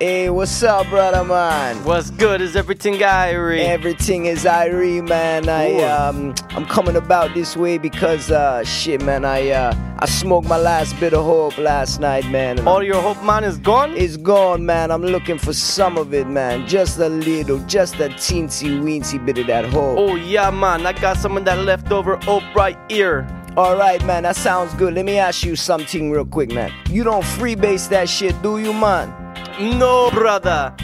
Hey, what's up, brother man? What's good is everything Irie. Everything is Irie, man. I Cool. um, I'm coming about this way because uh, shit, man. I uh, I smoked my last bit of hope last night, man. and All your hope man is gone. It's gone, man. I'm looking for some of it, man. Just a little, just a teensy weensy bit of that hope. Oh yeah man, I got some of that leftover hope right here. All right, man. That sounds good. Let me ask you something real quick, man. You don't freebase that shit, do you, man? No brother,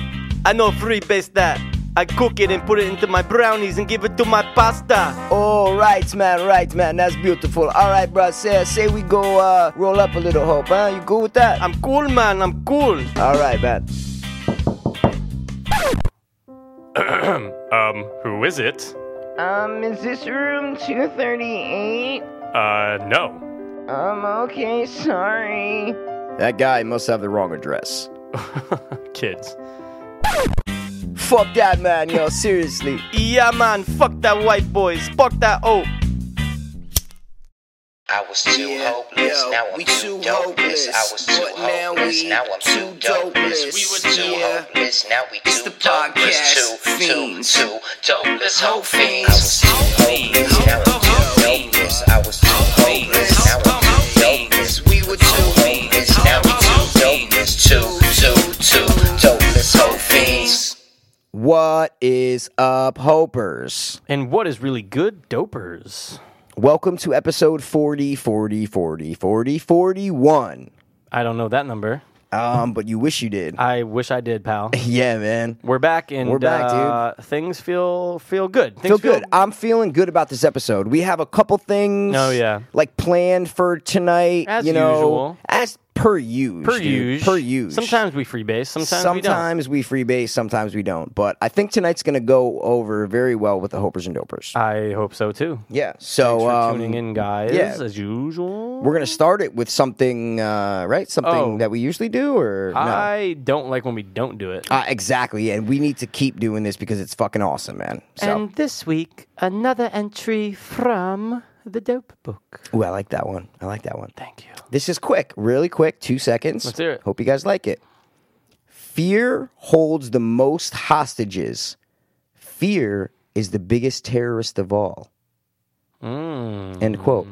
I know free base that. I cook it and put it into my brownies and give it to my pasta. Oh, right, man, right, man. That's beautiful. All right, bro. Say, say we go uh, roll up a little hope, huh? You cool with that? I'm cool man, I'm cool. All right, man. Um, who is it? Um, is this room 238? Uh, no. Um, okay, sorry. That guy must have the wrong address. Kids. Fuck that, man, yo, seriously. Yeah man, fuck that white boys, fuck that hope. I was too hopeless, yo, now I'm we too too dopeless. I hopeless, was too but now hopeless, we now I'm too too dopeless. We were dopeless, too yeah. hopeless, now we It's too the dopeless. podcast Too, too, fiends. too dopeless. Hope Hope fiends. fiends. I was too hopeless, now I'm too dopeless. I was too hopeless, now I'm too dopeless. We were too hopeless, now we too dopeless. Too, too, too dopeless. Hope fiends. What is up, Hopers? And what is really good dopers? Welcome to episode 40, 40, 40, 40, 41. I don't know that number. Um, but you wish you did. I wish I did, pal. Yeah, man. We're back and We're back, dude. uh, things feel feel good. Things feel good. I'm feeling good about this episode. We have a couple things. Oh, yeah. like planned for tonight. As you know, usual. as per use, per dude, use. per use. Sometimes we freebase. Sometimes, we don't. sometimes we, freebase, sometimes we don't. But I think tonight's going to go over very well with the Hopers and Dopers. I hope so too. yeah. So Ah, Thanks for um, tuning in, guys. yeah. As usual. We're going to start it with something, uh, right? Something Oh. that we usually do, or no? I don't like when we don't do it. Uh, exactly, and we need to keep doing this because it's fucking awesome, man. So, And this week, another entry from the Dope Book. ooh, I like that one. I like that one. Thank you. This is quick, really quick, two seconds. Let's hear it. Hope you guys like it. Fear holds the most hostages. Fear is the biggest terrorist of all. Mm. End quote.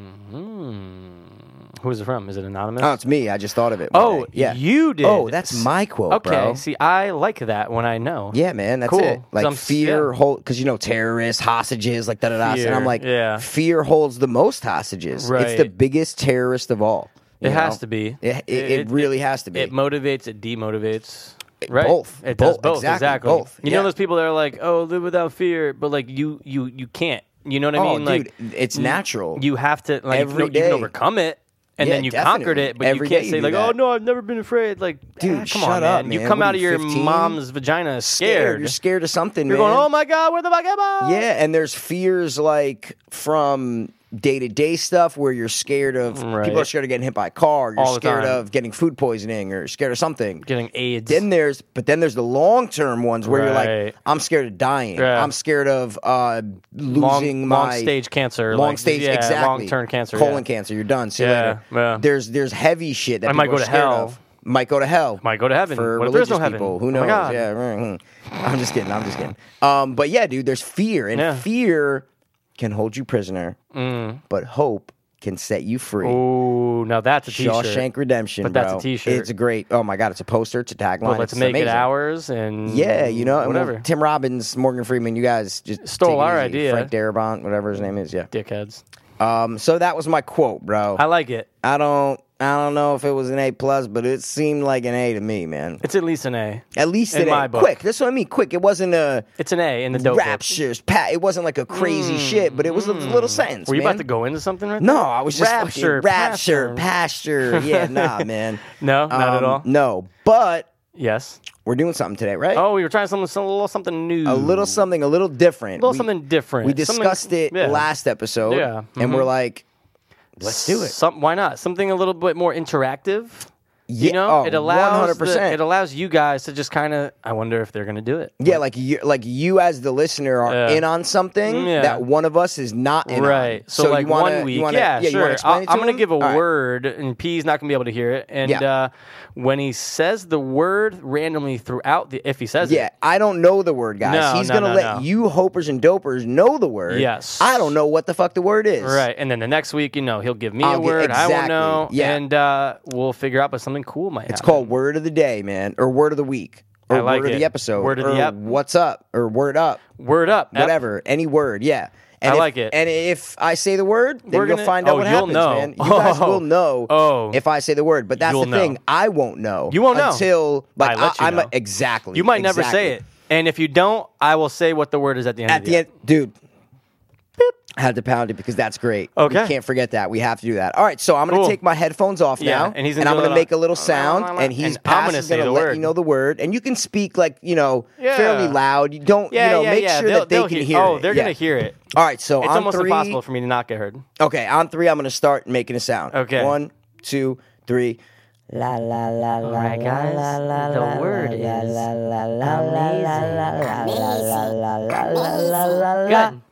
Who is it from? Is it anonymous? Oh, it's me. I just thought of it. when oh, I- yeah. you did. Oh, that's my quote, Okay. bro. See, I like that when I know. Yeah, man, that's Cool. it. Like Some- fear yeah. hold because you know terrorists, hostages, like da da da. And Fear, I'm like, yeah. fear holds the most hostages. It's the Right. biggest terrorist of all. It you has know? to be. It, it, it really has to be. It motivates. It demotivates. Right. both. It does Both. both. Exactly. Exactly. Both. You Yeah. know those people that are like, "Oh, live without fear," but like you, you, you can't. You know what I Oh, mean? Like dude, it's you- natural. You have to like Every you, know, you can day. overcome it, and Yeah, then you conquered definitely. it. But Every you can't day you say do like, "Oh that. no, I've never been afraid." Like, Dude, ah, come shut on, up, man. You man. come What out are of you, your 15? mom's vagina scared. You're scared of something. You're man. going, "Oh my god, where the fuck am I?" Yeah, and there's fears like from day to day stuff where you're scared of people are Right. scared of getting hit by a car, you're All the scared time. of getting food poisoning, or scared of something. Getting AIDS. Then there's, but then there's the long term ones where you're Right. like, I'm scared of dying, Yeah. I'm scared of uh, losing long, my long stage cancer. long like, stage yeah, exactly, Long term cancer. colon yeah. cancer. You're done. See you Yeah, later. yeah. There's there's heavy shit that I people might are go to scared hell. of. Might go to hell. Might go to heaven. for What if religious there's no heaven? people. Who Oh my knows? God. Yeah, mhm. I'm just kidding. I'm just kidding. Um, but yeah, dude, there's fear, and Yeah. Mm. fear can hold you prisoner, but hope can set you free. Ooh, now that's a Shawshank t-shirt. Redemption, But that's a bro. t-shirt. It's a great. Oh my god, it's a poster. It's a tagline. But let's it's make it amazing. ours and Yeah, you know, and well, whatever. Tim Robbins, Morgan Freeman, you guys just Stole take it our easy. idea. Frank Darabont, whatever his name is. Yeah. Dickheads. Um. So that was my quote, bro. I like it. I don't I don't know if it was an A plus, but it seemed like an A to me, man. It's at least an A. At least In an my A. book. Quick, that's what I mean. Quick. It wasn't a It's an A in the dope. book. raptures pat. It wasn't like a crazy shit, but it was a little sentence. Hmm. Were you man. about to go into something right No, there? I was just rapture, fucking- rapture, passion. pasture. Yeah, nah, man. No, not at Um, all. No, but Yes. we're doing something today, right? Oh, we were trying something, some- a little something new. A little something, a little different. little we, something different. We Something- discussed it yeah. last episode, Yeah, mm-hmm. and we're like, let's do it. Some, why not? Something a little bit more interactive. Yeah, You know, oh, it allows the- 100%. it allows you guys to just kind of. I wonder if they're going to do it. yeah, like you, like you as the listener are Yeah. in on something Mm, Yeah. that one of us is not in on. Right. So, you like wanna- one week, you wanna, yeah, you wanna sure. explain I'll, it to I'm going him? to give a All right. word, and P's not going to be able to hear it. And Yeah. uh, when he says the word randomly throughout the, if he says Yeah, it, I don't know the word, guys. No, He's no, gonna no, let no. you hopers and dopers know the word. Yes. I don't know what the fuck the word is. right. And then the next week, you know, he'll give me I'll a get- word. I exactly. won't know. Yeah. And uh, we'll figure out, but something cool might. It's called word of the day, man, or word of the week, or I like word of it. the episode, Word of the or ep. what's up, or word up, word up. Ep. whatever, any word. Yeah. And I if, like it. And if I say the word, then We're you'll gonna- find out oh, what you'll happens, know. man. You guys Oh. will know Oh. if I say the word, but that's You'll the thing. know. I won't know. You won't know. until like I let you am know. exactly. You might never exactly. say it. And if you don't, I will say what the word is at the end. at of the end, dude. I had to pound it because that's great. we Okay. can't forget that. We have to do that. All right, so I'm going to Cool. take my headphones off Yeah, now, and he's and gonna I'm do going to it make on- a little sound, and he's And I'm gonna passes say gonna the let word. you know the word, and you can speak like you know fairly Yeah. loud. You don't, Yeah, you know, yeah, make yeah. sure They'll- that they they'll can hear. Oh, it. they're Yeah. gonna hear it. All right, so It's on almost three, impossible for me to not get heard. Okay, on three, I'm going to start making a sound. Okay. one, two, three. Alright, guys, the word is amazing. Good.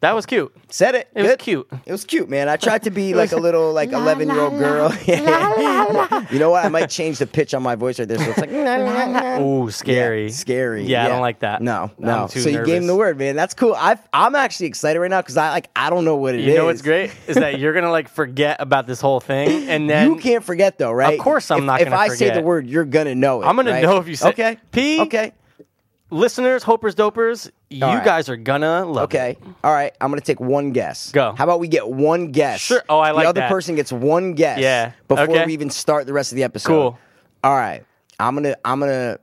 That was cute. Said it. It was Good. cute. It was cute, man. I tried to be like a little like eleven year old girl. you know what? I might change the pitch on my voice right there. So it's like Ooh, scary. scary. Yeah, I don't like that. No, I'm no. too so you gave him nervous. the word, man. That's cool. I I'm actually excited right now because I like I don't know what it is. You know what's great is that you're gonna like forget about this whole thing, and then you can't forget though, right? course I'm if, not If gonna I say the forget. word, you're gonna know it. I'm gonna right? know if you say- okay. P- Okay. listeners, hopers, dopers, you All right. guys are gonna love. Okay. it. All right. I'm gonna take one guess. Go. How about we get one guess? Sure. Oh, I like The other that. person gets one guess. Yeah. Before Okay. we even start the rest of the episode. Cool. All right. I'm gonna. I'm gonna.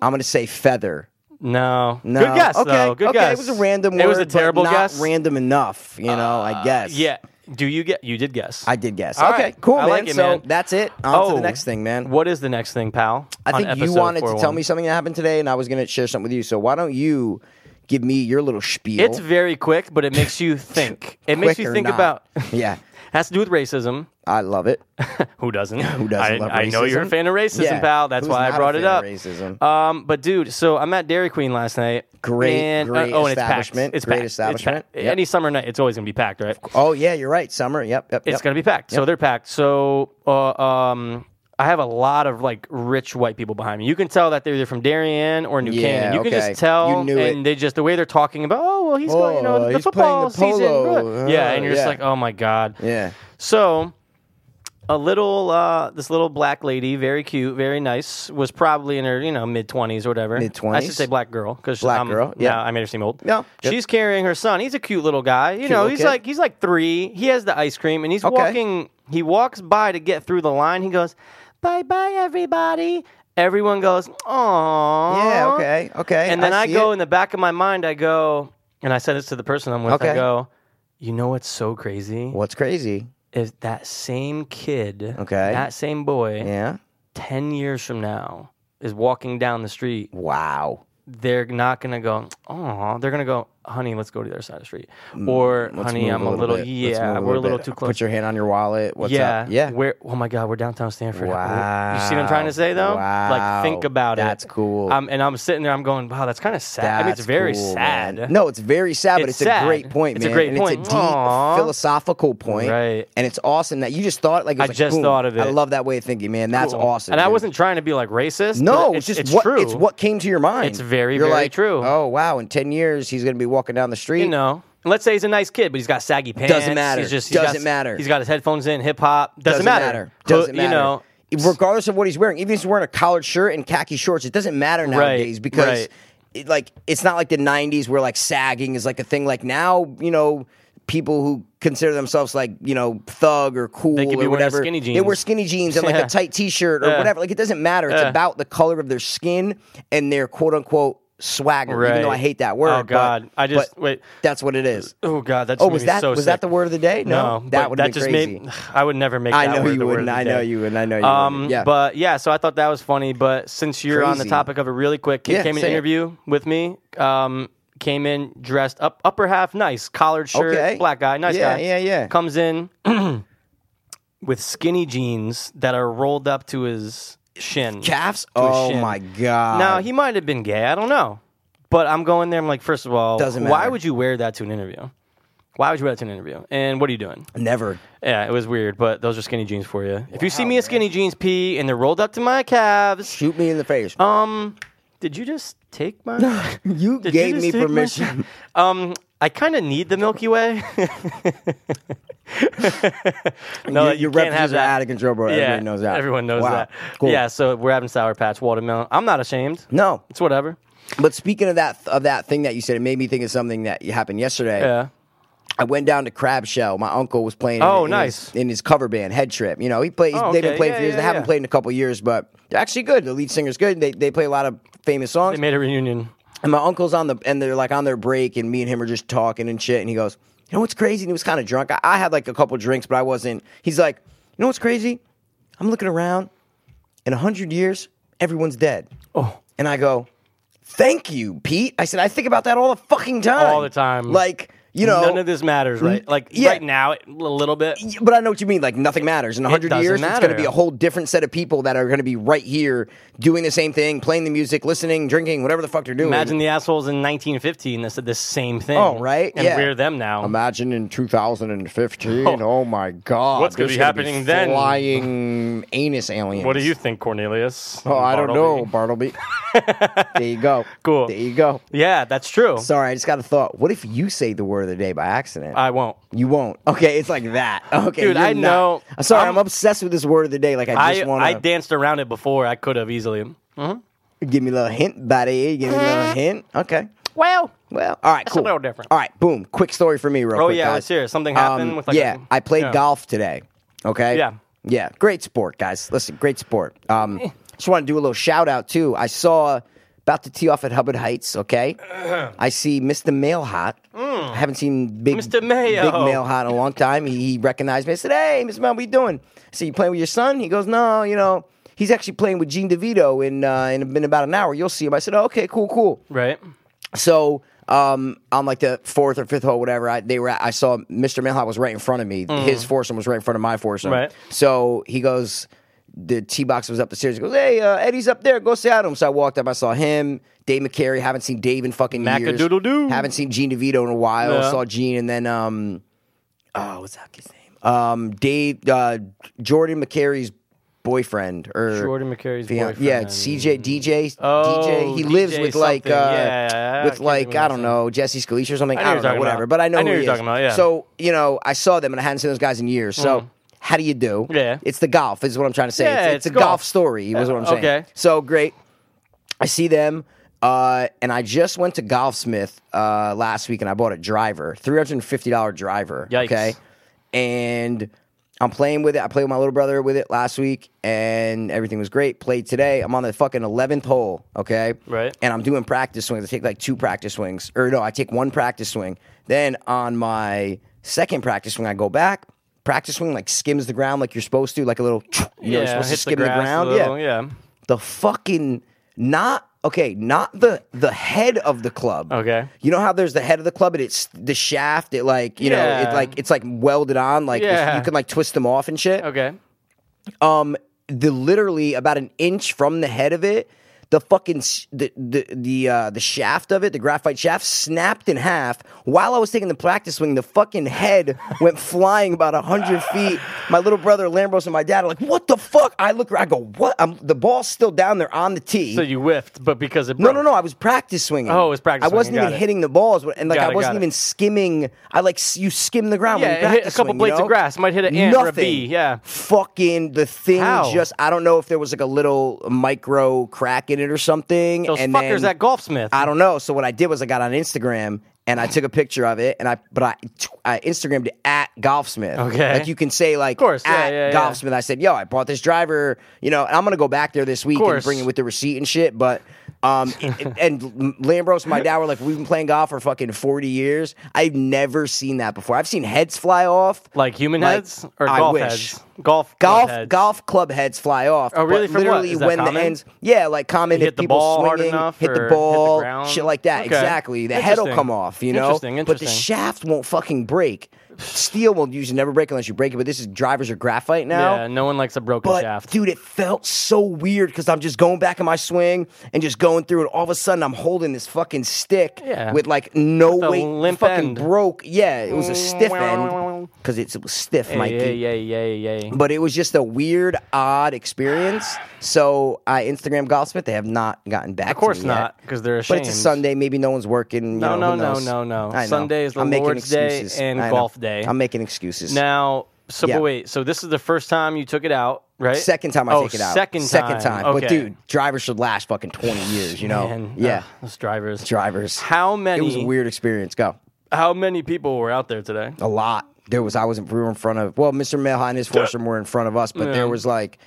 I'm gonna say feather. No. No. Good guess Okay. though. Good okay. guess. It was a random. It was a word, but terrible not guess. Uh, Random enough. You know. I guess. Yeah. Do you get? You did guess. I did guess. All okay, right. cool, I man. like it, so man. Oh, that's it. On to the next thing, man. What is the next thing, pal? I on think you episode wanted to tell 41? me something that happened today, and I was going to share something with you. So why don't you give me your little spiel? It's very quick, but it makes you think. It quick makes you or think not. about. yeah, has to do with racism. I love it. Who doesn't? Who doesn't I, love I know you're a racism? fan of racism, Yeah. pal. That's Who's why not I a brought it up. fan of racism? Um, but dude, so I'm at Dairy Queen last night. Great, and, great oh, and it's establishment, Packed. It's great packed. It's establishment. packed. Yep. Any summer night, it's always gonna be packed, right? Oh yeah, you're right. Summer. Yep. yep It's yep. gonna be packed. So they're packed. So uh, um, I have a lot of like rich white people behind me. You can tell that they're either from Darien or New Yeah, Canaan. You can okay. just tell, You knew and it. they just the way they're talking about. Oh well, he's going. You Oh, know, the he's football playing the season. polo. Yeah, Oh, and you're just yeah. like, oh my god. Yeah. So, a little uh, this little black lady, very cute, very nice, was probably in her you know mid twenties or whatever. Mid-twenties? I should say black girl because Black girl, yeah. I made her seem old. No, good. she's carrying her son. He's a cute little guy. You know, little he's kid. like he's like three. He has the ice cream and he's Okay. walking. He walks by to get through the line. He goes, "Bye bye, everybody." Everyone goes, "Aww." Yeah. Okay. Okay. And then I, see go it. in the back of my mind. I go, and I said this to the person I'm with. Okay. I go, "You know what's so crazy? What's crazy? is that same kid, Okay. that same boy, Yeah. 10 years from now is walking down the street, Wow. they're not going to go, oh, they're going to go, honey, let's go to the other side of the street. Or, honey, Mm, move I'm a little, bit. Let's yeah, move we're a little bit. too close. Put your hand on your wallet. What's yeah, up? Yeah. We're, oh my God, we're downtown Stanford. Wow. You see what I'm trying to say, though? Wow. Like, think about it. That's cool. Um, and I'm sitting there, I'm going, wow, that's kind of sad. I mean, it's That's very cool, sad. man. No, it's very sad, but it's, It's a sad. great point, It's a man. great and point. It's a deep Aw. philosophical point, Right. And it's awesome that you just thought like it was I like, just boom. thought of I it. love that way of thinking, man. That's Cool. awesome. And I dude. wasn't trying to be like racist. No, but it's, just it's what true. it's what came to your mind. It's very, You're very like, true. Oh wow! In ten years, he's gonna be walking down the street. you know. And let's say he's a nice kid, but he's got saggy pants. matter. He's just, Doesn't got, matter. He's got his headphones in. Hip hop doesn't doesn't, matter. Who- Doesn't matter. You know, regardless of what he's wearing, even if he's wearing a collared shirt and khaki shorts, it doesn't matter nowadays because, right. it, like, it's not like the '90s where like sagging is like a thing. Like now, you know, people who consider themselves like you know thug or cool They could be or wearing whatever, skinny they jeans. wear skinny jeans and like Yeah. a tight T-shirt or Yeah. whatever. Like it doesn't matter. It's Yeah. about the color of their skin and their quote unquote swagger. Even though Right. I hate that word. Oh, but- God. I just- but wait. That's what it is. oh god, that's Oh, was that was that the word of the day? No, that but would that have been just crazy. made. I would never make. I that know word you the word wouldn't. of the I know day. you wouldn't. I know you Um, wouldn't. Yeah. but yeah, so I thought that was funny. But since you're on the Crazy. topic of it, really quick, kid Yeah, came in say it. to interview with me. Um, came in dressed up, upper half nice, collared shirt, Okay. black guy, nice Yeah, guy. yeah, yeah. Comes in, with skinny jeans that are rolled up to his shin. Calves? To his Oh shin. my god. Now he might have been gay. I don't know, but I'm going there. I'm like, first of all, Doesn't why matter. would you wear that to an interview? Why would you wear that to an interview? And what are you doing? never. Yeah, it was weird, but those are skinny jeans for you. if you see me in skinny jeans, P, and they're rolled up to my calves, Shoot me in the face. um, did you just take my? you did you gave just me take my- permission. Um, I kind of need the Milky Way. no, your you references can't have are that. out of control, bro. yeah, everyone knows that. Everyone knows Wow. that. Cool. Yeah, so we're having sour patch watermelon. I'm not ashamed. No, It's whatever. but speaking of that of that thing that you said, it made me think of something that happened yesterday. Yeah. I went down to Crab Shell. My uncle was playing. in- Oh, in nice. his, in his cover band, Head Trip. You know, he plays. Oh, They've been okay. playing Yeah, for years. yeah, they haven't yeah. played in a couple years, but they're actually good. The lead singer's good. They they play a lot of famous songs. They made a reunion. And my uncle's on the and they're like on their break, and me and him are just talking and shit. And he goes, "You know what's crazy?" And he was kind of drunk. I, I had like a couple drinks, but I wasn't. He's like, "You know what's crazy? I'm looking around. In a hundred years, everyone's dead." Oh. And I go, "Thank you, Pete." I said, "I think about that all the fucking time, All the time. Like you know, mm, None of this matters, right? Like yeah. right now, a little bit. Yeah, But I know what you mean. Like nothing matters. In a hundred doesn't years, it's matter. going to be a whole different set of people that are going to be right here doing the same thing, playing the music, listening, drinking, whatever the fuck they're doing. Imagine the assholes in 1915 that said the same thing. Oh, right? And Yeah. we're them now. Imagine in 2015. Oh, my God! What's gonna there's be gonna be happening then? Flying anus aliens. What do you think, Cornelius? Oh, I don't know, Bartleby? Bartleby. there you go. Cool. There you go. Yeah, that's true. Sorry, I just got a thought. What if you say the word of the day by accident? I won't. you won't. Okay, it's like that. Okay, Dude, you're I not. know. I'm sorry, I'm, I'm- obsessed with this word of the day. Like I I, just want to. I danced around it before. I could have easily. Give me a little hint, buddy. Give me a little hint. Okay. Well, Well, all right, It's a cool. little different. All right, boom. Quick story for me, real Oh, quick. yeah, guys. serious. Something happened with, like, Um, yeah, a- I played yeah. golf today. Okay. Yeah. Eh. Yeah. Great sport, guys. Listen, great sport. Um, just want to do a little shout out too. I saw about to tee off at Hubbard Heights. Okay. I see Mr. Mail Hot. I haven't seen big Mr. Mm. Mayo. Big Mail Hot in a long time. He, he recognized me. I said, "Hey, Mr. Mail, what you doing?" I said, "You playing with your son?" He goes, "No, you know." He's actually playing with Gene DeVito in uh, in, in about an hour. You'll see him. I said, oh, "Okay, cool, cool." right? So um, on like the fourth or fifth hole, whatever, I, they were. at- I saw Mr. Milhot was right in front of me. His foursome was right in front of my foursome. Mm-hmm. Right. So he goes. The tee box was up the stairs. He goes, "Hey, uh, Eddie's up there. Go say hi to him." So I walked up. I saw him. Dave McCary. Haven't seen Dave in fucking years. Macadoodledoo. Haven't seen Gene DeVito in a while. Yeah. Saw Gene, and then um, oh, what's that kid's name? Um, Dave uh, Jordan McCary's boyfriend or Jordan McCary's yeah, boyfriend. yeah, CJ DJ Oh, DJ. He lives DJ with like uh, something. Yeah, I with can't like remember I his don't name. know Jesse Scalise or something. I I, know don't know, who you're talking whatever. about. But I know I know who who he you're is. talking about, yeah. Mm-hmm. So you know, I saw them and I hadn't seen those guys in years. So how do you do? Yeah. it's the golf. Is what I'm trying to say. Yeah, it's, it's a golf, golf. story. Was what I'm saying. okay. So great. I see them. Uh, and I just went to Golfsmith uh, last week and I bought a driver, three hundred and fifty dollar driver. Yikes. Okay, and I'm playing with it. I played with my little brother with it last week, and everything was great. Played today. I'm on the fucking eleventh hole. Okay, Right. And I'm doing practice swings. I take like two practice swings, or no, I take one practice swing. Then on my second practice swing, I go back. Practice swing like skims the ground like you're supposed to, like a little. You know, yeah, you're supposed to hits skim the, grass a ground. little, yeah, yeah. the fucking not okay, not the the head of the club. Okay. you know how there's the head of the club and it's the shaft. It like you know Yeah. it like it's like welded on. Like Yeah. you can like twist them off and shit. Okay. Um, the literally about an inch from the head of it. The fucking s- the the the uh, the shaft of it, the graphite shaft, snapped in half. While I was taking the practice swing, the fucking head went flying about hundred feet. My little brother Lambros and my dad are like, "What the fuck?" I look, I go, "What?" I'm, the ball's still down there on the tee. So you whiffed, but because it No, broke. no, no. I was practice swinging. Oh, it was practice I wasn't swinging, even got it. hitting the balls, but- and like Got I it, wasn't got it. even skimming. I like s- you skim the ground. Yeah, when you it hit a practice couple swing, you blades of know? grass. Might hit an ant or a Nothing. bee, yeah. Fucking the thing. How? Just I don't know if there was like a little micro crack in it or something. Those and fuckers then, at Golfsmith. I don't know. So what I did was I got on Instagram and I took a picture of it and I but I I Instagrammed it at Golfsmith. Okay. Like you can say like course, yeah, at yeah, yeah. Golfsmith. I said, yo, I bought this driver, you know, and I'm gonna go back there this week and course. bring it with the receipt and shit, but um and, and Lambros and my dad were like, We've been playing golf for fucking forty years. I've never seen that before. I've seen heads fly off. like human Like, heads or I golf wish. heads? Golf Golf heads. golf club heads fly off. Oh, really? but From what? literally Is that when common? the ends yeah, like common hit if the people ball hard swinging, enough hit or hit the the ball, ground? shit like that. Okay. Exactly. The head will Interesting. come off, you know? Interesting, But the interesting. shaft won't fucking break. steel will usually never break unless you break it, but this is drivers or graphite now. Yeah, no one likes a broken But shaft. dude, it felt so weird because I'm just going back in my swing and just going through, and all of a sudden I'm holding this fucking stick Yeah. with like no a weight, limp fucking end. broke. Yeah, it was a stiff end because it was stiff, Mikey. Yay, yay, yay, yay. But it was just a weird, odd experience. So I Instagram Goldsmith. They have not gotten back. Of course to me yet. not, because they're But ashamed. it's a Sunday. Maybe no one's working. you No, know, who no, no, knows? no, no. I know. Sunday is the I'm making Lord's Day excuses. and I know. golf day. I'm making excuses. Now, so Yeah. but wait, so this is the first time you took it out, right? Second time I oh, take it out. Second time. Second time. Okay. But dude, drivers should last fucking 20 years, you know? Man, Oh, yeah. ugh, uh, those drivers. drivers. How many? It was a weird experience. Go. How many people were out there today? A lot. There was, I was, we were in front of, well, Mr. Melha and his foursome were in front of us, but there was like,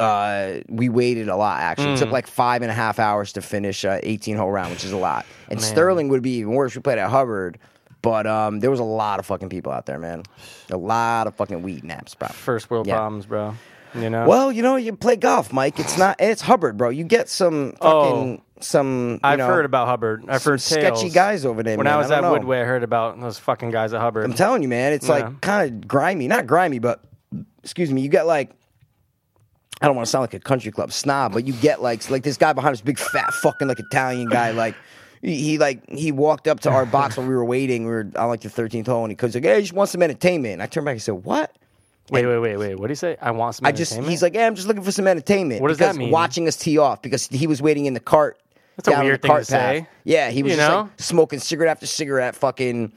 uh, we waited a lot actually. It took Mm. like five and a half hours to finish a 18 hole round, which is a lot. And Sterling would be even worse. We played at Hubbard, but um, there was a lot of fucking people out there, man. A lot of fucking weed naps, bro. First world Yeah. problems, bro. You know. Well, you know, you play golf, Mike. It's not. and It's Hubbard, bro. You get some fucking some. you Oh. I've know, heard about Hubbard. I've some heard tales. sketchy guys over there. When man. I was don't at know. Woodway, I heard about those fucking guys at Hubbard. I'm telling you, man. It's Yeah. like kind of grimy, not grimy, but excuse me. You get like. I don't want to sound like a country club snob, but you get like like this guy behind us, big fat fucking like Italian guy, like. He he, like he walked up to our box when we were waiting. We were on like the thirteenth hole, and he goes like, "Hey, I just want some entertainment." And I turned back and said, "What?" wait, wait, wait, wait. What do you say? I want some. I just entertainment? he's like, yeah, I'm just looking for some entertainment. What does because that mean? Watching us tee off because he was waiting in the cart. That's a down weird the thing cart to path. say. Yeah, he was You just know? like smoking cigarette after cigarette. Fucking,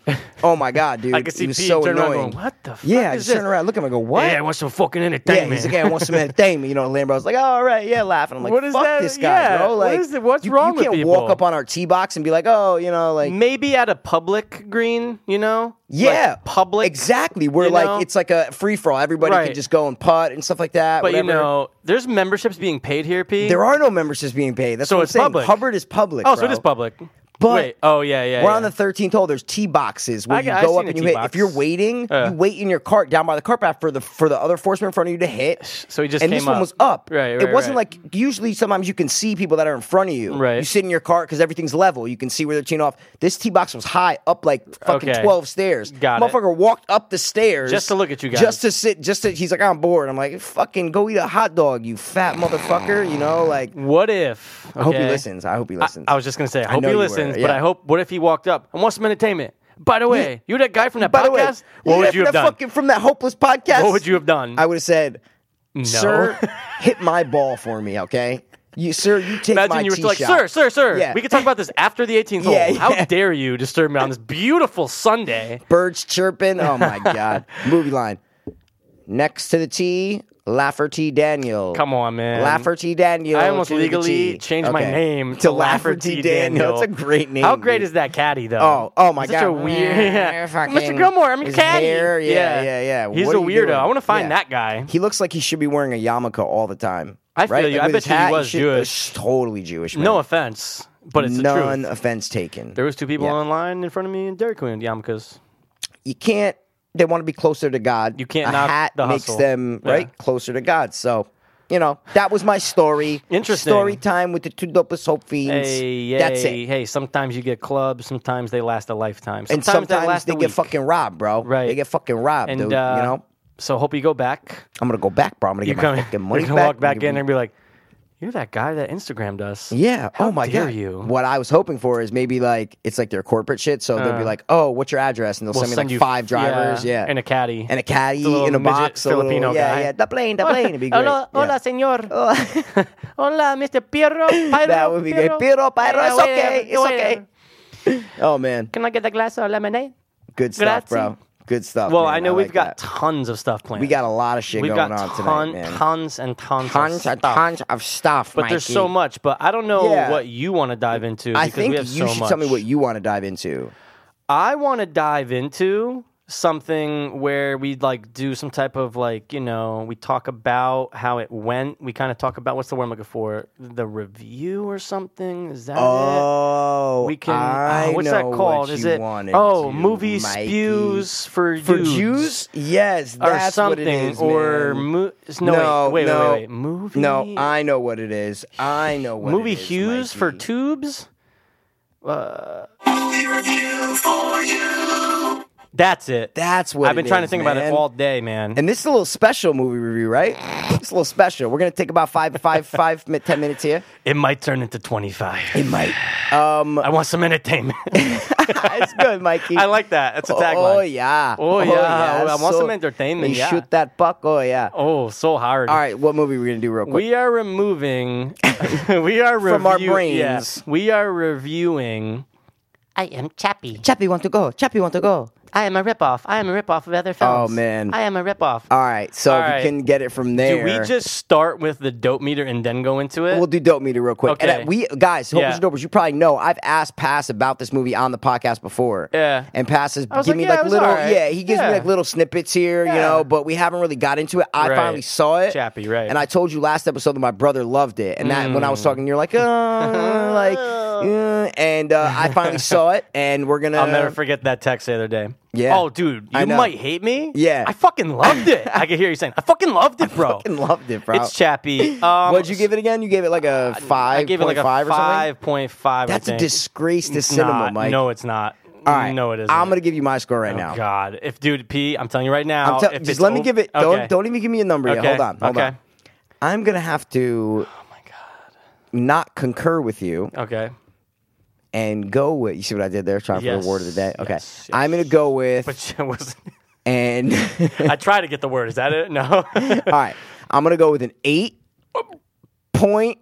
oh my god, dude, I could see he was Pete so turn around annoying. going, "What the fuck Yeah, I is just this?" turn around, look at him, I go, what? Yeah, I want some fucking Yeah, entertainment. he's like, yeah, I want some entertainment. You know, Lambro's like, all right, yeah, laughing. I'm like, What is fuck that? this guy, Yeah, bro. what Like, is it- what's you, wrong you with can't people? walk up on our tee box and be like, oh, you know, like, Maybe at a public green, you know? yeah, Like public. exactly. We're you like, know? it's like a free for all. Everybody Right. can just go and putt and stuff like that. But whatever. you know, there's memberships being paid here, Pete. There are no memberships being paid. That's So what I'm it's saying. public. Hubbard is public. Oh, so bro. it is public. But Wait. Oh, yeah, yeah. We're yeah. on the 13th hole. There's tee boxes where I- you I've go seen up a and you tee hit. box. If you're waiting, Yeah. you wait in your cart down by the cart path for the for the other forceman in front of you to hit. So he just and came this one up. was up. Right, it right, wasn't right. like usually. Sometimes you can see people that are in front of you. Right. You sit in your cart because everything's level. You can see where they're teeing off. This tee box was high up like fucking Okay. 12 stairs. Got it. Motherfucker walked up the stairs Just to look at you guys. Just to sit. Just to he's like I'm bored. I'm like fucking go eat a hot dog, you fat motherfucker. You know like. What if? I hope he okay, listens. I hope he I, listens. I was just gonna say, I hope know he you were, listens, but yeah. I hope. What if he walked up? I want some entertainment. By the way, you that guy from that By the way, podcast? what yeah, would from you have that done? Fucking, from that hopeless podcast. What would you have done? I would have said, "Sir, hit my ball for me, okay? You, sir, you take my Imagine you were tee like, shot. sir, sir, sir. Yeah. We could talk about this after the 18th hole. Yeah, yeah. How dare you disturb me on this beautiful Sunday? Birds chirping. Oh my god. Movie line. Next to the tee, Lafferty Daniel. Come on, man. Lafferty Daniel. I almost to the legally tee. changed my Okay. name to, Lafferty It's a great name. How great dude. is that caddy though? Oh, oh my Such god! a weird. Yeah, fucking- Mr. Gilmore, I'm your his caddy. hair, yeah, yeah, yeah. He's What a are you weirdo. doing? I want to find Yeah. that guy. He looks like he should be wearing a yarmulke all the time. I feel right? you. Like I with bet his you he hat, was should- Jewish. Totally Jewish. Man. No offense, but it's the none truth. offense taken. There was two people Yeah. online in front of me in Dairy Queen yarmulkes. you can't. They want to be closer to God. You can't A knock hat the makes hustle. them Yeah. right closer to God. So, you know, that was my story. Interesting. story time with the two dopest hope fiends. Hey, That's hey, it. hey! Sometimes you get clubs. Sometimes they last a lifetime. And sometimes Sometimes they last they a get week. fucking robbed, bro. Right. They get fucking robbed, And dude. uh, you know, so hope you go back. I'm gonna go back, bro. I'm gonna You get come. my fucking money you're gonna back. walk back I'm gonna in be- and be like, "You're that guy that Instagrammed us." Yeah. How oh my dare god. you. What I was hoping for is maybe like it's like their corporate shit, so they'll be like, "Oh, what's your address?" And they'll Uh. We'll send me send like you- five drivers, yeah, yeah, and a caddy. and a caddy, The little in a midget box, a Filipino little, yeah, guy. yeah, the plane, the plane, it'd be great. Hola, yeah. Oh. hola, señor. hola, Mr. Piero. Pyro, That would be great. Piero, Pyro, it's okay, it's okay. Oh man, Can I get a glass of lemonade? good stuff, Grazie. bro. Good stuff. Well, man. I know we've like got that. tons of stuff planned. we got a lot of shit We've going got on ton- tonight, man. tons and tons, of Tons stuff. and tons of stuff, but there's so much. But I don't know Yeah. what you want to dive into. I because think we have you so should much. tell me what you want to dive into. I want to dive into something where we like do some type of like you know we talk about how it went. We kind of talk about what's the word I'm looking for, the review or something. Is that it? Oh, We can. I oh, what's know that what called? Is you it? wanted Oh, to, movie Mikey. spews for for dudes. Jews? Yes, Or that's something, what it is, or man. mo- no, No, wait, wait, no. wait, wait, wait, movie, no, I know what it is. I know what movie it is, hues for Uh, Mikey. tubes. That's it. That's what I've been it trying is, to think about man. it all day, man. And this is a little special movie review, right? It's a little special. We're gonna take about five, five, five, mi- ten minutes here. it might turn into 25. It might. I want some entertainment. Um, it's good, Mikey. I like that. That's a tagline. Oh yeah. Oh, yeah. I want some entertainment, You yeah. shoot that puck. Oh yeah. Oh, so hard. All right. What movie are we gonna do real quick? We are removing. we are review- From our yeah. brains. we are reviewing. I am Chappie. Chappie want to go. Chappie want to go. I am a ripoff. I am a ripoff of other films. Oh, man. I am a ripoff. All right. So All if right. you can get it from there, Do we just start with the dope meter and then go into it? We'll do dope meter real quick. And Okay. uh, we guys, hopers Yeah. and dopers, you probably know I've asked Pass about this movie on the podcast before. Yeah. and Pass has was give like, me yeah, it like was little, all right. yeah, he gives Yeah. me like little snippets here, you Yeah. know, but we haven't really got into it. I Right. finally saw it, Chappie, right. Mm. And I told you last episode that my brother loved it, and that when I was talking, you're like, uh, like, uh, and uh, I finally saw it, and we're gonna. I'll never forget that text the other day. Um, Yeah. Oh, dude, I you know. might hate me. Yeah. I fucking loved it. I could hear you saying, "I fucking loved it, bro." fucking loved it, bro. It's Chappie. Um, What'd you give it again? You gave it like a five. I gave it like a five or something. five point five. That's a I think. disgrace to It's cinema, not. Mike. No, it's not. All right, No, it isn't. Oh, I'm gonna give you my score right now. God, if dude P, I'm telling you right now. I'm tell- if just it's let me o- give it. okay. Don't don't even give me a number yet. Okay. Hold on. Hold okay. Oh on. I'm gonna have to. Not concur with you Okay. and go with you. See what I did there? Trying for Yes, the word of the day. Okay, yes, yes. I'm gonna go with But it was. and all I try to get the word. Is that it? No. right. I'm gonna go with an eight point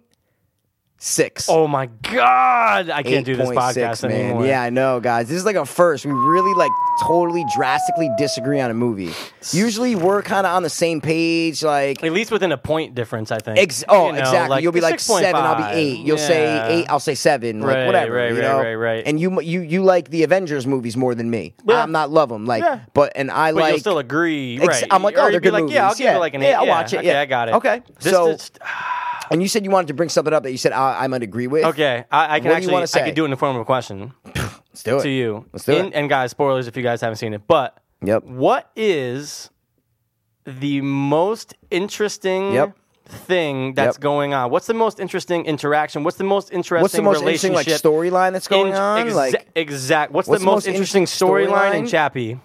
six. oh my god! I can't do this 8.6, podcast anymore. Yeah, I know, guys. This is like a first. We really like totally drastically disagree on a movie. Usually, we're kind of on the same page. Like, At least within a point difference, I think. Ex- oh, You know, exactly. You'll be like 6.5. seven. I'll be eight. You'll Yeah. say eight. I'll say seven. Like Right, whatever. right, you right, know? right, right. And you you you like the Avengers movies more than me. Yeah. I'm not love them. Like, Yeah. but and I But like. you'll still agree, Ex- right? I'm like, Or oh, you'd they're be good like, Yeah, I'll movies. give Yeah. it like an Yeah, eight. I'll watch it. Okay, Yeah. I got it. Okay. This So- is- and you said you wanted to bring something up that you said I, I might agree with. okay, I, I What can do you actually. wanna I say? could do it in the form of a question let's do it. to you. Let's do In- it. And guys, spoilers if you guys haven't seen it. But Yep. what is the most interesting? Yep. Thing that's Yep. going on. What's the most interesting interaction? What's the most interesting What's the most interesting relationship? like storyline that's going In- on? exa- like, exact. What's, the, most interesting storyline in storyline? Chappie?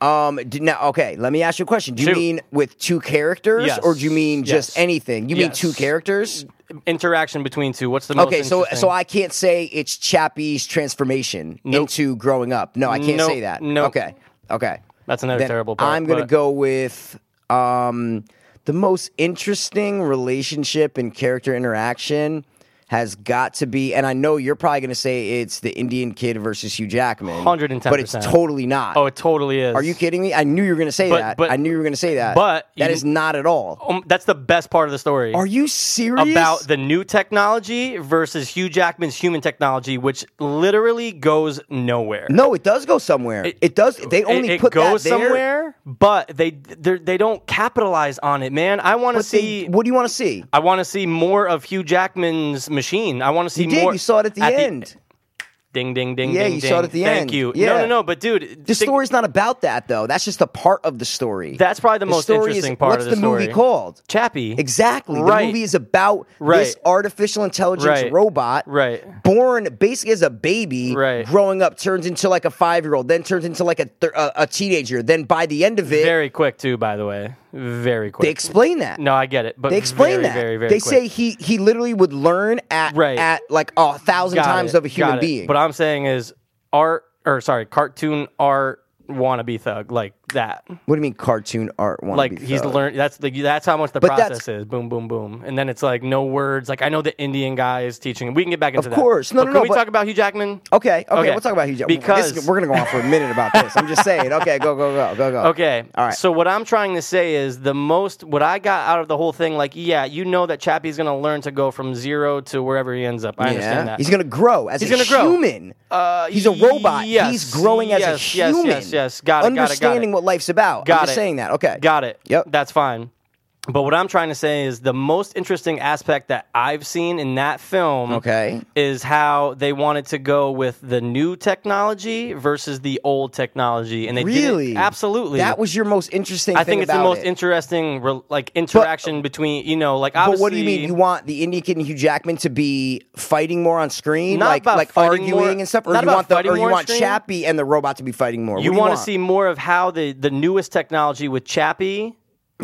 um, do, now, okay. Let me ask you a question. Do you Shoot. mean with two characters, Yes. or do you mean just Yes. anything? You mean Yes. two characters? Interaction between two. What's the most Okay, so interesting? so I can't say it's Chappie's transformation into growing up. No, I can't Nope, say that. nope. Okay. Okay. that's another Then terrible part. I'm gonna but- go with um the most interesting relationship and character interaction has got to be, and I know you're probably gonna say it's the Indian kid versus Hugh Jackman. 110%. But it's totally not. Oh, it totally is. Are you kidding me? I knew you were gonna say But- that. but- I knew you were gonna say that. but that you- is not at all. Um, that's the best part of the story. Are you serious? about the new technology versus Hugh Jackman's human technology, which literally goes nowhere. No, it does go somewhere. It, does. They only it, it put goes that there. somewhere, but they they're- they don't capitalize on it, man. I want to But they- see what do you want to see? I want to see more of Hugh Jackman's machine. I want to see You did. more. you saw it at the end. ding, ding, ding. Yeah, ding, you ding. saw it at the Thank end. you. Yeah. No, no, no. But dude, the think- story's not about that though. That's just a part of the story. That's probably the, most story interesting is, part what's of the, story. movie called? Chappie. Exactly. The Right. movie is about this Right. artificial intelligence Right. robot. Right. Born basically as a baby, Right. growing up, turns into like a five year old, then turns into like a, th- a a teenager. Then by the end of it, Very quick too, by the way. Very quick. they explain that. no, I get it. But They explain very, that. Very, very. they quick. say he he literally would learn at Right. at like a thousand Got times it, of a human got it. being. What I'm saying is art, or sorry, cartoon art wannabe thug like that. what do you mean cartoon art? wannabe Like he's thug? learned. That's the that's how much the But that's- process is. Boom, boom, boom, and then it's like no words. Like I know the Indian guy is teaching. We can get back into that. course. No, But no, can no, we but- talk about Hugh Jackman? Okay, okay, Okay. we'll talk about Hugh Jackman. Because- This- we're gonna go on for a minute about this. I'm just saying. Okay, go, go, go, go, go. Okay. All right. So what I'm trying to say is the most what I got out of the whole thing, like, yeah, you know that Chappie's gonna learn to go from zero to wherever he ends up. I understand that. He's gonna grow as He's a gonna grow. human. Uh, he's a robot. yes, he's growing as a yes, yes, human. Yes, yes, Got it. got it, Understanding got it. what life's about. Got I'm just it. saying that. Okay. Got it. Yep. That's fine. But what I'm trying to say is the most interesting aspect that I've seen in that film Okay. is how they wanted to go with the new technology versus the old technology and they did it- Really? absolutely That was your most interesting. I thing think it's the about most it. interesting re- like interaction between you know like obviously But what do you mean? You want the Indian kid and Hugh Jackman to be fighting more on screen, Not like about like fighting arguing more- and stuff, or not you about want the fighting or you more on want screen. Chappie and the robot to be fighting more? What you, do want want to see more of how the the newest technology with Chappie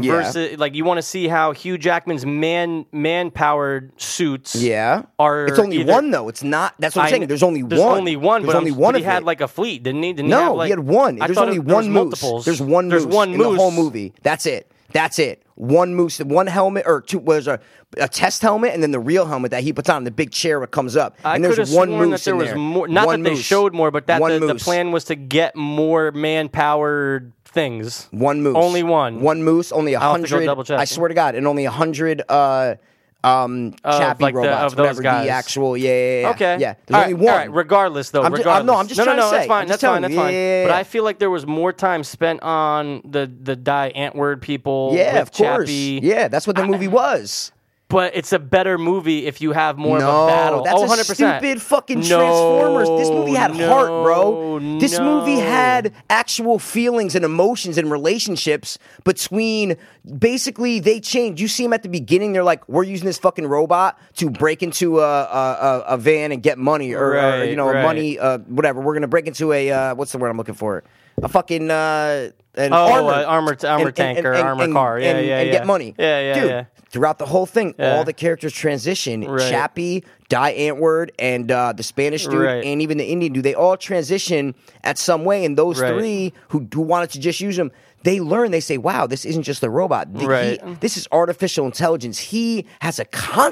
Yeah. versus like you want to see how Hugh Jackman's man man powered suits Yeah, are it's only either- one though. It's not. That's what I'm I- saying. There's only one. only one. There's but only I'm- one. But he of had it. like a fleet, didn't he? Didn't no, he, have, like, he had one. I There's thought only it- there was one moose. multiples. There's one. There's moose one in moose the whole movie. That's it. That's it. One moose, one helmet, or two. Well, there's a, a test helmet, and then the real helmet that he puts on the big chair. What comes up? I and could have there's one sworn moose that there in was there. more. Not One that they moose. showed more, but that One the, the moose. plan was to get more man powered things. One moose. Only one. One moose. Only a I'll have to go hundred. double check. I swear to God, and only a hundred. Uh, um, Chappie like the- robots. of those whatever guys. the actual. Yeah, yeah, yeah. Okay. Yeah. There's All only right, one. All right. Regardless, though. I'm ju- I'm- regardless. no, I'm just no, trying no, to no, That's say. fine. I'm That's just fine. telling That's you. Yeah, fine. yeah, yeah, But yeah. I feel like there was more time spent on the the die ant word people. Yeah, with of course. Chappie. Yeah, that's what the movie was. But it's a better movie if you have more no, of a battle. that's oh, a 100%. stupid fucking No, Transformers. This movie had no, heart, bro. This movie no. had actual feelings and emotions and relationships between. Basically, they changed. You see them at the beginning. They're like, "We're using this fucking robot to break into a a, a, a van and get money, or, or, Right, you know, right. money, uh, whatever. We're gonna break into a uh, what's the word I'm looking for? A fucking uh, an Oh, armor, uh, armor- armor tank or armor car. Yeah, and, yeah, and yeah. get money. Yeah, yeah, dude. yeah. Throughout the whole thing, Yeah. all the characters transition. Right. Chappie, Die Antword, and uh, the Spanish dude, Right. and even the Indian dude. They all transition at some way, and those Right. three who, who wanted to just use him, they learn. They say, "Wow, this isn't just a robot. The- he- Right. this is artificial intelligence. He has a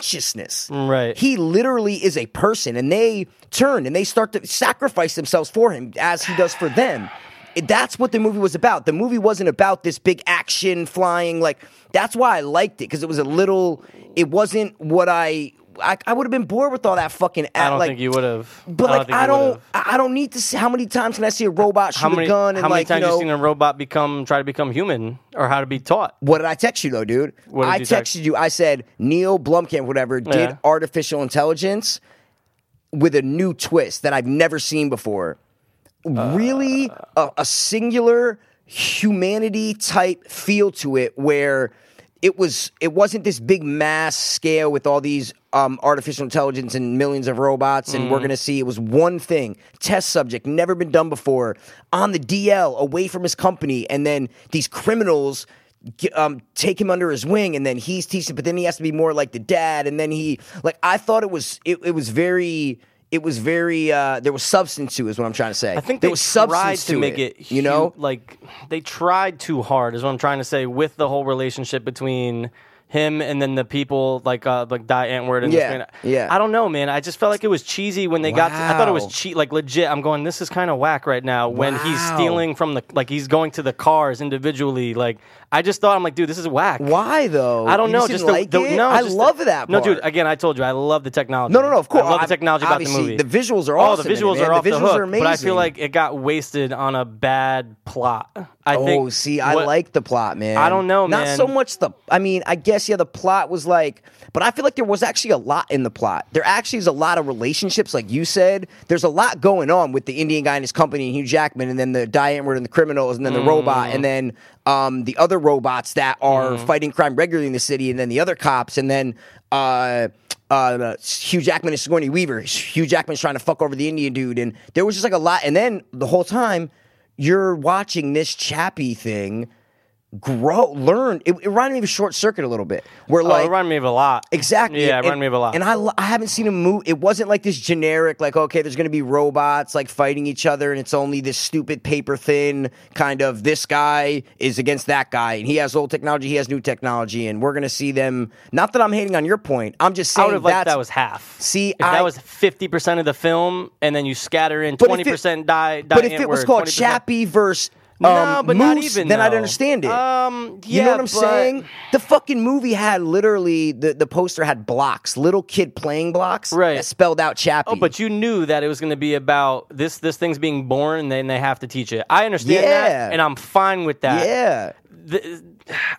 consciousness. Right. He literally is a person." And they turn and they start to sacrifice themselves for him, as he does for them. It- That's what the movie was about. The movie wasn't about this big action flying. Like that's why I liked it because it was a little. It wasn't what I. I, I would have been bored with all that fucking. Act, I don't like, think you would have. But like I think you don't. would've. I I don't need to. See, how many times can I see a robot shoot How many, a gun? And how many like, times you know, you seen a robot become try to become human or how to be taught? What did I text you though, dude? What did I you text? texted you. I said Neil Blumkamp, whatever, did Yeah. artificial intelligence with a new twist that I've never seen before. really, a, a singular humanity type feel to it, where it was. It wasn't this big mass scale with all these um, artificial intelligence and millions of robots, and we're gonna see. It was one thing, test subject, never been done before, on the DL, away from his company, and then these criminals get- um, take him under his wing, and then he's teaching. But then he has to be more like the dad, and then he like I thought it was it, it was very it was very uh, there was substance to it, is what I'm trying to say. I think there they was tried substance to, make it, you know. hu- like they tried too hard is what I'm trying to say with the whole relationship between him and then the people like uh like Die Antwoord and Yeah, this man. yeah. I don't know, man. I just felt like it was cheesy when they got. To, I thought it was Wow. cheat, like legit. I'm going. This is kind of whack right now when he's Wow. stealing from the like he's going to the cars individually. Like I just thought I'm like, dude, this is whack. Why though? I don't You know. just Just didn't the, like the- it? no, I just the- love that. No, part. dude. Again, I told you, I love the technology. No, no, no. Of course, I love the Ob- technology about the obviously, movie. the visuals are Oh, awesome the in it, visuals man. are The off the, visuals hook, are but I amazing. feel like it got wasted on a bad plot. I think. oh, see, I what- like the plot, man. I don't know, Not man. so much the. I mean, I guess yeah, the plot was like, but I feel like there was actually a lot in the plot. There actually is a lot of relationships, like you said. There's a lot going on with the Indian guy and his company, and Hugh Jackman, and then the Diane Ward and the criminals, and then the Mm. robot, and then um, the other robots that are fighting crime regularly in the city, and then the other cops, and then. Uh, uh, Hugh Jackman and Sigourney Weaver. Hugh Jackman's trying to fuck over the Indian dude, and there was just like a lot. And then the whole time, you're watching this Chappie thing grow, learn. It, it reminded me of Short Circuit a little bit, where Oh, like it reminded me of a lot. exactly, Yeah, it and- reminded me of a lot. And I, lo- I haven't seen a move. It wasn't like this generic, like okay, there's going to be robots like fighting each other, and it's only this stupid paper thin kind of this guy is against that guy, and he has old technology, he has new technology, and we're going to see them. Not that I'm hating on your point. I'm just I saying would have liked that's- that was half. See, if I- that was fifty percent of the film, and then you scatter in But if twenty it- percent die, die. But if it was Antwoord, called 20%. Chappie versus um, no, but not Moose, even. then I'd though. understand it. Um, yeah, you know what I'm but- saying? The fucking movie had literally the, the poster had blocks, little kid playing blocks, Right. That spelled out Chappie. Oh, but you knew that it was going to be about this. This thing's being born, and then they have to teach it. I understand Yeah. that, and I'm fine with that. yeah, The-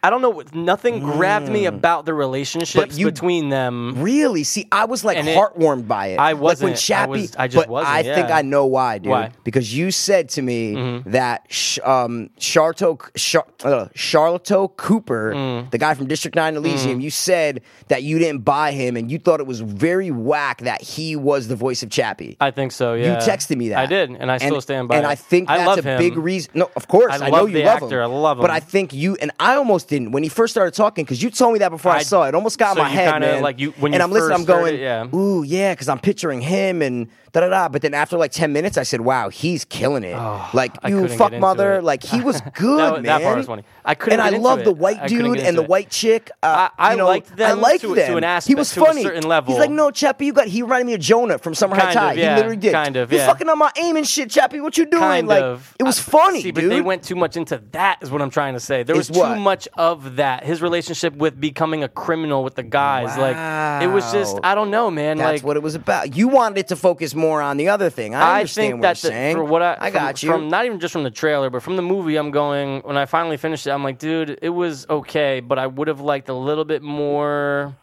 I don't know. what- Nothing grabbed me about the relationships Mm. you- between them. Really? See, I was like And it- heartwarmed by it. I Like when wasn't. I Chappie, was- I just but wasn't, I think yeah. I know why, dude. Why? Mm-hmm. Because you said to me that sh- um, Charto, Char- uh, Charlotte Cooper, Mm. the guy from District 9 Elysium, you said that you didn't buy him and you thought it was very whack that he was the voice of Chappie. I think so. Yeah. You texted me that. I did, and I still stand by. And it. I think that's love a him. big reason. No, of course, I I, know love you the love actor, him. I love him. But I think you and I almost didn't when he first started talking because you told me that before I, I- saw it. It almost got so in my you head, kinda, man. like, you- when and you I'm listening, I'm first heard going, it, yeah. ooh, yeah, because I'm picturing him and da da da. But then after like ten minutes, I said, wow, he's killing it. like Oh, I you couldn't fuck get into mother, it. like he was good, That- man. that part was funny. I couldn't And get I into love the it. I white couldn't dude get and into the it. which chick. Uh, I- I you know, liked I them liked to- to them. an He aspect, was to a funny. certain level. He's like, no, Chappie, you got. He reminded me of Jonah from Summer High Kind of, Tide. yeah. He literally did. Kind of, You yeah. fucking on my aim and shit, Chappie. What you doing? Kind like, of. it was I- funny, See, dude. but they went too much into that. Is what I'm trying to say. There was Is what? too much of that. His relationship with becoming a criminal with the guys, like it was just. Wow. I don't know, man. That's like what it was about. You wanted it to focus more on the other thing. I, I understand think what that you're the- saying. for what I, I from- got you. from not even just from the trailer, but from the movie. I'm going when I finally finished it. I'm like, dude, it was okay, but I would have liked a little bit more.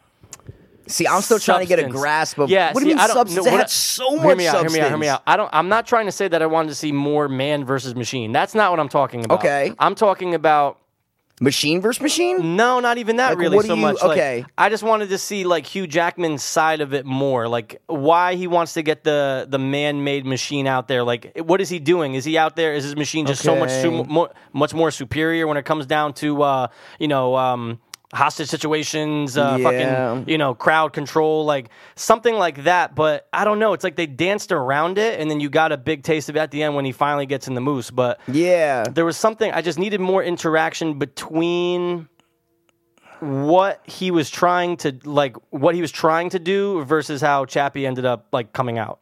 see, I'm still trying to get a substance. grasp of yeah. what do see, you mean I don't, substance? No, it what had I- so hear much me out, substance. Hear me out. Hear me out. I don't. I'm not trying to say that I wanted to see more man versus machine. That's not what I'm talking about. Okay. I'm talking about Machine versus machine. no, not even that Like, really what do so you- much. Like, okay. I just wanted to see like Hugh Jackman's side of it more, like why he wants to get the the man made machine out there. Like, what is he doing? Is he out there? Is his machine just so much su- Okay. more, much more superior when it comes down to uh, you know um, hostage situations, uh, Yeah. fucking you know crowd control, like something like that. But I don't know. It's like they danced around it, and then you got a big taste of it at the end when he finally gets in the moose. But Yeah. there was something I just needed more interaction between what he was trying to like what he was trying to do versus how Chappie ended up like coming out.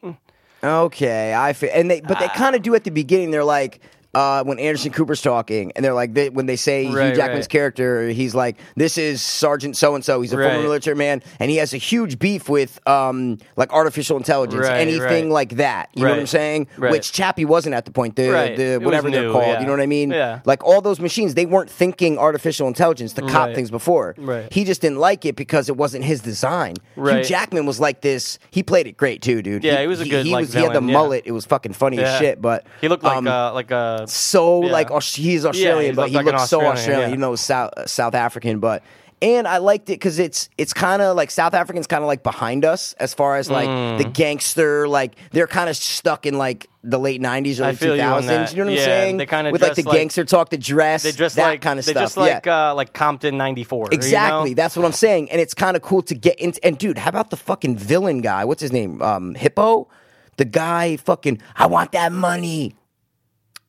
Okay, I feel, and they but they Ah. kind of do at the beginning. They're like. Uh, when Anderson Cooper's talking, and they're like, they, when they say Right, Hugh Jackman's right. character, he's like, "This is Sergeant So and So. He's a Right. former military man, and he has a huge beef with um, like artificial intelligence, Right, anything right. like that. You know what I'm Right, saying? right. Which Chappie wasn't at the point. The, Right, the it was whatever they're new, called. yeah. You know what I mean? Yeah. Like all those machines, they weren't thinking artificial intelligence, the cop Right. things before. Right. He just didn't like it because it wasn't his design. Hugh Right. Jackman was like this. He played it great too, dude. Yeah, he was a good, He like, was. He had villain, the yeah. mullet. It was fucking funny as Yeah. shit. But He looked like um, uh like a so yeah. like Aus- he's Australian, Yeah, he but looked he like an looks so Australian, Australian. yeah. You know, South uh, South African, but. And I liked it because it's it's kind of like South Africans kind of like behind us as far as like the Mm. gangster like they're kind of stuck in like the late '90s I early feel you 2000s. on You, that. know what I'm Yeah, saying? they kinda with like the dress like- gangster talk, the dress, they dressed that like kind of they stuff. just like yeah. uh like Compton 94. you know? Exactly. That's what I'm saying. And it's kind of cool to get into. And dude, how about the fucking villain guy? What's his name? Um, Hippo? The guy fucking, I want that money.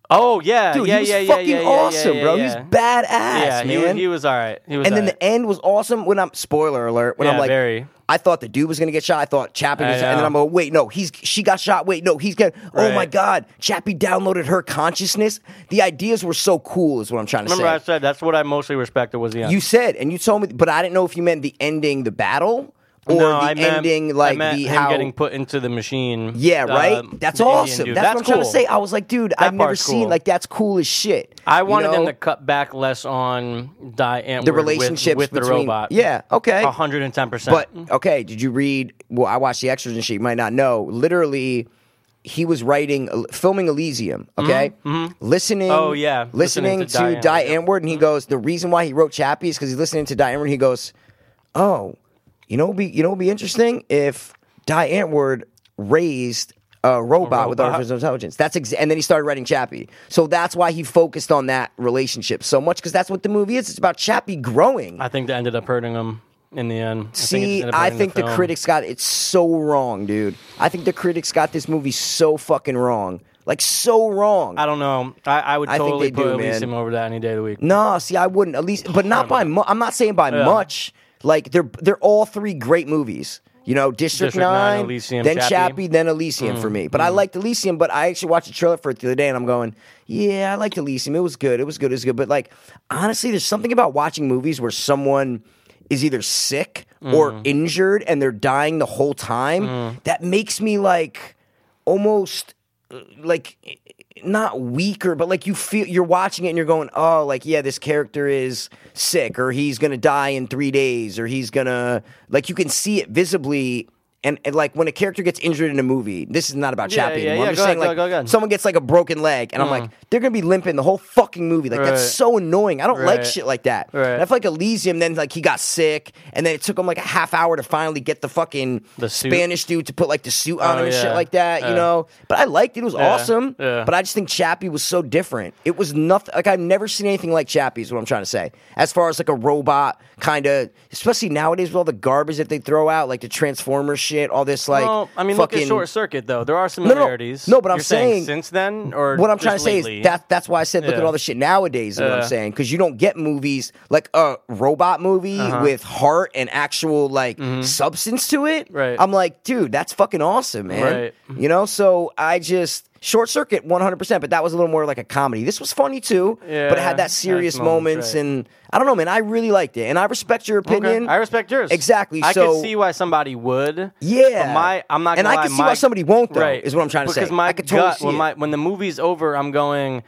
Oh yeah. Dude, yeah, he was yeah, yeah, fucking yeah, yeah, awesome, yeah, bro. Yeah. He was badass, Yeah, he, man. was, he was all right. He was and then all right. the end was awesome. When I'm spoiler alert, when I'm Yeah, like, very. I thought the dude was gonna get shot. I thought Chappie I was, and then know. I'm like, wait, no, he's she got shot. Wait, no, he's got. Oh Right. my god, Chappie downloaded her consciousness. The ideas were so cool, is what I'm trying to Remember say. I said that's what I mostly respected was the end. You said, and you told me, but I didn't know if you meant the ending, the battle, or no, the I meant, ending, I like meant the him how. getting put into the machine. yeah, uh, right. that's the Indian awesome. dude. That's, what I'm trying to cool. say. I was like, dude, I've never part's seen cool. like that's cool as shit. I you wanted know? them to cut back less on die Antwoord the relationships with, with between, the robot. Oh, Yeah, okay. hundred and ten percent. Mm-hmm. But okay, did you read? Well, I watched the extras and shit. You might not know. Literally, he was writing, uh, filming Elysium. Okay, listening. Mm-hmm. Oh, yeah. listening, Listening to to, Mm-hmm. Diane. Die Antwoord, and he goes. The reason why he wrote Chappie is because he's listening to Die Antwoord. And he goes, "Oh, you know, what'd be you know, what'd be interesting if Die Antwoord raised." A robot, with robot. artificial intelligence. That's ex- and then he started writing Chappie. So that's why he focused on that relationship so much because that's what the movie is. It's about Chappie growing. I think that ended up hurting him in the end. See, I think the, critics got it so wrong, dude. I think the critics got this movie so fucking wrong. Like, so wrong. I don't know. I, I would I think totally they put do, Elysium man. over that any day of the week. no, see, I wouldn't. At least, but not by mu- I'm not saying by much. Like, they're they're all three great movies. You know, District, District 9, 9, Elysium, then Chappie. Mm, then Elysium for me. But I liked Elysium, but I actually watched the trailer for it the other day and I'm going, yeah, I liked Elysium. It was good. It was good. It was good. But, like, honestly, there's something about watching movies where someone is either sick Mm. or injured and they're dying the whole time that makes me, like, almost uh, like not weaker, but like you feel you're watching it and you're going, oh, like yeah, this character is sick, or he's gonna die in three days, or he's gonna like you can see it visibly. And, and, like when a character gets injured in a movie, this is not about Yeah, Chappie yeah, anymore. yeah, I'm just go saying, ahead, go- like go ahead. Mm. someone gets like a broken leg, and I'm like, they're gonna be limping the whole fucking movie. Like that's Right. so annoying. I don't like Right. shit like that. Right. And I feel like Elysium. Then like he got sick, and then it took him like a half hour to finally get the fucking The suit. Spanish dude to put like the suit on Oh, him and shit yeah. like that. You Yeah. know, but I liked it. It was awesome. yeah. But I just think Chappie was so different. It was nothing. Like I've never seen anything like Chappie. Is what I'm trying to say. As far as like a robot kind of, especially nowadays with all the garbage that they throw out, like the Transformers shit, all this like. well, I mean, fucking, look at Short Circuit though. There are no. similarities. No, but I'm You're saying, saying- since then, or What I'm just trying to say lately? is that that's why I said look at Yeah. all the shit nowadays. Is what Yeah. I'm saying because you don't get movies like a robot movie Uh-huh. with heart and actual like substance to it. Mm-hmm. Right. I'm like, dude, that's fucking awesome, man. Right. You know, so I just short circuit 100, percent but that was a little more like a comedy. This was funny too, but it Yeah, had that had serious some moments, moments, right. and I don't know, man. I really liked it, and I respect your Okay. opinion. I respect yours Exactly, I so- could see why somebody would. Yeah. but my I'm not. And gonna I can lie, see why my- somebody won't, though, Right is what I'm trying to say. Because my I could totally gut see when it. my when the movie's over, I'm going.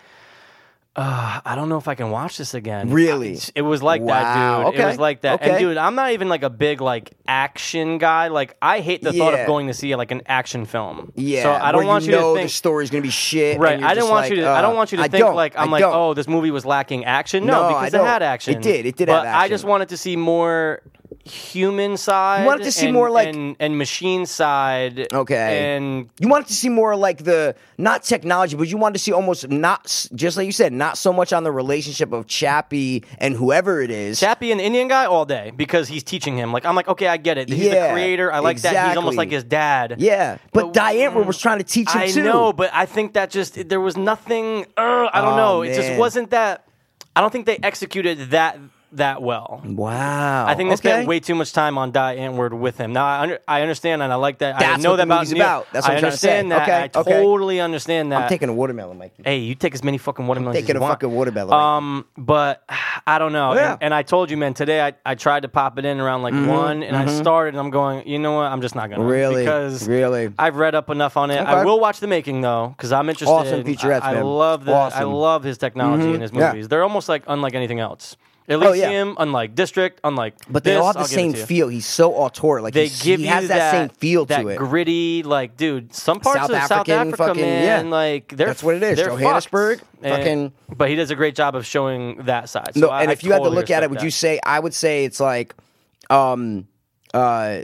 Uh, I don't know if I can watch this again. Really? I- it was like Wow, that, dude. okay, It was like that. And okay. dude, I'm not even like a big like action guy. Like I hate the thought Yeah. of going to see like an action film. Yeah, So I don't where want you you know to think the story's gonna be shit. and Right. you're I didn't just want like, you to. uh, I don't want you to I think don't, like I'm I like, don't. oh, this movie was lacking action. No, No, I because don't. it had action. It did, it did But have I just action. wanted to see more human side. wanted to see and- more, like- and, and machine side. Okay. And You wanted to see more like the not technology, but you wanted to see almost not s- just like you said, not so much on the relationship of Chappie and whoever it is. Chappie, an Indian guy, all day because he's teaching him. Like I'm like, okay, I get it. He's Yeah, the creator. I like that. He's exactly. almost like his dad. yeah, but, But- mm, Diane was trying to teach him I too. know, but I think that just there was nothing. Uh, I don't Oh, know. It man. just wasn't that. I don't think they executed that that well. wow, I think they okay. spent way too much time on Die Antwoord with him. Now I, under, I understand and I like that. I That's know what that the about movie's Neil. about. That's what I I'm trying to say. understand that. Okay, I okay. totally understand that. I'm taking a watermelon, Mikey. hey, you take as many fucking watermelons. taking as a you want. fucking watermelon. Um, but I don't know. Yeah. Mm-hmm, And, and I told you, man, today I, I tried to pop it in around like one, and I started, and I'm going, you know what? I'm just not gonna Really? because Really? I've read up enough on it. Okay. I will watch the making though because I'm interested. Awesome featurettes, I, I man. love the, I Awesome. Mm-hmm. love his technology and his Yeah. Oh, movies. They're almost like unlike anything else. yeah. Elysium, unlike District, unlike but they this, all have the I'll give it same to you. feel. He's so auteur. Like They he's- give he has you that, that same feel that to it. gritty, like dude. Some parts South of South African Africa, fucking- man, yeah. like they're That's what it is. they're Johannesburg, fucked. And- fucking- But he does a great job of showing that side. So No, I- and I if you had to totally look at it, respect would that. you say I would say it's like um uh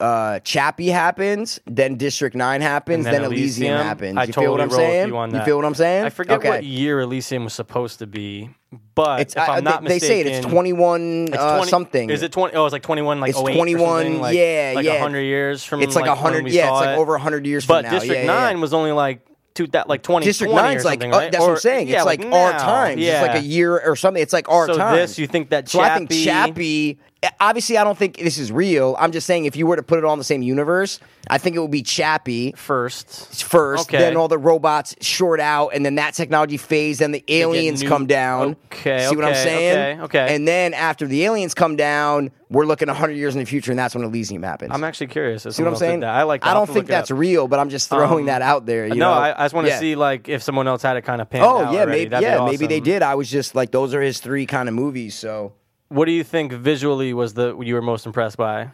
uh Chappie happens, then District Nine happens, then, Elysium, happens. I you totally feel what I'm roll with saying? You, on that. feel what I'm saying? I forget okay. what year Elysium was supposed to be, but it's, if I- I'm they- not they, say it, mistaken, it's 21 it's uh, 20 something. Is it twenty? Oh, it's like twenty-one. Like It's 08 or 21, something, like, yeah, like yeah. hundred years from. It's like like 100 when we yeah, it's saw like it. over 100 years from But now. District Yeah, yeah, yeah. Nine was only like two that like twenty. District Nine's like something, uh, right? that's or, what I'm saying. Yeah, it's like, our now. times. Yeah. It's like a year or something. It's like our So time. this, you think that So I think Chappie- Chappie. eh, Obviously, I don't think this is real. I'm just saying if you were to put it all in the same universe, I think it would be Chappie. first. first, Okay. then all the robots short out, and then that technology phase, then the aliens new- come down. Okay, see what I'm okay, saying? okay, okay. And then after the aliens come down, we're looking 100 years in the future, and that's when Elysium happens. I'm actually curious. if see what someone I'm else did saying? That. I like. That. I I'll have don't to think look it that's up. real, but I'm just throwing Um, that out there. You know? no, I, I just want to Yeah. see like if someone else had it kind of panned Oh out yeah, already. maybe That'd be yeah, maybe they awesome. did. I was just like, those are his three kind of movies. So What do you think visually was the you were most impressed by?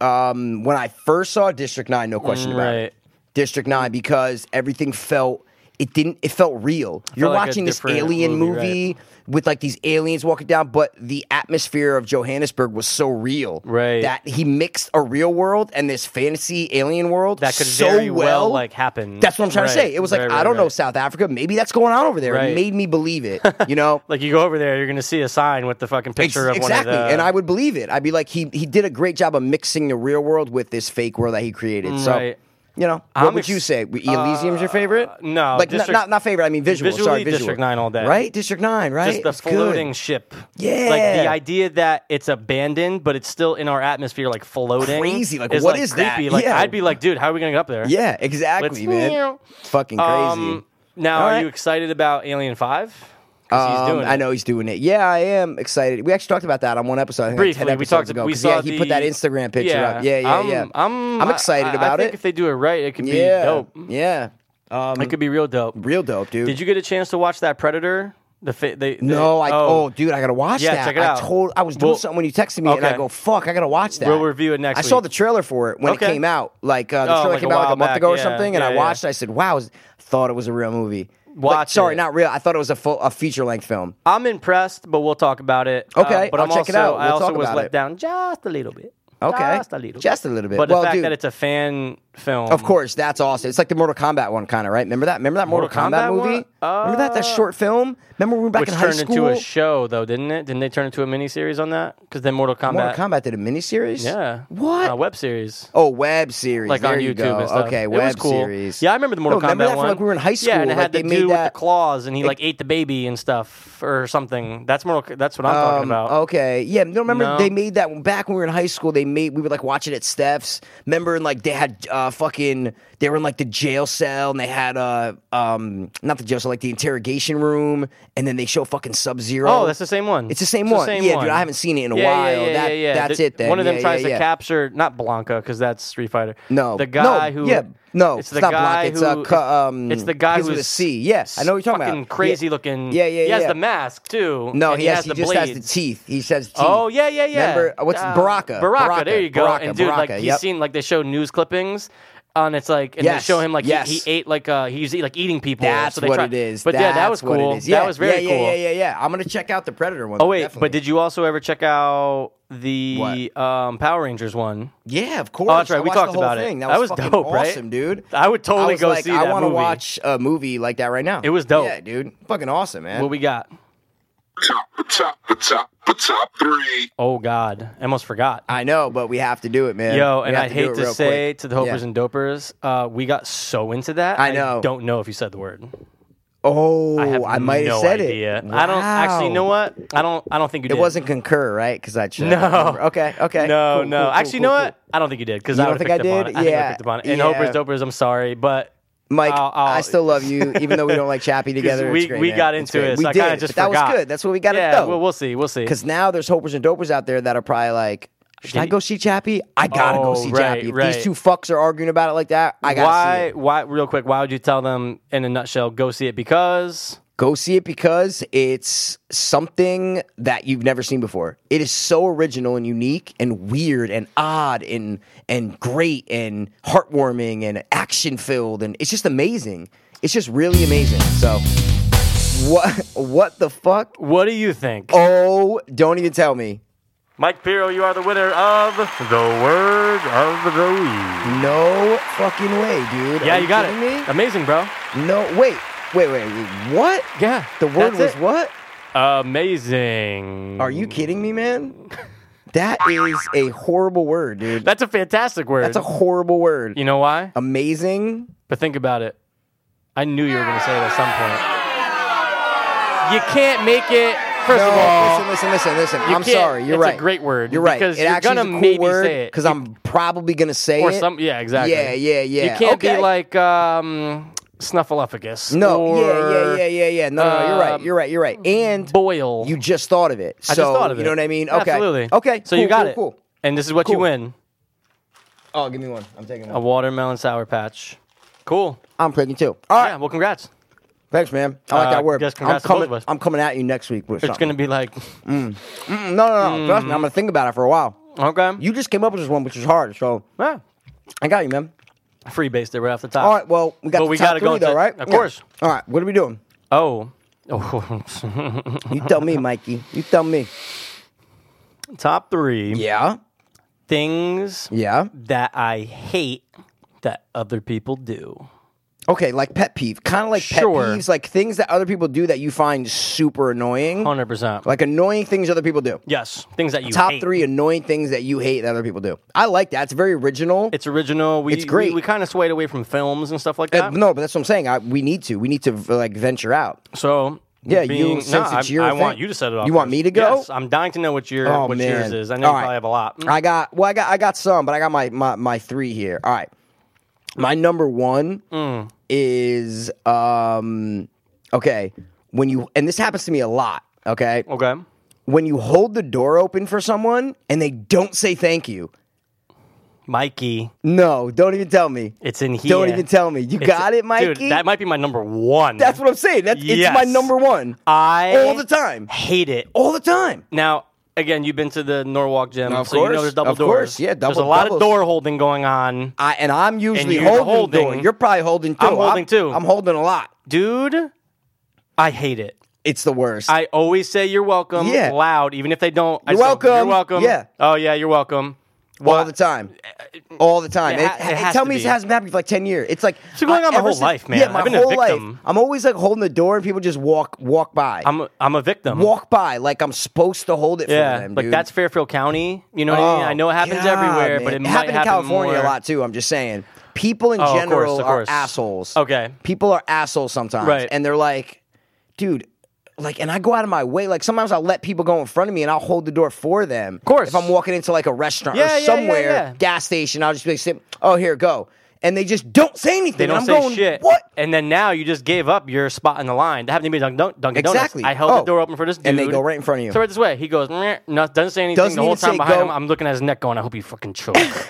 um, when I first saw District Nine, no question about it. Right. District Nine because everything felt it didn't it felt real. You're like a watching this different alien movie, movie, right. with like these aliens walking down, but the atmosphere of Johannesburg was so real, Right. That he mixed a real world and this fantasy alien world That could so very well, well like, happen. That's what I'm trying to Right. say. It was like Right, I right, don't know right. South Africa, maybe that's going on over there. It Right. made me believe it, you know. Like you go over there, you're gonna see a sign with the fucking Ex- picture of exactly, one of the. and I would believe it. I'd be like, he he did a great job of mixing the real world with this fake world that he created. So, Right. you know, what I'm would ex- you say? Elysium's your favorite? uh, no, like n- District- not not favorite. I mean, visual. Visually, sorry, visual. District 9 all day. Right, District Nine. Right, just the It's good. floating ship. like Yeah. the idea that it's abandoned, but it's still in our atmosphere, like floating. Crazy, like, is, what like, is that? creepy. Like Yeah. I'd be like, dude, how are we gonna get up there? Yeah, exactly, Let's- man. Fucking crazy. Um, now, All are right. you excited about Alien Five? Because Um, he's doing. I it. know he's doing it. Yeah, I am excited. We actually talked about that on one episode. I think like, 10 Briefly, we episodes talked. ago. about we 'cause, saw yeah, he put that the- Instagram picture up. Yeah, yeah, I'm, yeah. I'm, I'm excited I- I about think it. If they do it right, it could be yeah, dope. yeah. it could be real dope. Real dope, dude. Did you get a chance to watch that Predator? The fa- they, they- No, I oh, dude, I gotta watch Yeah, that. check it out. I told I was doing We'll- something when you texted me, and I Okay. go, "Fuck, I gotta watch that." We'll review it next I saw week. the trailer for it when Okay. it came out. Like uh, the Oh, trailer like a came out like while a month back. ago or Yeah, something, and yeah, I yeah. watched. it. I said, "Wow, I was- thought it was a real movie." Like, Watch sorry, it. not real. I thought it was a full a feature length film. I'm impressed, but we'll talk about it. Uh, Okay, but I'll am check also, it out. I We'll also talk was about let it. down just a little bit. Okay, Ah, just a little, Just bit. a little bit. But well, the fact dude, that it's a fan film, of course, that's awesome. It's like the Mortal Kombat one, kind of right. Remember that? Remember that Mortal, Mortal Kombat, Kombat Uh, movie? remember that that short film? Remember when we were back which in high turned school? into a show, though, didn't it? Didn't they turn into a miniseries on that? Because then Mortal Kombat, Mortal Kombat did a miniseries. yeah, What? a web series. Oh, web series. Like there on you YouTube go. and stuff. Okay, it web was cool. series. Yeah, I remember the Mortal No, remember Kombat that from, one. like, we were in high Yeah, and school, it like, had they the made dude with that- the claws, and he like ate the baby and stuff or something. That's Mortal. That's what I'm talking Um, about. Okay, yeah. No, remember No. they made that one back when we were in high school. They made we would like watch it at Steph's. Remember, and like they had uh, fucking they were in like the jail cell, and they had uh um not the jail cell, like the interrogation room, and then they show fucking Sub Zero. Oh, that's the same one. It's the same one. Yeah, dude, I haven't seen it in a Yeah, yeah, while. yeah, That- yeah, yeah. that's The- it then. One of them Yeah, tries yeah, to yeah. capture not Blanca because that's Street Fighter. No, the No, guy who. yeah, no, it's it's the not Blanca, guy it's, who. uh, cu- um, it's the guy begins who with a is C. Yeah, I know what you're talking fucking about. Yeah. Crazy looking. Yeah, yeah, He has yeah. the mask too. No, and he, has, the he just has the blades. teeth. He says teeth. Oh yeah, yeah, yeah. Remember uh, what's Uh, Baraka? Baraka. There you go. Baraka, and dude, Baraka, like he's yep. seen like they show news clippings. And it's like, and Yes, they show him like he- yes. he, ate like uh he's like eating people. That's so they what try- it is. But That's yeah, that was what it cool. is. Yeah. That was very yeah, cool. Yeah, yeah, yeah, yeah. I'm gonna check out the Predator one. Oh wait, definitely. but did you also ever check out the um, Power Rangers one? Yeah, of course. Oh, that's right. I we watched talked the whole about thing. it. That that was, was fucking dope, right? awesome, dude. I would I totally was go like, see I that wanna movie. watch a movie like that right now. It was dope. Yeah, dude. Fucking awesome, man. What we got? Top, the top, the top, the top three. Oh God, I almost forgot. I know, but we have to do it, man. Yo, We and have I do hate it to, real say quick. to the hopers Yeah. and dopers, uh, we got so into that. I know. don't know if you said the word. Oh, I I, have might no have said idea. it. I don't actually. You Wow. know what? I don't. I don't think you It did. wasn't concur, right? Because I checked. No. I remember. Okay. Okay. No, Cool, no. cool, cool, actually, you cool, know cool. what? I don't think you did because You I don't would think I picked up on did? it. I think I Yeah. picked up on it. And Yeah. hopers dopers, I'm sorry, but Mike, I'll- I'll- i still love you, even though we don't like Chappie together. we It's great, we man. got It's into great. it. We so I did, kind of just but that forgot. was good. That's what we got to yeah, know. Well, we'll see. We'll see. Because now there's hopers and dopers out there that are probably like, should I Did- go see Chappie? I gotta go Oh, see right, Chappie. If right. these two fucks are arguing about it like that, I gotta see why? it. Why? Real quick. Why would you tell them in a nutshell? Go see it because Go see it because it's something that you've never seen before. It is so original and unique and weird and odd and and great and heartwarming and action filled and it's just amazing. It's just really amazing. So what what the fuck? what do you think? Oh, don't even tell me. Mike Piro, you are the winner of. The word of the week. No fucking way, dude. Yeah, Are you got it. kidding Me? Amazing, bro. No, wait, wait, wait, wait, what? Yeah, The word that's was it. what? Amazing. Are you kidding me, man? That is a horrible word, dude. That's a fantastic word. That's a horrible word. You know why? Amazing. But think about it. I knew you were going to say it at some point. You can't make it. First No, of all, listen, listen, listen, listen. you I'm can't- sorry. You're it's a right. great word, You're right. because it you're actually gonna is a cool maybe word say it. because I'm probably gonna say or it. some, yeah, exactly. Yeah, yeah, yeah. You can't Okay. be like um, Snuffleupagus. No. or yeah, yeah, yeah, yeah, yeah. No, no, no, you're right. um, You're right. You're right. And Boil. you just thought of it. So I just thought of it. you know what I mean? Okay. Absolutely. Okay. So cool, you got cool, it. Cool. And this is what you Cool. win: Oh, give me one. I'm taking a one. watermelon sour patch. Cool. I'm pregnant too. All right. Yeah. Well, congrats. Thanks, man. I like Uh, that word. just I'm congrats to both coming. of us. I'm coming at you next week with It's Mm. something. Mm, going to be like, No, no, no. Trust me, I'm gonna think about it for a while. okay, You just came up with this one, which is hard. So yeah. I got you, man. free based it right off the top. All right. Well, we got. But the we top gotta go three, though, to- right? of course. All right. What are we doing? Oh, oh, You tell me, Mikey. You tell me. top three Yeah. things Yeah. that I hate that other people do. Okay. Like pet peeve, kind of like Sure. pet peeves, like things that other people do that you find super annoying, Hundred percent. like annoying things other people do. yes, things that you Top hate. three annoying things that you hate that other people do. I like that. It's very original. It's original. We, It's great. We, we kind of swayed away from films and stuff like Uh, that. no, but that's what I'm saying. I, we need to. We need to like venture out. So Yeah, being, you- no, since I, it's your I want thing- you to set it off. You want first. me to go? Yes, I'm dying to know what your Oh what man, yours is. I know All you right. probably have a lot. I got well, I got I got some, but I got my my, my three here. All right, my number one Mm. is um okay when you and this happens to me a lot. Okay, Mm, Okay. when you hold the door open for someone and they don't say thank you. Mikey. No, don't even tell me. It's in here. Don't even tell me. You It's- got it, Mikey. Dude, that might be my number one. That's what I'm saying. That's it's my Yes. number one. I all the time. hate it. All the time. Now, again, you've been to the Norwalk gym, Of so you course, know there's double of doors. course, yeah, There's a double- lot doubles. of door holding going on, I and I'm usually you're holding, holding. door. You're probably holding too. I'm holding too. I'm holding a lot. dude. I hate it. It's the worst. I always say you're welcome Yeah. loud, even if they don't. I You're still- You're welcome. welcome. Yeah. Oh yeah, you're welcome. all the time. All the time. uh, it ha- And it has tell to me be. it hasn't happened for like 10 years. It's like It's been going I- on my ever whole since- life, man. Yeah, my I've been a whole life. victim. I'm always like holding the door and people just walk walk by. I'm a, I'm a victim. walk by like I'm supposed to hold it yeah, for them. like dude. that's Fairfield County. You know what I mean? Oh, I know it happens God, everywhere, but man. it, might happened in happen California more. a lot too. I'm just saying, people in Oh, of course, general of are course. assholes. Okay. people are assholes sometimes, Right. and they're like, dude. Like and I go out of my way. Like sometimes I'll let people go in front of me and I'll hold the door for them. Of course. if I'm walking into like a restaurant Yeah, yeah, or yeah, somewhere, yeah. gas station, I'll just be like, "Sit- "Oh, here, go," and they just don't say anything. They don't and say I'm going, shit. What? And then now you just gave up your spot in the line. That happened to me. at Dunk- Dunk- Dunkin' Exactly. Donuts. I held Oh. the door open for this dude, And they go right in front of you. So right this way, he goes. "Meh," No, doesn't say anything Doesn't the whole even time say behind go. him. I'm looking at his neck, going, "I hope you fucking choke.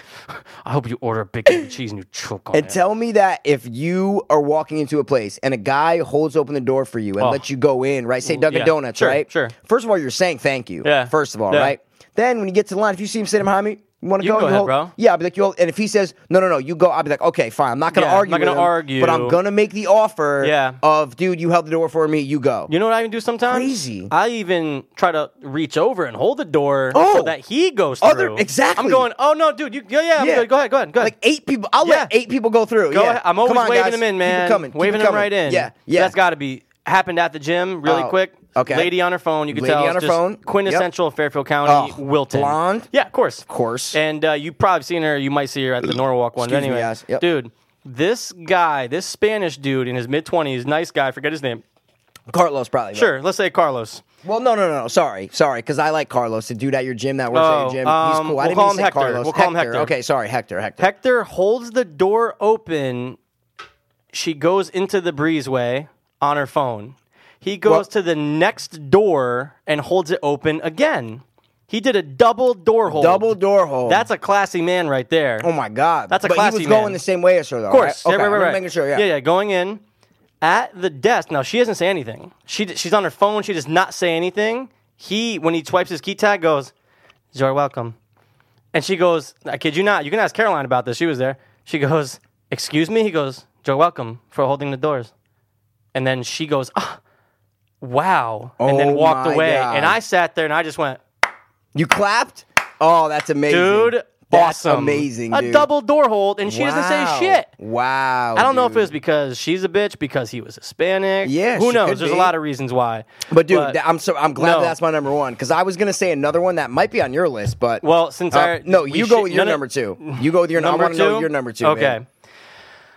I hope you order a big cube of cheese and you choke on And it." tell me that if you are walking into a place and a guy holds open the door for you and Oh. lets you go in, right? Say Dunkin' yeah. Donuts, Sure, right? sure. First of all, you're saying thank you. Yeah. First of all, Yeah. right? Then when you get to the line, if you see him sitting behind me, you want to You go? can go ahead, hold- bro. Yeah, I'll be like, you hold, and if he says no, no, no, you go, I'll be like, okay, fine. I'm not gonna Yeah, I'm argue. not gonna with him, argue. but I'm gonna make the offer. Yeah. Of dude, you held the door for me. You go. You know what I even do sometimes? Crazy. I even try to reach over and hold the door Oh. so that he goes through. Other- exactly. I'm going. Oh no, dude. You, yeah, yeah. I'm Yeah. good. Go ahead. Go ahead. Go ahead. like eight people, I'll let Yeah. eight people go through. Go yeah. ahead. I'm always Come on, waving guys. them in, Keep it man. coming. Keep it Waving them coming. right in. Yeah. Yeah. That's got to be happened at the gym really Oh, quick. okay. Lady on her phone. You can Lady tell. on it's her just phone. Quintessential Fairfield County. Oh, Wilton. blonde? Yeah, of course. Of course. And uh, you probably seen her. You might see her at the Norwalk one. Excuse me, anyway, guys. Yep. dude, this guy, this Spanish dude in his mid twenties, nice guy. Forget his name. Carlos probably. but- Sure. Let's say Carlos. Well, no, no, no. no. Sorry, sorry. Because I like Carlos, the dude at your gym that works at Oh, your gym. um, He's cool. I we'll didn't call mean to him say Hector. Carlos. We'll call him Hector. Okay, sorry, Hector. Hector. Hector holds the door open. She goes into the breezeway on her phone. He goes Well- to the next door and holds it open again. He did a double door hold. Double door hole. That's a classy man right there. oh my god. That's a But classy he was going man. the same way as her, though. Of course. Right? Yeah, Okay, right, right, I'm right. Making sure. Yeah. yeah, Going in at the desk. Now she doesn't say anything. She d- she's on her phone. She does not say anything. He when he swipes his key tag goes, "You're welcome," and she goes, "I kid you not. You can ask Caroline about this. She was there." She goes, "Excuse me." He goes, "You're welcome for holding the doors," and then she goes, "Ah, wow," and Oh then walked my away. God. And I sat there and I just went, You clapped. Oh, that's amazing, "Dude." That's awesome. amazing. A dude. double door hold, and she doesn't Wow. say shit. Wow. I don't know if it dude. was because she's a bitch, because he was Hispanic. Yeah, who she knows? could There's be. a lot of reasons why. But dude, that- I'm so I'm glad No. that's my number one because I was gonna say another one that might be on your list, but uh, Well, since I- no, we you go should- with your no, no. number two. You go with your. I number want to two, know your number two. Oh, Okay,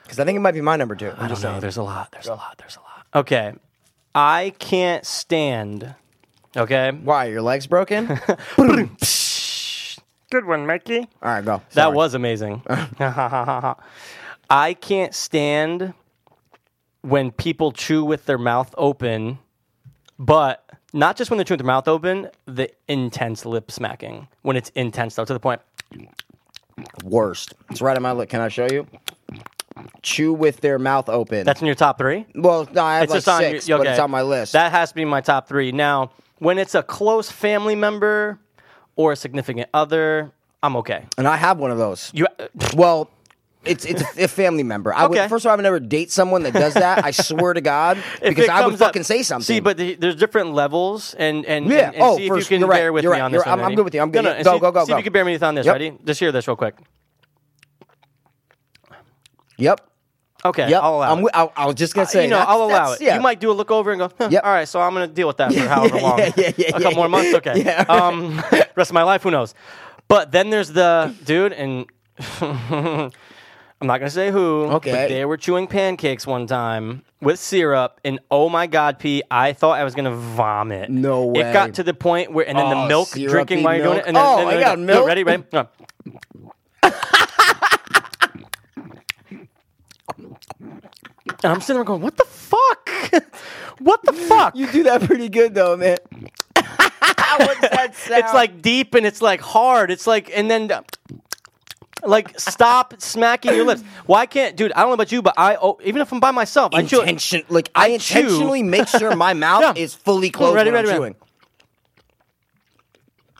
because I think it might be my number two. I don't know. There's a lot. There's a lot. There's a lot. Okay, I can't stand. Okay, Why your legs broken? All Good one, Mikey. right, go. that Sorry. was amazing. I can't stand when people chew with their mouth open, but not just when they chew with their mouth open. The intense lip smacking when it's intense, though, to the point. worst. It's right on my lip. Can I show you? Chew with their mouth open. That's in your top three. well, no, I have it's like just on six, your, okay. but it's on my list. That has to be my top three. Now, when it's a close family member or a significant other, I'm okay. and I have one of those. You, well, it's it's a, a family member. I would Okay. first of all, I would never date someone that does that. I swear to God, if because it I would comes up- fucking say something. See, but the, there's different levels, and and Yeah. and, and Oh, see for if you sure. can You're right. bear with You're me right. on this. You're- I'm- I'm one, Eddie. good with you. I'm good. No, no, and Go, see, go, go, See if go. you can bear with me on this. Yep. Ready? Just hear this real quick. yep, Okay, yep. I'll allow. I'm, it. Uh, wi- I, I was just gonna say, you know, that's- I'll allow that's- it. Yeah. You might do a look over and go, huh, Yep. all right, so I'm going to deal with that for however long. yeah, yeah, yeah, a couple yeah. more months? Okay. Yeah. Um, rest of my life, who knows? But then there's the dude, and I'm not going to say who, Okay. but they were chewing pancakes one time with syrup, and oh my God, P, I thought I was going to vomit. No It way. got to the point where, and then Oh, the milk, syrupy drinking while you're doing milk. it. And then, Oh, then I they got go, milk. Ready, ready? No. And I'm sitting there going, what the fuck? what the fuck? you do that pretty good though, man. What's that sound? it's like deep and it's like hard. It's like, and then Like, stop smacking your lips. Why can't, dude? I don't know about you, but I oh, even if I'm by myself, I chew. it. Intention, like I, I chew. intentionally make sure my mouth Yeah. is fully closed Ready, when ready, I'm chewing. ready.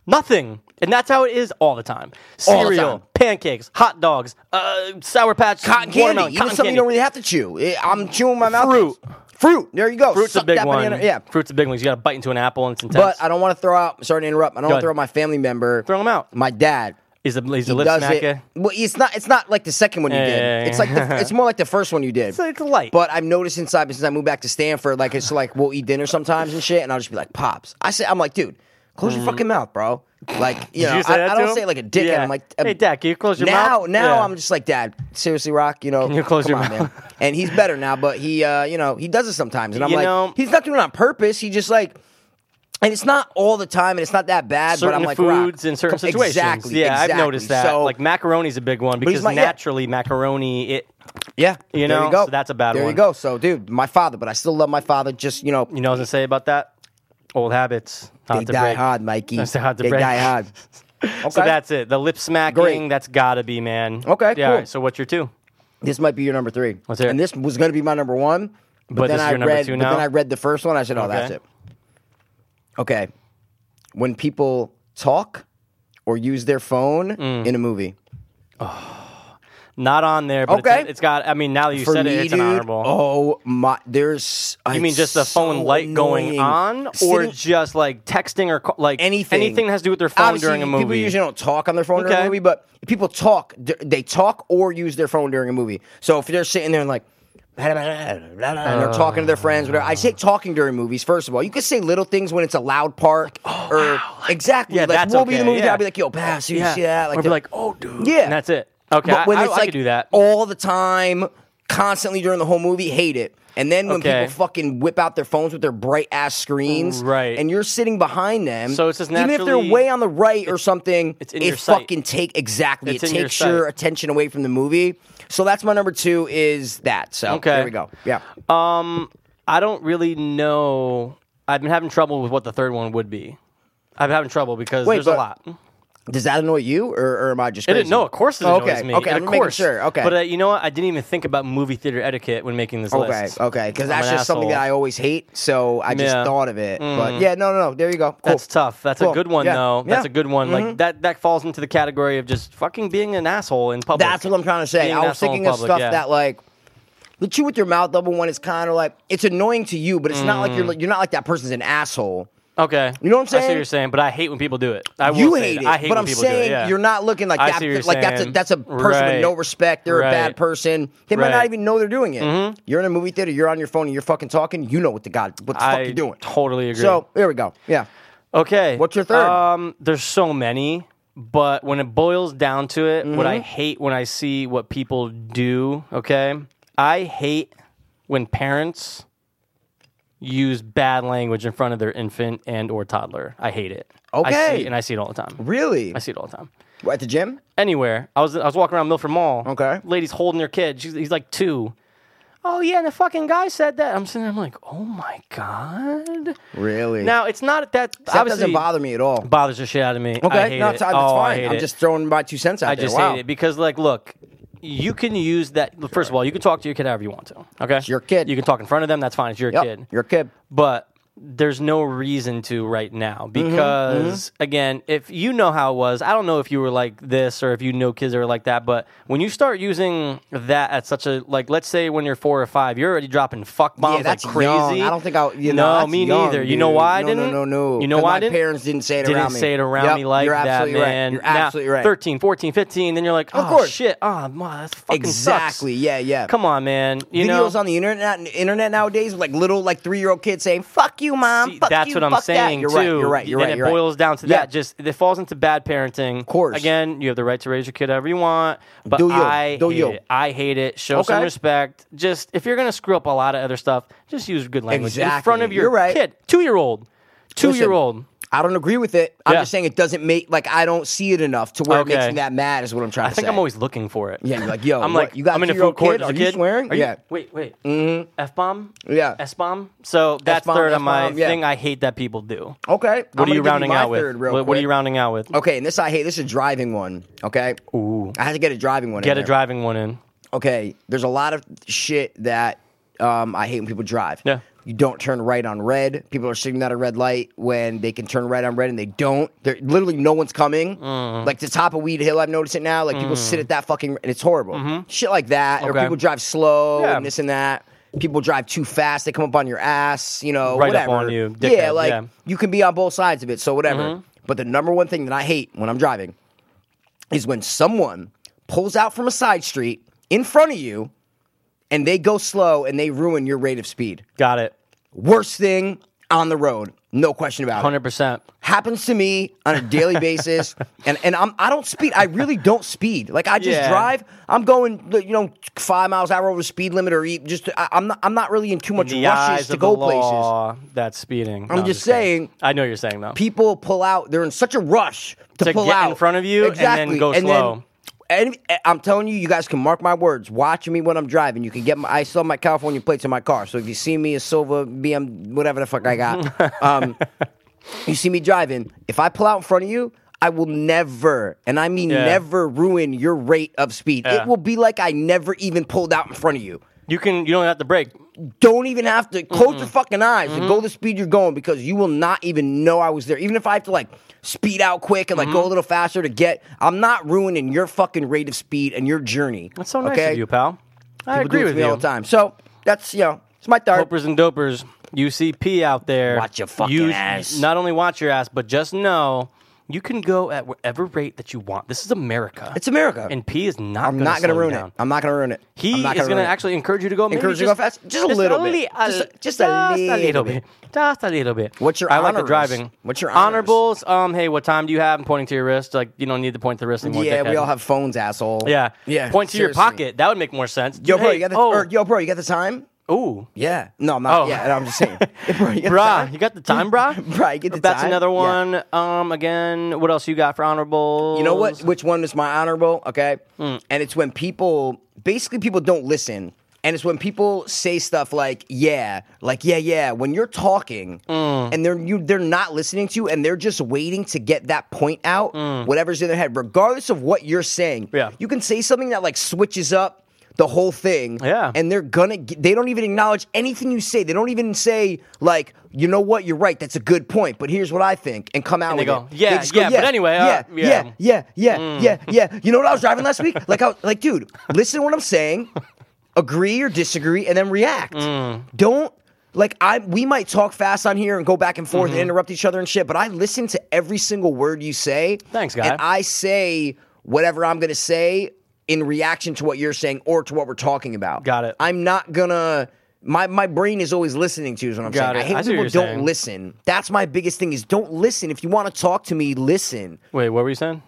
Nothing. And that's how it is all the time. All the Cereal, time. pancakes, hot dogs, uh, sour patch, Cotton candy, watermelon, even cotton something candy. you don't really have to chew. Eh, I'm chewing my mouth. Fruit. fruit. There you go. Fruit's Suck a big that one. banana- Yeah, Fruit's a big one. You got to bite into an apple and it's intense. but I don't want to throw out. Sorry to interrupt. I don't want ahead. to throw out my family member. Throw 'em out. My dad. he's a, he's a he lip does smacker. it. Well, it's not. It's not like the second one you Yeah, did. yeah, yeah. It's like the, it's more like the first one you did. It's, it's light. But I've noticed inside since I moved back to Stanford, like it's like we'll eat dinner sometimes and shit, and I'll just be like, "Pops," I say, "I'm like, dude, close your fucking mouth, bro." Like, you Mm-hmm. Did know, you say I, that I to don't him? say it like a dickhead. Yeah. I'm like, um, Hey, Dad, can you close your now, mouth? Now Yeah. I'm just like, Dad, seriously, Rock, you know, Can you close come your on, mouth?" man." And he's better now, but he, uh, you know, he does it sometimes, and I'm You like, know- he's not doing it on purpose. He just like. And it's not all the time, and it's not that bad. certain but I'm like, "Rock, foods in certain come- situations. Exactly. yeah, exactly. I've noticed that. So, like macaroni's a big one he's because my- yeah. naturally macaroni it yeah, there you know, you go. so that's a bad there one. you go. So, dude, my father, but I still love my father. Just you know, you know what I was gonna say about that? Old habits. Hard They to die break. hard, Mikey. That's hard to they break. die hard. So Okay. that's it. The lip smacking, Great. that's gotta be, man. Okay, Yeah, cool. all right, so what's your two? This might be your number three. Let's hear it. And this was going to be my number one, but, But then this is I your number read. two but now? then I read the first one. I said, "Oh, that's Okay. it." Okay, when people talk or use their phone Mm. in a movie, Not on there, but Okay. it's, it's got I mean now that you for said me, it, it's dude, an honorable. oh my, there's. You mean just the phone light going on, or just like texting or call, like anything. anything that has to do with their phone Obviously, during a movie? People usually don't talk on their phone during a Okay. movie, but people talk. d- They talk or use their phone during a movie. So if they're sitting there and like. And they're talking to their friends. Whatever. I say talking during movies. First of all, you could say little things when it's a loud part, or exactly. "Oh, Yeah, like, that's we'll be okay, the movie. yeah. I'll be like, "Yo, pass, you yeah, see that?" Like, or be the- like, oh, dude, yeah, and that's it. Okay, But when I, it's I, I like could do that. all the time, constantly during the whole movie, hate it. And then when Okay. people fucking whip out their phones with their bright ass screens, Right. And you're sitting behind them, So it's just even if they're naturally- way on the right or something, it's in it your sight. fucking take exactly. It's it in your takes your sight. attention away from the movie. So that's my number two is that. So Okay. there we go. Yeah, Um, I don't really know. I've been having trouble with what the third one would be. I've been having trouble because Wait, there's but a lot. does that annoy you, or, or am I just? I Crazy? didn't know. Of course, it Oh, annoys okay. me. Okay, of I'm making course. sure. Okay. but uh, you know what? I didn't even think about movie theater etiquette when making this Okay, list. okay, because I'm that's an just something that I asshole. always hate. So I just Yeah. Mm. thought of it. But yeah, no, no, no. There you go. Cool. That's tough. That's Cool. a good one, Yeah. though. That's Yeah. Mm-hmm. a good one. Like that. That falls into the category of just fucking being an asshole in public. That's what I'm trying to say. Being an I was asshole in thinking of public, stuff yeah. that like the chew with your mouth. Number one, it's kind of like it's annoying to you, but it's not like you're Mm. you're not like that person's an asshole. Okay. You know what I'm I see saying? what you're saying, but I hate when people do it. I will you say hate that. it, I hate but when I'm people saying do it. Yeah. you're not looking like I that. see what you're like that's a saying. that's a person with Right. no respect. They're a bad Right. person. They might not Right. Mm-hmm. even know they're doing it. You're in a movie theater. You're on your phone and you're fucking talking. You know what the god what the I fuck you're doing. totally agree. So there we go. Yeah. Okay. What's your third? Um, there's so many, but when it boils down to it, what Mm-hmm. I hate when I see what people do, okay? I hate when parents use bad language in front of their infant and or toddler. I hate it. I see Okay. it, and I see it all the time. Really? I see it all the time. At the gym? Anywhere. I was I was walking around Milford Mall. Okay. Lady's holding her kid. She's, he's like two. Oh yeah, and the fucking guy said that. I'm sitting there. I'm like, oh my god. Really? Now it's not that. that obviously, doesn't bother me at all. bothers the shit out of me. Okay, I hate no, it. it's, it's oh, I fine. hate I'm it. just throwing my two cents out I there. just wow. hate it because, like, look, you can use that. First of all, you can talk to your kid however you want to. Okay, it's your kid. You can talk in front of them. That's fine. It's your Yep, kid. You're a kid. but there's no reason to right now Mm-hmm. because again, if you know how it was, I don't know if you were like this or if you know kids that are like that, but when you start using that at such a like, let's say when you're four or five, you're already dropping fuck bombs yeah, that's like crazy. Young. I don't think I. You know, no, that's me young, neither. You know why dude. I didn't? No, no, no, no. You know 'Cause why my I didn't? parents didn't say it didn't around me. say it around Yep, me like you're that, absolutely man. Right. You're Now, absolutely right. 13, 14, 15, then you're like, oh, Of course. shit. Oh, wow, that's fucking sucks. Exactly. Yeah, yeah. Come on, man. You Videos know, on the internet internet nowadays, with, like little like three year old kids saying "fuck you, mom." See, Um, fuck that's you, what I'm fuck that." saying You're too. right. You're right. You're then right. it you're right. boils down to Yeah. that. Just it falls into bad parenting. Of course. Again, you have the right to raise your kid however you want. But Do you. I Do hate you. it. I hate it. Show some Okay. respect. Just if you're gonna screw up a lot of other stuff, just use good language in Exactly. front of your You're right. kid, two year old, two year old. I don't agree with it. I'm Yeah. just saying it doesn't make like I don't see it enough to where it makes Okay. me that mad. Is what I'm trying I to think say. I'm always looking for it. Yeah, you're like, yo, I'm what, like, you got I'm in a two-year-old food kid? court. Is Are your you kid- swearing? Are you- Yeah. Wait, wait. Mm-hmm. F bomb. Yeah. S bomb. So that's F-bomb, third on my F-bomb, yeah. thing. I hate that people do. okay. What are you rounding out with? Third real What, what are you quick. rounding out with? Okay, and this I hate. This is a driving one. Okay. Ooh. I had to get a driving one. in Get a there. driving one in. Okay. There's a lot of shit that um, I hate when people drive. Yeah. You don't turn right on red. People are sitting at a red light when they can turn right on red and they don't. There literally no one's coming. Mm. Like the top of Weed Hill, I've noticed it now. Like people sit at that fucking and it's horrible. Shit like that. Or Mm-hmm. Okay. people drive slow Yeah. and this and that. People drive too fast. They come up on your ass. You know, Right up whatever. on you, Yeah, dickhead, like yeah. Mm-hmm. you can be on both sides of it. So whatever. But the number one thing that I hate when I'm driving is when someone pulls out from a side street in front of you and they go slow and they ruin your rate of speed. Got it. Worst thing on the road. No question about it. Hundred percent. Happens to me on a daily basis. and and I'm I don't speed. I really don't speed. Like I just Yeah. drive. I'm going you know 5 miles an hour over the speed limit or e- just I, I'm not I'm not really in too much The rushes eyes to of go the places. law. That's speeding. No, just kidding. saying- I know what you're saying though. people pull out. They're in such a rush to, To pull get out in front of you and then go slow. and eh, I'm telling you, you guys can mark my words. Watch me when I'm driving. You can get my. I still have my California plates in my car. So if you see me a Silva BM, whatever the fuck I got, um, you see me driving. If I pull out in front of you. I will never, and I mean Yeah. never, ruin your rate of speed. Yeah. It will be like I never even pulled out in front of you You can. You don't have to break. don't even have to close your fucking eyes and Mm-hmm. go the speed you're going because you will not even know I was there. Even if I have to like speed out quick and like Mm-hmm. go a little faster to get, I'm not ruining your fucking rate of speed and your journey. That's so nice okay? of you, pal. People I do agree it to with me you. all the time. So that's you know, it's my third. Hopers and dopers, UCP out there. Watch your fucking Use- ass. Not only watch your ass, but just know you can go at whatever rate that you want. This is America. It's America. and P is not. I'm not going gonna to ruin it. I'm not gonna ruin it. He I'm not is going ruin to it. actually encourage you to go. maybe Encourage just, you to go fast? Just a little bit. li- uh, Just a- just a little bit. Just a little bit. What's your I like the honorables? driving. What's your honorables? Um, hey, what time do you have? And pointing to your wrist, like you don't need to point to the wrist anymore. Yeah, we dickhead. all have phones, asshole. Yeah, yeah. Point to your seriously. pocket. That would make more sense. Yo, bro, Hey, you got the oh, or, yo, bro, you got the time? ooh, Yeah. No, I'm not. Oh. Yeah, I'm just saying. bro, you got the Bruh, time? you got the time, brah? Bruh, you get the That's time? another Yeah. one. Um, again, what else you got for honorable? You know what? Which one is my honorable? Okay, Hmm. and it's when people basically people don't listen, and it's when people say stuff like "yeah," like "yeah, yeah." When you're talking Hmm. and they're you, they're not listening to you, and they're just waiting to get that point out, whatever's in their head, regardless of what you're saying. Hmm. Yeah. you can say something that like switches up. The whole thing, Yeah. and they're gonna. Get, they don't even acknowledge anything you say. They don't even say like, you know what, you're right. That's a good point, but here's what I think, and come out And they with go, it. "Yeah, just yeah, but anyway, uh, yeah, yeah." yeah, yeah, yeah, Mm. yeah, yeah. You know what I was driving last week? Like, I was, like, dude, listen to what I'm saying, agree or disagree, and then react. Mm. Don't like I. We might talk fast on here and go back and forth Mm-hmm. and interrupt each other and shit, but I listen to every single word you say. Thanks, guy. And I say whatever I'm gonna say in reaction to what you're saying or to what we're talking about. Got it. I'm not gonna. My, my brain is always listening to you is what I'm Got saying. it. I hate I see when what people you're don't saying. listen. That's my biggest thing is don't listen. If you want to talk to me, listen. Wait, what were you saying,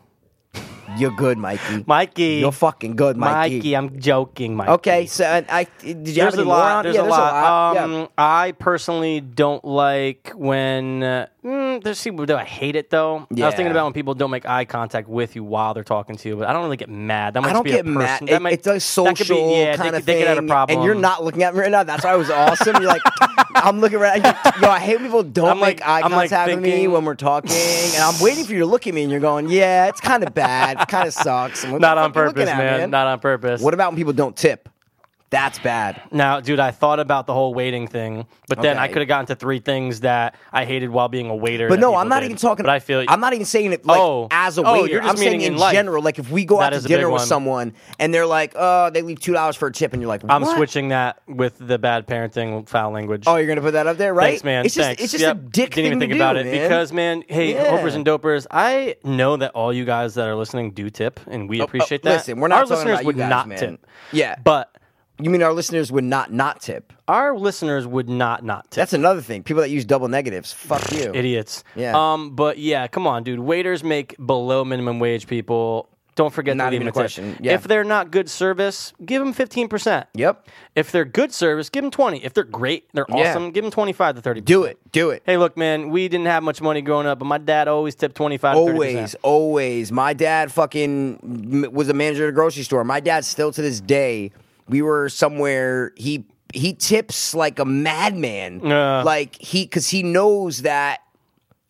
You're good, Mikey. Mikey? You're fucking good, Mikey. Mikey, I'm joking, Mikey. Okay, so and I did you There's have a any more on- lot. There's, yeah, a lot. yeah. Um, I personally don't like when. Uh, mm, there's people that I hate it though. I was thinking Yeah. about when people don't make eye contact with you while they're talking to you, but I don't really get mad. That might I just don't be a get person. mad. That It- might, it's a that could be- social yeah, kind they, of could- They thing, could have a problem. and you're not looking at me right now. That's why it was awesome. You're like, I'm looking right. At you. Yo, I hate when people don't I'm make like- eye I'm like contact with me thinking- when we're talking, and I'm waiting for you to look at me, and you're going, "Yeah, it's kind of bad. It kind of sucks." I'm like, Not "What on the fuck you looking purpose, at, man. Not on purpose. What about when people don't tip? That's bad. Now, dude, I thought about the whole waiting thing, but then I Okay. could have gotten to three things that I hated while being a waiter. But that no, people I'm not did. even talking. But I feel I'm not even saying it like Oh. as a Oh, waiter. you're just I'm saying meaning in, in life. general. Like if we go out That to is a big dinner with one. someone and they're like, "Oh, they leave two dollars for a tip," and you're like, I'm "What?" switching that with the bad parenting foul language. Oh, you're gonna put that up there, right? Thanks, man. It's just Thanks. it's just Yep. a dick Didn't even thing think to about do, it man. because, man, hey, Yeah. hopers and dopers, I know that all you guys that are listening do tip, and we Oh, appreciate oh, that. Listen, we're not Our talking listeners about would you guys, not man. tip, Yeah, but you mean our listeners would not not tip? our listeners would not not tip. That's another thing. People that use double negatives, fuck you. idiots. Yeah. Um, but yeah, come on, dude. Waiters make below minimum wage people Don't forget Not to leave even them a tip. question. Yeah. If they're not good service, give them fifteen percent. Yep. If they're good service, give them twenty. If they're great, they're Yeah. awesome. Give them twenty five to thirty. Do it. Do it. Hey, look, man, we didn't have much money growing up, but my dad always tipped twenty five. Always, always. My dad fucking m- was a manager at a grocery store. My dad still to this day. We were somewhere. He he tips like a madman. Yeah. Like he, because he knows that.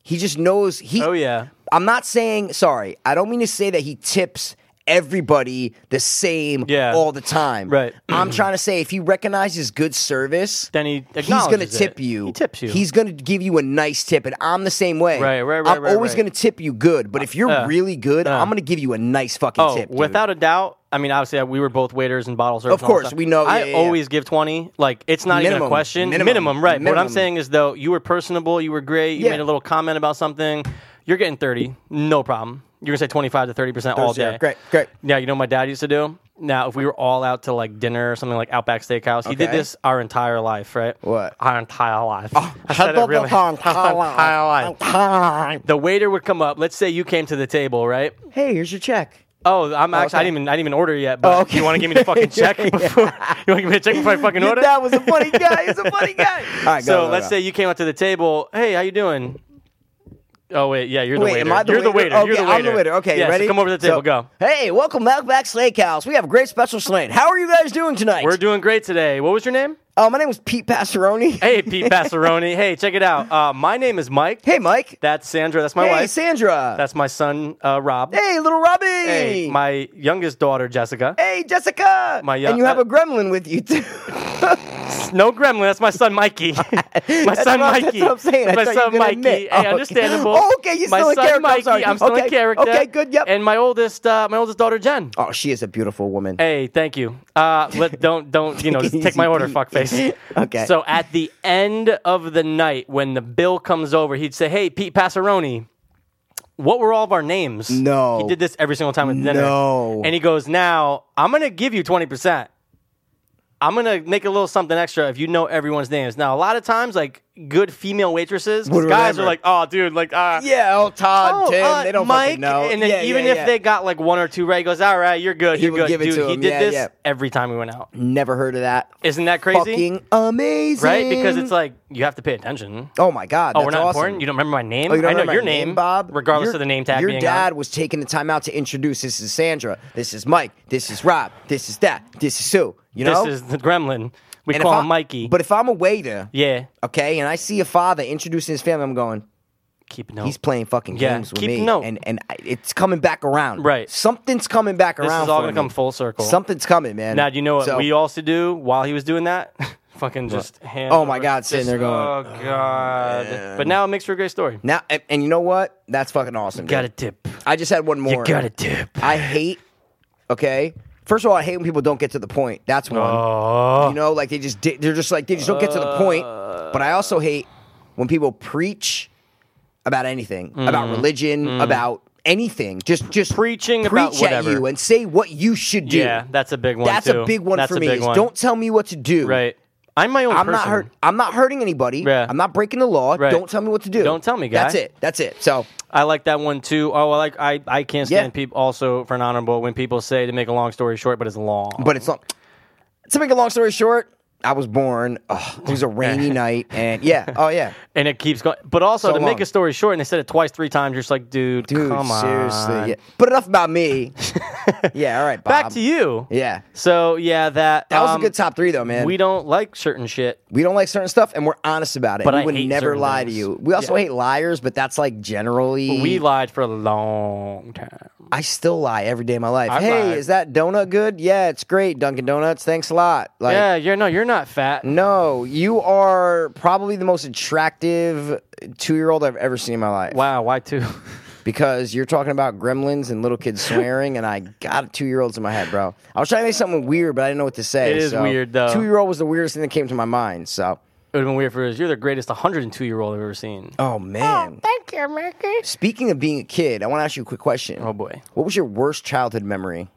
He just knows he. Oh yeah. I'm not saying sorry. I don't mean to say that he tips everybody the same Yeah. all the time. Right. I'm trying to say if he recognizes good service, Then he he's gonna acknowledges it. tip you. He tips you. He's gonna give you a nice tip, and I'm the same way. Right, right, right, I'm right, always right. gonna tip you good, but if you're Uh, really good, uh. I'm gonna give you a nice fucking Oh, tip. dude. without a doubt. I mean, obviously, I- we were both waiters and bottle service. Of and all course, that stuff. we know, yeah, I yeah, yeah. always give twenty. Like it's not even Minimum, a question. minimum, right? What I'm minimum. saying is, though, you were personable. You were great. You Yeah. made a little comment about something. You're getting thirty, no problem. You're gonna say twenty five to thirty percent all Thursday. day. Great, great. Yeah, you know what my dad used to do? Now, if we were all out to like dinner or something like Outback Steakhouse, he did Okay. this our entire life, right? What? Oh, Our entire life. I said it really. our entire life. The waiter would come up. Let's say you came to the table, right? Hey, here's your check. Oh, I'm actually I okay. didn't even I didn't even order yet, but Oh, okay. you want to give me the fucking check Yeah. before you want to give me a check before I fucking Your order? dad was a funny guy. He's a funny guy. All right, go, so go, let's go. say you came up to the table. Hey, how you doing? Oh wait, yeah, you're the Wait, waiter. am I the you're waiter? the waiter. Okay, you're the waiter. I'm the waiter. Okay, yeah, so ready? come over to the table. So- go. Hey, welcome back, back Slake House. We have a great special tonight. How are you guys doing tonight? We're doing great today. What was your name? uh, my name is Pete Passeroni. Hey, Pete Passaroni. hey, check it out. Uh, my name is Mike. Hey, Mike. That's Sandra. That's my hey, wife. Sandra. That's my son, uh, Rob. hey, little Robbie. Hey, my youngest daughter, Jessica. Hey, Jessica. My young- and you have uh, a gremlin with you too. No gremlin. That's my son Mikey. my son what- that's Mikey. what I'm saying. I my thought you son were gonna Mikey. admit. Hey, Oh, understandable. okay. Oh, okay, you're my still in son character. I'm Mikey. sorry. still Okay, in character. okay, good, yep. And my oldest, uh, my oldest daughter Jen. oh, she is a beautiful woman. Hey, thank you. Uh, let don't don't you know just take my order, fuckface. Okay. So at the end of the night, when the bill comes over, he'd say, "Hey, Pete Passaroni." What were all of our names? No. He did this every single time at dinner. No. And he goes, Now, I'm going to give you 20%. I'm going to make a little something extra if you know everyone's names. Now, a lot of times, like good female waitresses, 'cause Would guys remember. are like, Oh, dude, like, uh, Yeah, oh, Todd, Oh, Tim, uh, they don't Mike, fucking know. And then Yeah, even yeah, if yeah. they got like one or two right, he goes, all right, you're good, He you're would good, give it to dude. he him. did Yeah, this yeah. every time we went out. never heard of that. Isn't that crazy? Fucking amazing, right? Because it's like you have to pay attention. oh my god, Oh, that's we're not awesome. important. You don't remember my name. Oh, you don't I know remember your my name, name, Bob. regardless Your- of the name tag. Your being dad on. was taking the time out to introduce. This is Sandra. This is Mike. This is Rob. This is that. This is Sue. You know, This is the Gremlin. We And if call I- him Mikey. But if I'm a waiter, yeah, okay, and I see a father introducing his family, I'm going. keep note. He's playing fucking Yeah, games with keep me, note. and and I, it's coming back around. Right. something's coming back this around. is all for gonna me. come full circle. Something's coming, man. now, do you know what So- we also do while he was doing that? Fucking just hand. Oh, my over- God, sitting just- there going, Oh god! But now it makes for a great story. now, and, and you know what? That's fucking awesome. dude. Got a tip. I just had one more. You got a tip. I hate. Okay. First of all, I hate when people don't get to the point. That's one. You know, like they just di- they're just like they just don't get to the point. But I also hate when people preach about anything, Mm. about religion, about anything. Just just Preaching about preach at whatever. you and say what you should do. Yeah, that's a big one. That's too. a big one That's for a me. big is one. Don't tell me what to do. Right. I'm my own I'm person. not hurt. I'm not hurting anybody. Yeah. I'm not breaking the law. Right. Don't tell me what to do. Don't tell me, guy. That's it. That's it. So I like that one too. Oh, I like I, I can't stand Yeah. people also for an honorable when people say to make a long story short, but it's long. But it's long. To make a long story short, I was born. ugh, it was a rainy night, and yeah, oh yeah, and it keeps going. But also So to long. make a story short, and they said it twice, three times. You're just like, dude, dude, come on. seriously. Yeah. But enough about me. yeah, all right, Bob. Back to you. Yeah, So yeah, that that was um, a good top three though, man. We We, don't like certain shit. don't like certain stuff, and we're honest about it. But we I would hate never certain lie things. to you. We also Yeah. hate liars, but that's like generally We lied for a long time. I still lie every day of my life. I hey, lied. is that donut good? Yeah, it's great, Dunkin' Donuts. Thanks a lot. Like, yeah, you're no, you're not fat. no, you are probably the most attractive two-year-old I've ever seen in my life. Wow, why two? because you're talking about gremlins and little kids swearing, and I got two year olds in my head, bro. I was trying to make something weird, but I didn't know what to say. It is so weird, though. Two year old was the weirdest thing that came to my mind. So, It would have been weird for us. You're the greatest 102 year old I've ever seen. oh man. Thank you, Mickey. Speaking of being a kid, I want to ask you a quick question. Oh boy, What was your worst childhood memory?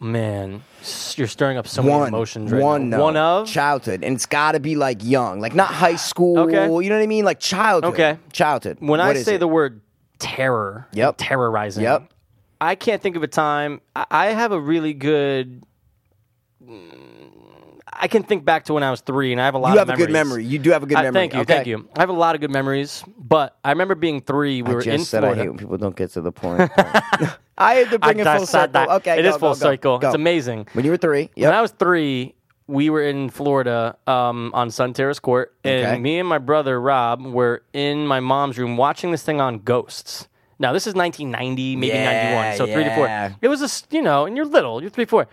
man, s- you're stirring up so many One, emotions right one, now. though. One of childhood, and it's got to be like young, like not high school. Okay. you know what I mean, like childhood. Okay. childhood. when I What is say it? the word terror, Yep. terrorizing, Yep. I can't think of a time. I- I have a really good. I can think back to when I was three, and I have a lot. You of have a good memories. memory. You do have a good I- memory. Thank you, Okay. thank you. I have a lot of good memories, but I remember being three. We I were just in said Florida. I hate when people don't get to the point. I had to bring it full just circle. said that. Okay, It go, is go, go, full circle. go. It's amazing. When you were three, When yeah, I was three, we were in Florida um, on Sun Terrace Court, and Okay. me and my brother Rob were in my mom's room watching this thing on Ghosts. Now this is 1990, maybe Yeah, 91, so three to four. yeah. It was a s- you know, and you're little, you're three, four.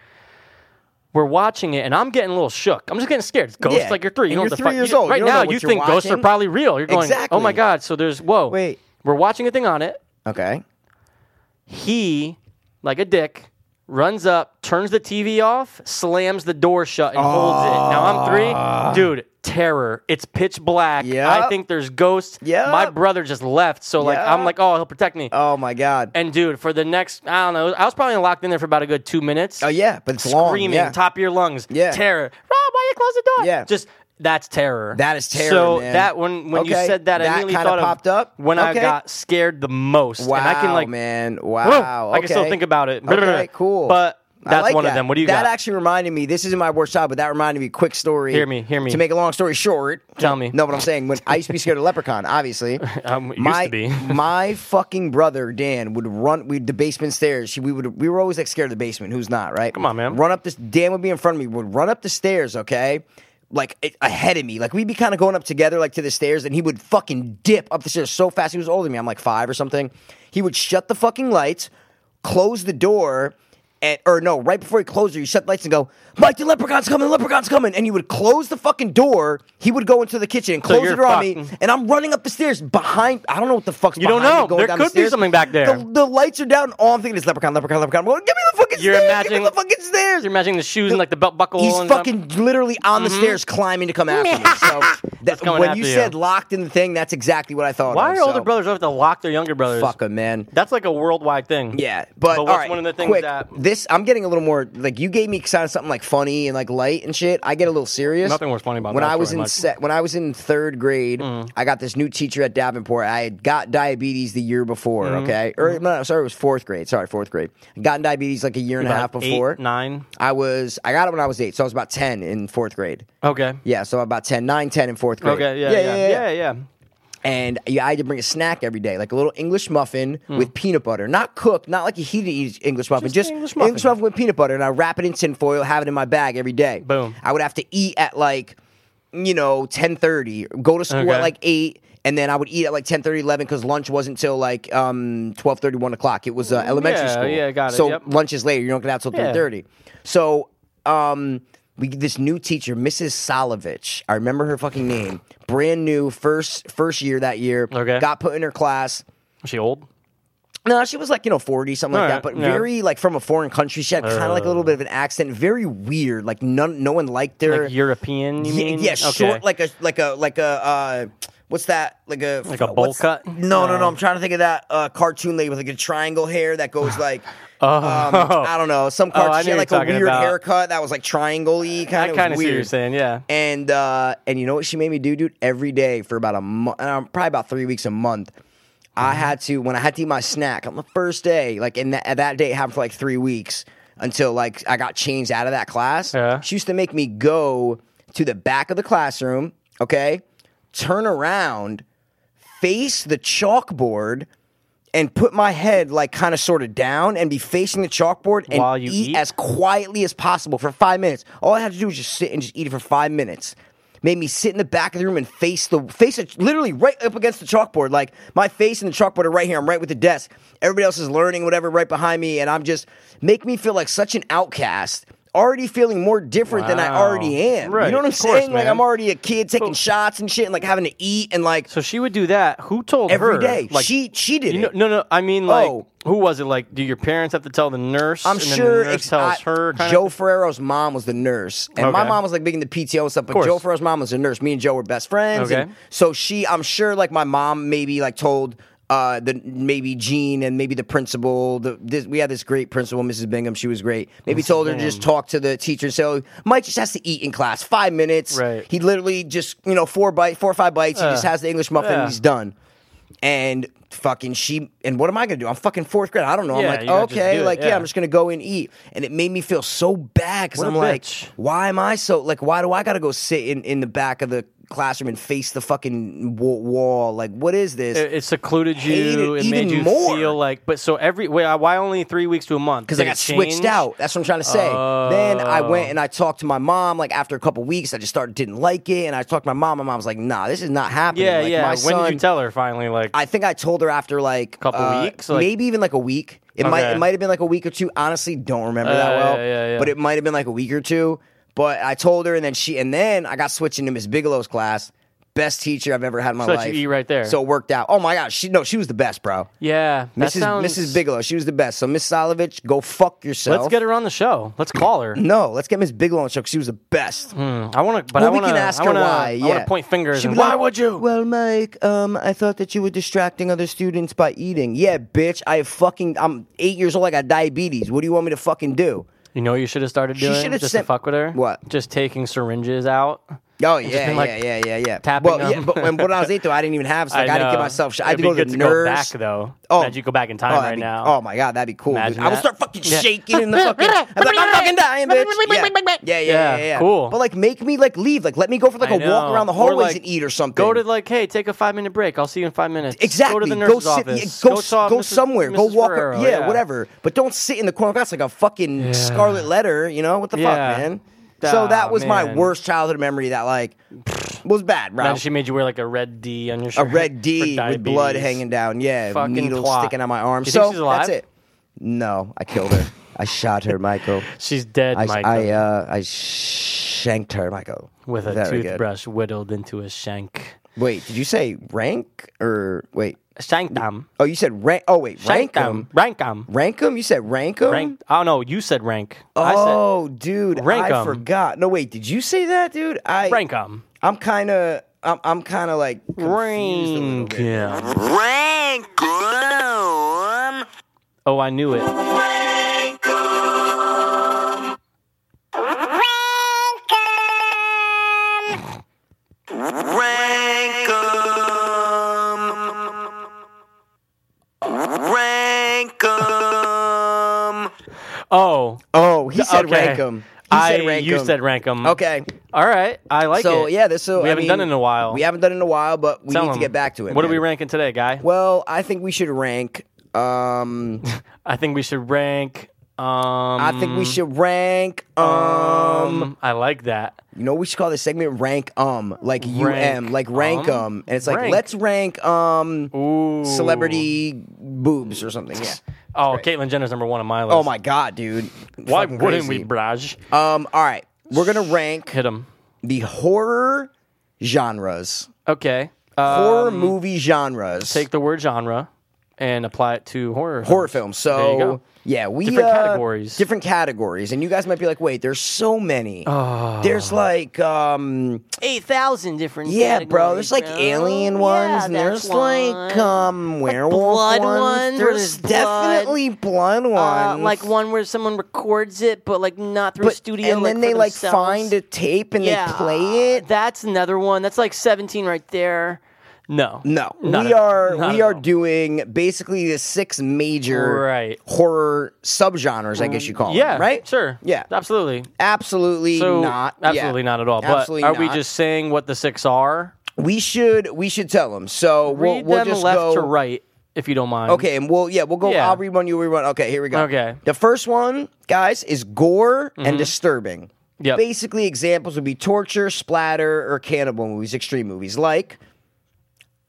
We're watching it, and I'm getting a little shook. I'm just getting scared. It's ghosts, Yeah, like you're three. You and know you're what the three fuck- years you- old. You Right don't know now, what you you're think ghosts are watching. probably real. You're going, oh my Exactly. god. So there's whoa. Wait. we're watching a thing on it okay. he, like a dick, runs up, turns the TV off, slams the door shut, and holds it. Now I'm three, dude. Terror. It's pitch black. Ah. Yep. I think there's ghosts. Yep. My brother just left, so like I'm Yep. like, oh, he'll protect me. Oh my god. and dude, for the next, I don't know, I was probably locked in there for about a good two minutes. oh yeah, but it's long. screaming, yeah. top of your lungs. Yeah. Terror. Rob, why you close the door? Yeah. Just that's terror. That is terror, So man. that when when you Okay, said that, I that immediately kinda thought of popped up? when I Okay. got scared the most. Wow, and I can like man. Whew, Wow. I can still okay. think about it. Okay, cool. But I that's like one of that. them. What do you that got? actually reminded me. This isn't my workshop, but that reminded me. Quick story. Hear me, hear me. To make a long story short, Tell me. No, but I'm saying when I used to be scared of leprechaun, obviously. Um, it used my to be. my fucking brother Dan would run. We the basement stairs. We would we were always like scared of the basement. Who's not right? Come on, man. Run up this. Dan would be in front of me. Would run up the stairs. Okay. Like a- ahead of me, like we'd be kind of going up together, like to the stairs, and he would fucking dip up the stairs so fast. He was older than me. I'm like five or something. He would shut the fucking lights, close the door, and or no, right before he closed it, you shut the lights and go, Mike, the leprechaun's coming, the leprechaun's coming. And you would close the fucking door. He would go into the kitchen and So close you're the door on me. fucking- And I'm running up the stairs behind. I don't know what the fuck's You don't behind know. Me going There down could the be stairs. something back there. The, the lights are down. All I'm thinking is leprechaun, leprechaun, leprechaun. I'm going, give me the fucking You're stairs. imagining- give me the fucking stairs. You're imagining the shoes and like the belt buckle. He's and stuff. fucking literally on the stairs climbing to come after me. So that, Mm-hmm. coming when after you you. said locked in the thing, that's exactly what I thought. Why of, are older so. brothers always have to lock their younger brothers? Fuck him, man. That's like a worldwide thing. Yeah, but, But what's all right, one of the things quick, that- this I'm getting a little more like you gave me kind of something like funny and like light and shit. I get a little serious. Nothing was funny about when that I was story, Mm-hmm. in se- Mike. when I was in third grade. I got this new teacher at Davenport. I had got diabetes the year before. Mm-hmm. Okay, or no, sorry, it was fourth grade. Sorry, fourth grade. Gotten diabetes like a year and a About half eight, before. nine. I was I got it when I was eight, so I was about ten in fourth grade. Okay. Yeah, so about 10, 9, 10 in fourth grade. Okay. Yeah. Yeah. Yeah. Yeah. And yeah, I had to bring a snack every day, like a little English muffin with peanut butter. Not cooked, not like a heated English muffin, Hmm. Just just, an English muffin. with peanut butter. And I wrap it in tinfoil, have it in my bag every day. Boom. I would have to eat at like, you know, 10.30, go to school Okay. at like 8, and then I would eat at like 10.30, 11, because lunch wasn't till like um, 12.30, 1 o'clock. It was uh, elementary Yeah, school. yeah, got it, So yep. lunch is later. You don't get out till Yeah. 3.30. So um, we get this new teacher, Mrs. Solovich. I remember her fucking name. Brand new, first first year that year. Okay. Got put in her class. Was she old? No, she was like, you know, 40, something like All that, right, but yeah. very like from a foreign country. She had kind of like a little bit of an accent, very weird. Like none, no one liked her. Like European? You yeah, mean? yeah, okay. short, like a, like a, like a, uh, what's that? Like a, Like a bowl what's- cut? No, no, no. I'm Um, trying to think of that uh, cartoon lady with like a triangle hair that goes like, um, I don't know, some Oh. I cartoon. know she had you're like a talking weird about. haircut that was like triangle-y I kind of. kind of see what you're weird. saying. Yeah. And uh, and you know what she made me do, dude? Every day for about a month, probably about three weeks, a month. Mm-hmm. I had to when I had to eat my snack on the first day, like in that at that day, it happened for like three weeks until like I got changed out of that class. Yeah. She used to make me go to the back of the classroom, okay, turn around, face the chalkboard. And put my head like kind of sort of down and be facing the chalkboard and While you eat? as quietly as possible for five minutes. All I had to do was just sit and just eat it for five minutes. Made me sit in the back of the room and face the face it literally right up against the chalkboard. Like my face and the chalkboard are right here. I'm right with the desk. Everybody else is learning whatever right behind me, and I'm just make me feel like such an outcast. Already feeling more different than I Wow. already am. You Right, know what I'm of course, saying? Like man. I'm already a kid taking shots and shit, and like having to eat and like So she would do that. Who told every her? day. Like, she she did You it. know, no, no. I mean, like, Oh. who was it? Like, do your parents have to tell the nurse? I'm and sure then the nurse it's tells I- her. Kind Joe Of? Ferrero's mom was the nurse, and my Okay. mom was like big into PTO and stuff. But course. Joe Ferrero's mom was a nurse. Me and Joe were best friends, Okay. and so she, I'm sure, like my mom maybe like told. Uh, the maybe Gene and maybe the principal. The, this, we had this great principal, Mrs. Bingham. She was great. Maybe told her to just talk to the teacher. and say, oh, Mike just has to eat in class five minutes. Right. Uh, He literally just you know four bite, four or five bites. he just has the English muffin. yeah. and He's done. And fucking she and what am I gonna do? I'm fucking fourth grade. I don't know. Yeah, I'm you like, gotta just do okay, it, like yeah. yeah. I'm just gonna go and eat. And it made me feel so bad because What a I'm like, bitch. why am I so like? Why do I gotta go sit in in the back of the classroom and face the fucking wa- wall? Like, what is this? It, it secluded Hated you. it It even made you more. feel like. But so every wait, why only three weeks to a month? because I Did got it switched change? out. That's what I'm trying to say. Then I went and I talked to my mom. Like after a couple weeks, I just started didn't like it, and I talked to my mom. My mom was like, "Nah, this is not happening." Yeah, Like, yeah. My when son, did you tell her finally? Like, I think I told her after like a Couple weeks, like- maybe even like a week. It might Okay. Uh, it might have been like a week or two. Honestly, don't remember that Yeah, well. yeah, yeah, yeah. But it might have been like a week or two. But I told her, and then she and then I got switched into Miss Bigelow's class. Best teacher I've ever had in my So that's life. you eat right there. So it worked out. Oh my gosh, she no, she was the best, bro. yeah, that Mrs. sounds- Mrs. Bigelow, she was the best. So Miss Solovich, go fuck yourself. Let's get her on the show. Let's call her. No, let's get Miss Bigelow on the show 'cause she was the best. I want to, but Well, I we want to can ask I her wanna, why, I want yeah. to point fingers. She'd and, be like, why would you? Well, Mike, um, I thought that you were distracting other students by eating. Yeah, bitch, I have fucking, I'm eight years old. I got diabetes. What do you want me to fucking do? you know, what you should have started She doing should have just sent- to fuck with her. What? Just taking syringes out. Oh yeah, been, like, yeah, yeah, yeah, yeah. tapping well, yeah, them. but when, when I was eight, though, I didn't even have. So like, I, didn't give know. myself. sh- I had It'd to be go to good the to nurse. go back though. Oh. Imagine you go back in time Oh, that'd right be- now. Oh my god, that'd be cool. dude. Imagine I would that. start fucking Yeah. shaking in the fucking. I'd be like, I'm fucking dying, bitch. Yeah. Yeah, yeah, yeah, Yeah, yeah, yeah. cool. But like, make me like leave. Like, let me go for like I a walk know. around the Or, hallways like, and eat or something. Go to like, hey, take a five minute break. I'll see you in five minutes. Exactly. Go to the nurse's sit, office. Go, s- saw go Mrs. somewhere. Go Mrs. walk. a- Ferrero, yeah, whatever. But don't sit in the corner. That's like a fucking scarlet letter. You know what the Yeah. fuck, man. so Ah, that was my man. worst childhood memory. That like was bad, bro. Imagine she made you wear like a red D on your A shirt. red for D with blood diabetes. hanging down. Yeah, Fucking needles twat. sticking out my arm. You so think she's alive? that's it. No, I killed her. I shot her, Michael. She's dead, I, Mike, I, uh, I shanked her, Michael. with a Very good. toothbrush whittled into a shank. Wait, did you say rank or wait? Shank them. Oh, you said rank. Oh, wait, rank Shank them. them. Rank them. Rank them? You said rank them? Rank. Oh no, you said rank. I said Oh, dude, Rank I 'em. forgot. No, wait, did you say that, dude? I rank them. I'm kind of. I'm, I'm kind of like confused a little bit. Yeah. Oh, I knew it. Oh, Oh, he said okay. rank them. He I said rank you 'em. said rank them. Okay. All right. I like so it. yeah, this. So we I haven't done it mean, in a while. We haven't done it in a while, but we Tell need to 'em. get back to it. What are man. we ranking today, guy? Well, I think we should rank. Um, I think we should rank. Um, I think we should rank. Um, Um, I like that. you know, we should call this segment rank. Um, like um, Rank like rank um, um? and it's like Rank. let's rank um Ooh. celebrity boobs or something. Yeah. Oh, Caitlyn Jenner's number one on my list. Oh my god, dude. Why Fucking wouldn't we, crazy. Braj? Um, all right, we're gonna rank Hit him. the horror genres, Okay. Uh, horror movie genres, take the word genre and apply it to horror. horror films. So There you go. yeah, we Different uh, categories. different categories, and you guys might be like, wait, there's so many. Oh. Ah. There's like, um, Eight thousand different. yeah, bro. There's like alien ones, and there's like um werewolf blood ones. ones where There's there's blood. Uh, definitely blood ones. like one where someone records it, but like not through a But- studio. and then for they like themselves. find a tape and yeah, they play it. That's another one. That's like seventeen right there. No. No, Not we at all. are Not we at are all. doing basically the six major Right. horror subgenres, I guess you Mm-hmm. call Yeah. them. Right? Sure. Yeah. Absolutely. Absolutely So not. Yeah. Absolutely not at all. Absolutely but are we not. just saying what the six are? We should we should tell them. So we'll, Read we'll them just left go to right, if you don't mind. Okay, and we'll yeah we'll go. Yeah. I'll read one. You read one. Okay, here we go. Okay. Mm-hmm. The first one, guys, is gore and disturbing. Yep. Basically, examples would be torture, splatter, or cannibal movies, extreme movies like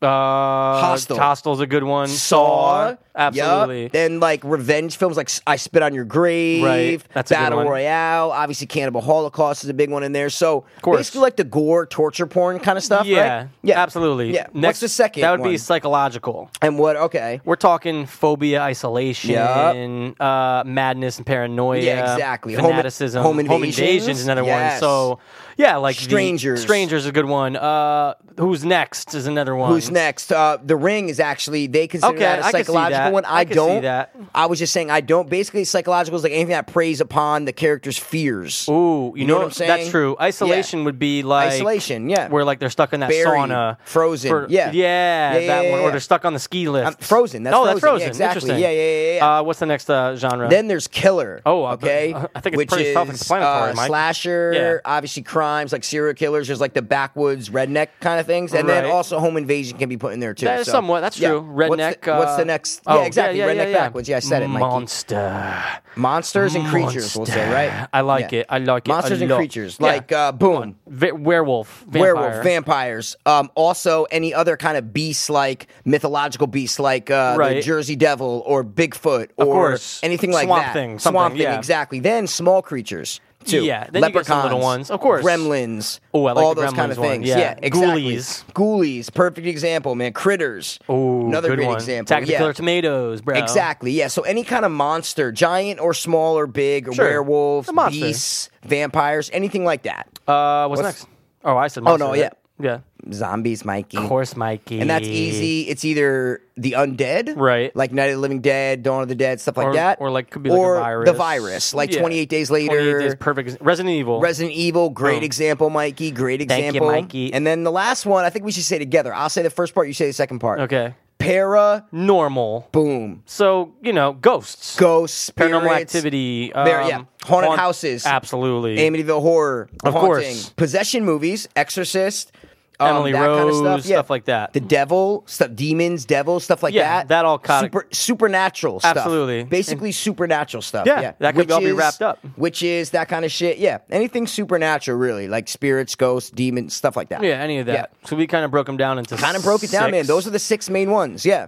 Uh, Hostile. Hostile's a good one. Saw, Absolutely. Yup. Then like revenge films like S- I Spit on Your Grave, Right, that's a good Battle one. Royale. Obviously, Cannibal Holocaust is a big one in there. So course. basically, like the gore, torture porn kind of stuff. Yeah, right? absolutely. Yeah. What's Next, the second? That would one? be psychological. and what? Okay. We're talking phobia, isolation, Yep. uh, madness, and paranoia. Yeah, exactly. Home- Fanaticism, home invasions? invasions is another Yes. one. So, yeah, like the- Strangers. strangers is a good one. Uh, who's next is another one. Who's next? Uh, the Ring is actually they consider Okay, that a I can see psychological that. one. I, I could see don't. that. I was just saying I don't. Basically, psychological is like anything that preys upon the character's fears. Ooh, you, You know what I'm That's saying? true. Yeah. Isolation would be like Isolation, yeah. where like they're stuck in that Buried, sauna, frozen, yeah. yeah, Yeah, that yeah, one, yeah. or they're stuck on the ski lift. Um, Frozen, that's oh, that's Frozen, frozen. yeah, exactly. Interesting. Yeah, yeah, yeah, yeah. Uh, what's the next uh, genre? Then there's killer. Oh, I bet- okay. I think it's Which pretty is, self-explanatory, uh, Mike. Slasher, Yeah. obviously crimes like serial killers. There's like the backwoods redneck kind of things, and then Right. also home invasion can be put in there too. That is so, somewhat. That's yeah. true. Redneck. What's the, what's the uh, next? oh, yeah, exactly. yeah, redneck yeah. backwards. Yeah, I said it, Mikey. Monster. Monsters and creatures. We'll say Monster. right. I like Yeah. it. I like it. a Monsters and lot. creatures Yeah. like uh, boom. Ve- werewolf, vampire. werewolf vampires um also any other kind of beasts like mythological beasts like uh the Right. jersey devil or bigfoot Of or course. anything like Swamp that Thing, swamp something, thing yeah. exactly then small creatures too Yeah, then you get leprechauns some little ones, of course. gremlins Ooh, I like all the those kind Gremlins of one, things yeah. exactly Ghoulies. ghoulies perfect example man critters Ooh, another good great one. example Attack of the yeah. Killer Tomatoes, bro. Exactly. Yeah. So any kind of monster, giant or small or big, or Sure. werewolves, A monster. beasts, vampires, anything like that. Uh, what's, What's- next? Oh, I said. Oh, Monster, no, right? yeah. Zombies, Mikey. Of course, Mikey. and that's easy. It's either the undead, Right. Like Night of the Living Dead, Dawn of the Dead, stuff like Or- that, or like could be like a Or virus. the virus, like Yeah. Twenty Eight Days 28 Later, days, perfect. ex- Resident Evil. Resident Evil, great Oh. example, Mikey, great Thank you, example, Mikey. And then the last one, I think we should say together. I'll say the first part, you say the second part. okay. Para, Normal. boom, So you know, ghosts, ghosts, paranormal spirits, activity, um, There- yeah. Haunted houses. Absolutely. Amityville horror, Of haunting, course. possession movies, Exorcist. um, Emily that Rose, kind of stuff, yeah. stuff like that. The devil, stuff, demons, devil, stuff like Yeah, that. that all kinda- Super, supernatural stuff. Absolutely. Basically supernatural stuff. Yeah, Yeah, that could all be wrapped up. Which is that kind of shit. Yeah, anything supernatural, really, like spirits, ghosts, demons, stuff like that. yeah, any of that. So we kind of broke them down into Kind of broke it down, man. Those are the six main ones. Yeah.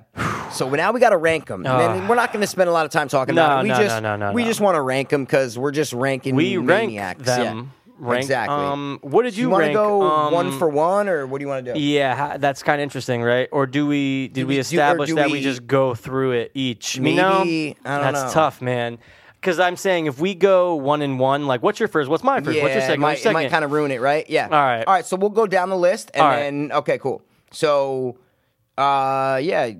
So now we got to rank them. and then we're not going to spend a lot of time talking Ah. No, about it. We no, just, no, no, no, we no. just want to rank them because we're just ranking we rank maniacs. Yeah. them. Rank, exactly. Um, what did Do you, you want to rank? go um, one for one, or what do you want to do? Yeah, ha- that's kind of interesting, right? Or do we did Do we, we do- or establish do that we, we- just go through it each? Maybe- you know, I don't that's know. tough, man. Because I'm saying if we go one and one, like what's your first? What's my first? what's your it second? might, what's your second? kind of ruin it, right? Yeah. All right. All right. So we'll go down the list, and All right. then okay, cool. So, uh, yeah.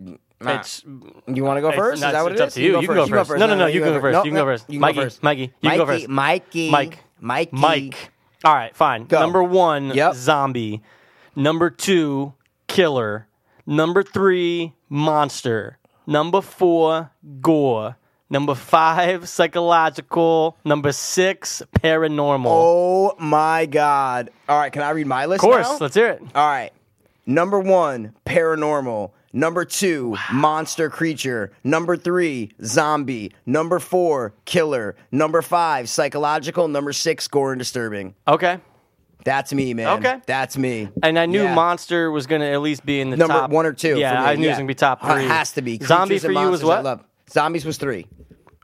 nah. It's- you want to go it's first? Is not- that what it's it up is? to you. You can go first. No, no, no, you can go first. No, You can go no, first. you can Mikey, go first. Mikey, you can go first. Mikey, Mike. Mikey, Mike. All right, fine. Go. Number one, Yep. zombie. Number two, killer. Number three, monster. Number four, gore. Number five, psychological. Number six, paranormal. Oh my God! All right, can I read my list? of course, now? let's hear it. All right. Number one, paranormal. Number two, monster creature. Number three, zombie. Number four, killer. Number five, psychological. Number six, gore and disturbing. Okay. That's me, man. Okay. That's me. And I knew Yeah. monster was going to at least be in the Number top one or two. Yeah, for me. I knew it was going to be top Ha- three. Has to be. Zombie Creatures for and you was monsters, I what? love. Zombies was three.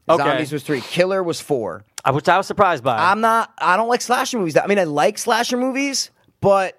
Okay. Zombies was three. Killer was four. I- Which I was surprised by. I'm not. I don't like slasher movies. I mean, I like slasher movies, but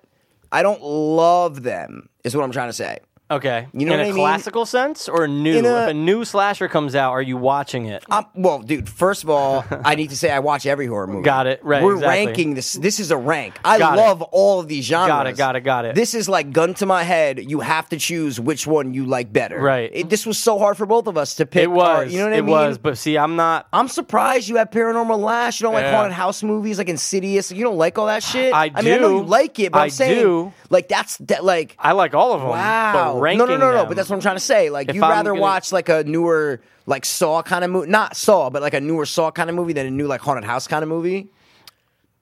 I don't love them. Is what I'm trying to say. Okay. You know what in a I mean? classical sense or new? In a- if a new slasher comes out, are you watching it? Um, well, dude, first of all, I need to say I watch every horror movie. Got it, right, We're exactly. ranking this. This is a rank. I Got it. love all of these genres. Got it, got it, got it. This is like gun to my head. You have to choose which one you like better. Right. It, this was so hard for both of us to pick. it was. our- you know what I it mean? was. But see, I'm not. I'm surprised you have Paranormal Lash. You don't like Yeah. haunted house movies like Insidious. You don't like all that shit. I I mean, I know do. you like it, but I am saying, do. like, that's that, like, I like all of them. Wow. But ranking no, no, no, no. them- But that's what I'm trying to say. Like, If you'd I'm rather gonna- watch like a newer, like Saw kind of movie, not Saw, but like a newer Saw kind of movie than a new like haunted house kind of movie.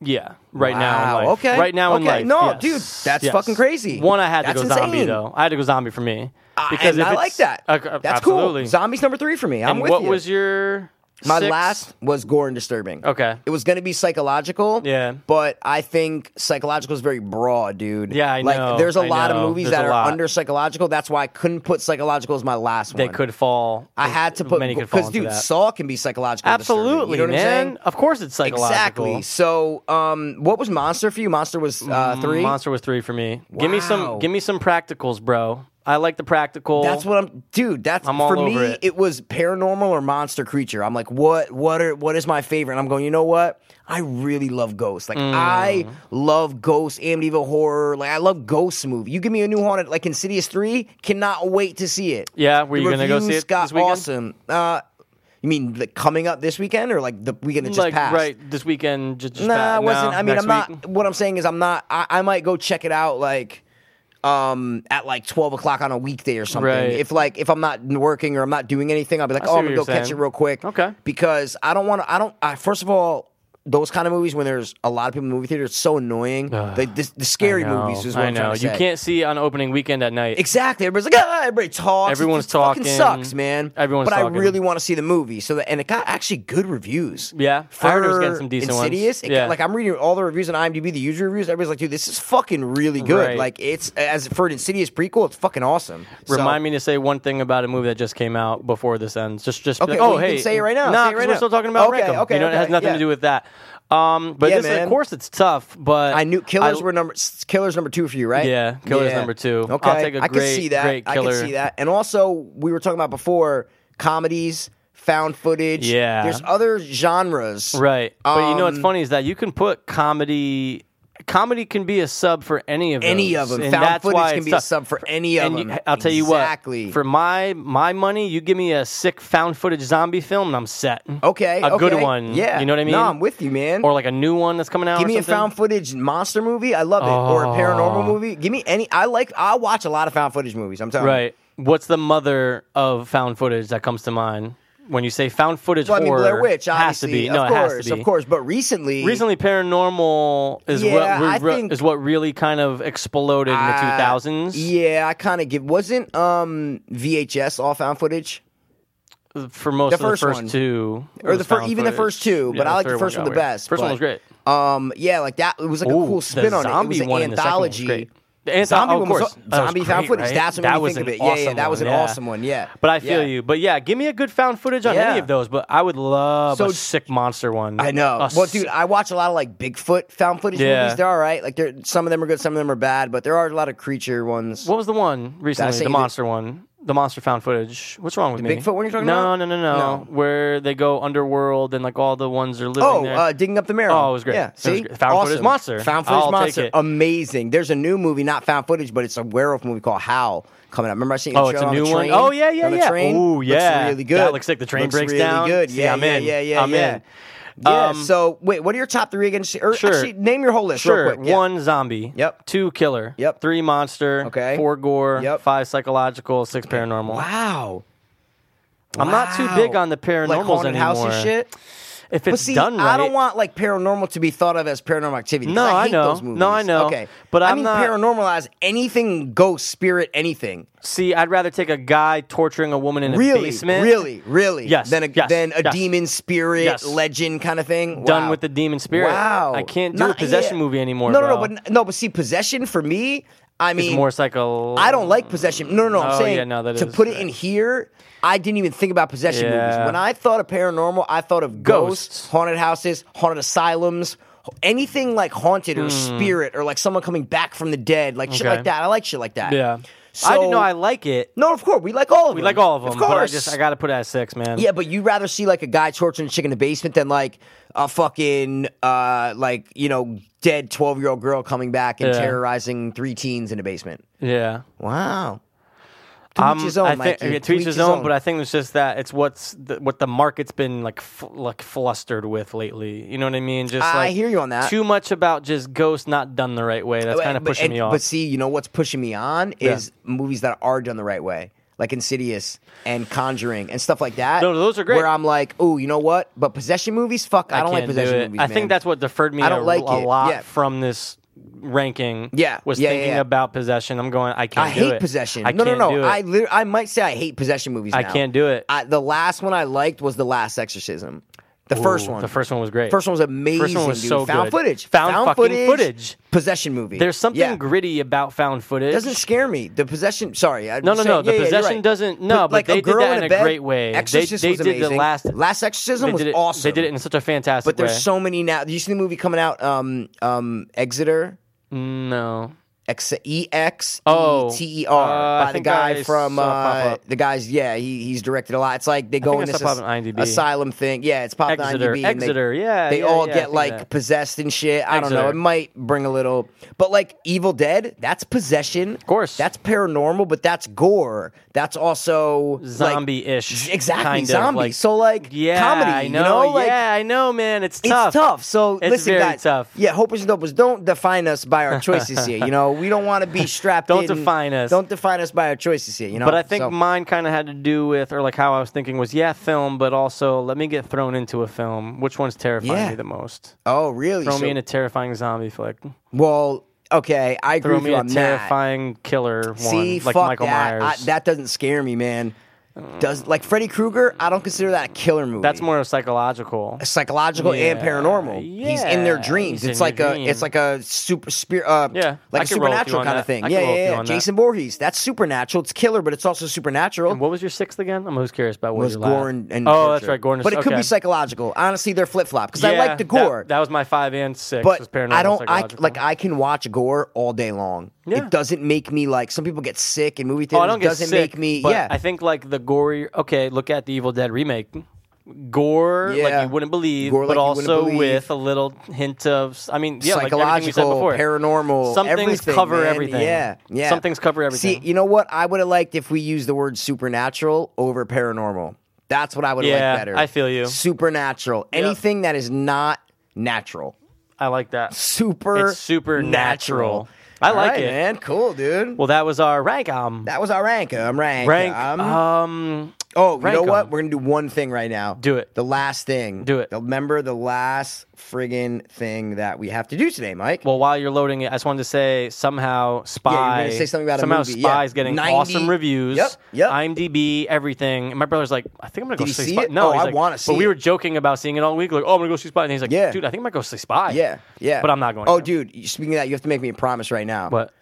Yeah. Right now. In Wow, life. okay, Right now in okay. life. No, yes. dude, that's Yes. fucking crazy. One, I had to That's go zombie insane. though. I had to go zombie for me I- Uh, because and if I it's- like that. Uh, uh, That's absolutely. cool. Zombies number three for me. I'm and with what you. was your My sixth? last was gore and disturbing. Okay. It was going to be psychological. Yeah. But I think psychological is very broad, dude. Yeah, I like, know, There's a I lot know. of movies There's that a are lot. under psychological. That's why I couldn't put psychological as my last They one. could fall. I had to put many could fall because, into dude, that. Saw can be psychological. disturbing. Absolutely, You know what man. I'm saying? Of course, it's psychological. Exactly. So, um, what Mm, was Monster for you? Monster was uh, three. Monster was three for me. Give me some. Wow. Give me some practicals, bro. I like the practical. That's what I'm, dude. That's I'm all for me. over It. it. was paranormal or monster creature. I'm like, what? What are? What is my favorite? And I'm going. You know what? I really love ghosts. Like Mm. I love ghosts, Amityville horror. Like I love ghosts movie. You give me a new haunted, like Insidious three. Cannot wait to see it. Yeah, were The you gonna go see reviews it Got this weekend? awesome. Uh, you mean like coming up this weekend or like the weekend that just like passed? right this weekend. Just, just nah, pa- I wasn't. No, I mean, next I'm not. week? What I'm saying is, I'm not. I, I might go check it out like um at like 12 o'clock on a weekday or something Right. if like if i'm not working or i'm not doing anything i'll be like I see oh i'm what gonna go you're catch it saying. real quick Okay. because i don't want to i don't I, first of all those kind of movies when there's a lot of people in the movie theater it's so annoying the, the, the scary I know, movies is what I am trying know. to You say. can't see on opening weekend at night. Exactly. Everybody's like, ah, everybody talks. Everyone's it fucking talking. sucks, man. Everyone's but I talking. really want to see the movie. So that, and it got actually good reviews. Yeah. For I heard it was getting some decent ones. Insidious, it got- Yeah. like I'm reading all the reviews on IMDb, the user reviews. Everybody's like, dude, this is fucking really good. Right. Like it's as for an Insidious prequel, it's fucking awesome. So- Remind me to say one thing about a movie that just came out before this ends. Just, just be Okay, like, well, oh, you can hey, say it right now. Nah, Say it 'cause right we're now. still talking about Okay, Rankum. okay, you know, okay, it has nothing yeah. to do with that. Um, but Yeah, this, man. of course, it's tough. But I knew killers I- were number s- killers number two for you, right? Yeah, Killers number two. I'll Okay, take a I great- can see that. great I killer. can see that. And also, we were talking about before comedies, found footage. Yeah. there's other genres, Right. but you know what's Um, funny is that you can put comedy. Comedy can be a sub for any of Any those, of them. and Found that's footage why can it's be a tough. sub for any of and them. You, I'll tell you what. Exactly. For my my money, you give me a sick found footage zombie film, and I'm set. Okay, A good okay. one. Yeah, You know what I mean? No, I'm with you, man. Or like a new one that's coming out. give or me a something. found footage monster movie. I love it. Or a Oh. paranormal movie. Give me any. I like. I watch a lot of found footage movies. I'm telling you. Right. What's the mother of found footage that comes to mind when you say found footage Well, I mean, horror? Blair Witch obviously. has to be. Of No, it course, has to be. of course. But recently, Recently, paranormal is Yeah, I what re- re- think- is what really kind of exploded in the I- two thousands. Yeah, I kind of give. Wasn't um VHS all found footage? for most The of the first first one. two, Or was the fir- found even the footage. first two, but I like the third first one got the weird. best, First one but- was great. Um, yeah, like that. It was like a Ooh, cool spin the on it. It zombie was an one and the second one was anthology. great. The antho- zombie Oh, of one was course. aw- That was zombie found great, footage. right? That's what That made me was think of an it. Yeah, yeah, awesome that was an one, yeah. awesome one. Yeah, But I feel Yeah. you. But yeah, give me a good found footage on Yeah. any of those. But I would love So- a sick monster one. I know. A well, sick- dude, I watch a lot of like Bigfoot found footage Yeah. movies. They're all right. Like, they're, some of them are good, some of them are bad, but there are a lot of creature ones. what was the one recently? say The the- monster one. The monster found footage. What's wrong with me? Bigfoot one you're talking no, about? No, no, no, no. Where they go underworld and like all the ones are living oh, there. uh, digging up the marrow. Oh, it was great. Yeah, It was see, great. Found footage Awesome. monster. Found footage I'll take monster. it. Amazing. There's a new movie, not found footage, but it's a werewolf movie called Howl coming up. Remember I seen you the Oh, it's trailer a on the new one? train? Oh, yeah, yeah, On the yeah. train? Ooh, Looks yeah. really good. That looks like the train Looks breaks really down. Good. See, Yeah, I'm yeah, in. yeah, yeah, I'm yeah. in. Yeah, Um, so wait, what are your top three again? Or Sure. actually, name your whole list Sure. real quick. Yeah. One zombie. Yep. Two killer. Yep. Three monster. Okay. Four gore. Yep. Five psychological. Six paranormal. Wow. I'm not too Wow. big on the paranormals like haunted anymore. house and shit. If But it's see, done right, I don't want like paranormal to be thought of as paranormal activity. 'cause No, I, I hate know. Those movies. No, I know. Okay, But I I'm mean not- paranormal as anything, ghost, spirit, anything. see. I'd rather take a guy torturing a woman in really, a basement. Really, really. Yes, Than a, yes, than a yes. demon spirit Yes. legend kind of thing. Done Wow. with the demon spirit. Wow. I can't do Not- a possession yeah. movie anymore. No, bro. no, no, but no, but see, possession for me, I mean it's more psycho. I don't like possession. No, no, no. I'm Oh, saying yeah, no, that to is- put it in here, I didn't even think about possession movies. Yeah. When I thought of paranormal, I thought of ghosts, Ghosts. haunted houses, haunted asylums, anything like haunted or spirit or like someone coming back from the dead, like shit Hmm. Okay. like that. I like shit like that. Yeah. So, I didn't know I like it. No, of course we like all of them. We like all of them. Of course, But I just I got to put it at six, man. yeah, but you'd rather see like a guy torturing a chick in the basement than like a fucking uh like you know dead twelve year old girl coming back and Yeah. terrorizing three teens in the basement. Yeah. Wow. To Um, each his own, I think, Mikey. yeah, to each his own, But I think it's just that it's what's the, what the market's been like, f- like flustered with lately. You know what I mean? Just I like hear you on that. Too much about just ghosts not done the right way. That's But- kind of but- pushing and- me off. But see, you know what's pushing me on is movies that are done the right way, like Insidious and Conjuring and stuff like that. No, those are great. Where I'm like, oh, you know what? But possession movies, fuck, I, don't like can't do possession it. movies. I man. think that's what deferred me I don't a, like a it. lot Yeah. from this ranking. Yeah. was Yeah, yeah, thinking yeah. about possession. I'm going. I can't. I do hate it. possession. I no, can't no, no, do it. I liter- I might say I hate possession movies. I now. can't do it. I, the last one I liked was The Last Exorcism. The first Ooh, one. The first one was great. First one was amazing. First one was dude. so found good. footage. Found fucking footage, footage. Possession movie. There's something Yeah. gritty about found footage. doesn't scare me. The possession. Sorry, I No, no, no, the possession doesn't- no, but like they a did girl that in a a bed, great way. They- Exorcist they was did the amazing. last- last exorcism they was did it, awesome. They did it in such a fantastic But there's way. so many now. Did you see the movie coming out? Um, um, Exeter. no. X E X Oh, E T E R uh, I by the think guy I from saw it pop uh, up. the guys. Yeah, he, he's directed a lot. It's like they go think in I this saw it pop on IMDb. asylum thing. Yeah, it's popped Exeter, on IMDb. and they- Exeter, yeah, they yeah, all yeah, I get think like that. possessed and shit. I don't know. It Exeter. might bring a little, but like Evil Dead, that's possession. Of course. that's paranormal, but that's gore. That's also like- Zombie-ish, exactly, kind of, zombie. like- so like Yeah, comedy. I you know. Like, yeah, I know, man. It's It's tough. tough. So It's listen, very guys. tough. Yeah, hopers and dopers. Don't define us by our choices here. You know, we don't want to be strapped. Don't in- define us. Don't define us by our choices here. You know. But I think So- mine kind of had to do with, or like how I was thinking was, yeah, film, but also let me get thrown into a film. Which one's terrifying Yeah. me the most? oh, really? Throw So- me in a terrifying zombie flick. well, okay. I agree Throw with me you in on a that. terrifying killer one, See, like fuck Michael that. Myers. I, that doesn't scare me, man. Does like Freddy Krueger? I don't consider that a killer movie. That's more psychological. psychological and Yeah, paranormal. He's in their yeah, dreams. he's it's in like your a dream. it's like a super spirit. Uh, Yeah, like I a could roll with you supernatural on kind of that. thing. I could yeah, roll yeah, with you yeah. on that. Jason Voorhees. That's supernatural. It's killer, but it's also supernatural. And what was your sixth again? I'm always curious about what was your gore last- and, and oh, torture. that's right, gore. and- But it could okay. be psychological. Honestly, they're flip flop because I Yeah, like the gore. That, that was my five and six. was but paranormal I don't. I psychological. like. I can watch gore all day long. Yeah. It doesn't make me like. Some people get sick in movie Oh, theaters. I don't it get doesn't sick, make me. but yeah. I think like the gory. Okay, look at the Evil Dead remake. Gore Yeah. like you wouldn't believe, Gore but like you wouldn't also believe. with a little hint of. I mean, yeah, like everything we said psychological, before. paranormal. Some things everything, cover man. everything. Yeah, yeah. Some things cover everything. See, you know what? I would have liked if we used the word supernatural over paranormal. That's what I would have Yeah, liked better. I feel you. Supernatural. Anything that is not natural. I like that. Super. It's supernatural. natural. I All like right, it. man. Cool, dude. Well, that was our rank. Um, that was our rank. I'm rank. rank. um, um, oh, you rank know what? 'em. We're gonna do one thing right now. Do it. The last thing. Do it. Remember the last friggin' thing that we have to do today, Mike. Well, while you're loading it, I just wanted to say somehow Spy. you were gonna say something about a somehow movie, yeah. Spy's getting 90 awesome reviews. Yep, yep. IMDb, everything. And my brother's like, I think I'm gonna go Did he see see Spy. it? No, Oh, he's I like- wanna see But we it. were joking about seeing it all week. Like, oh, I'm gonna go see Spy, and he's like, Yeah. dude, I think I'm gonna go see Spy. Yeah, yeah. But I'm not going Oh, to. dude, speaking of that, you have to make me a promise right now. What?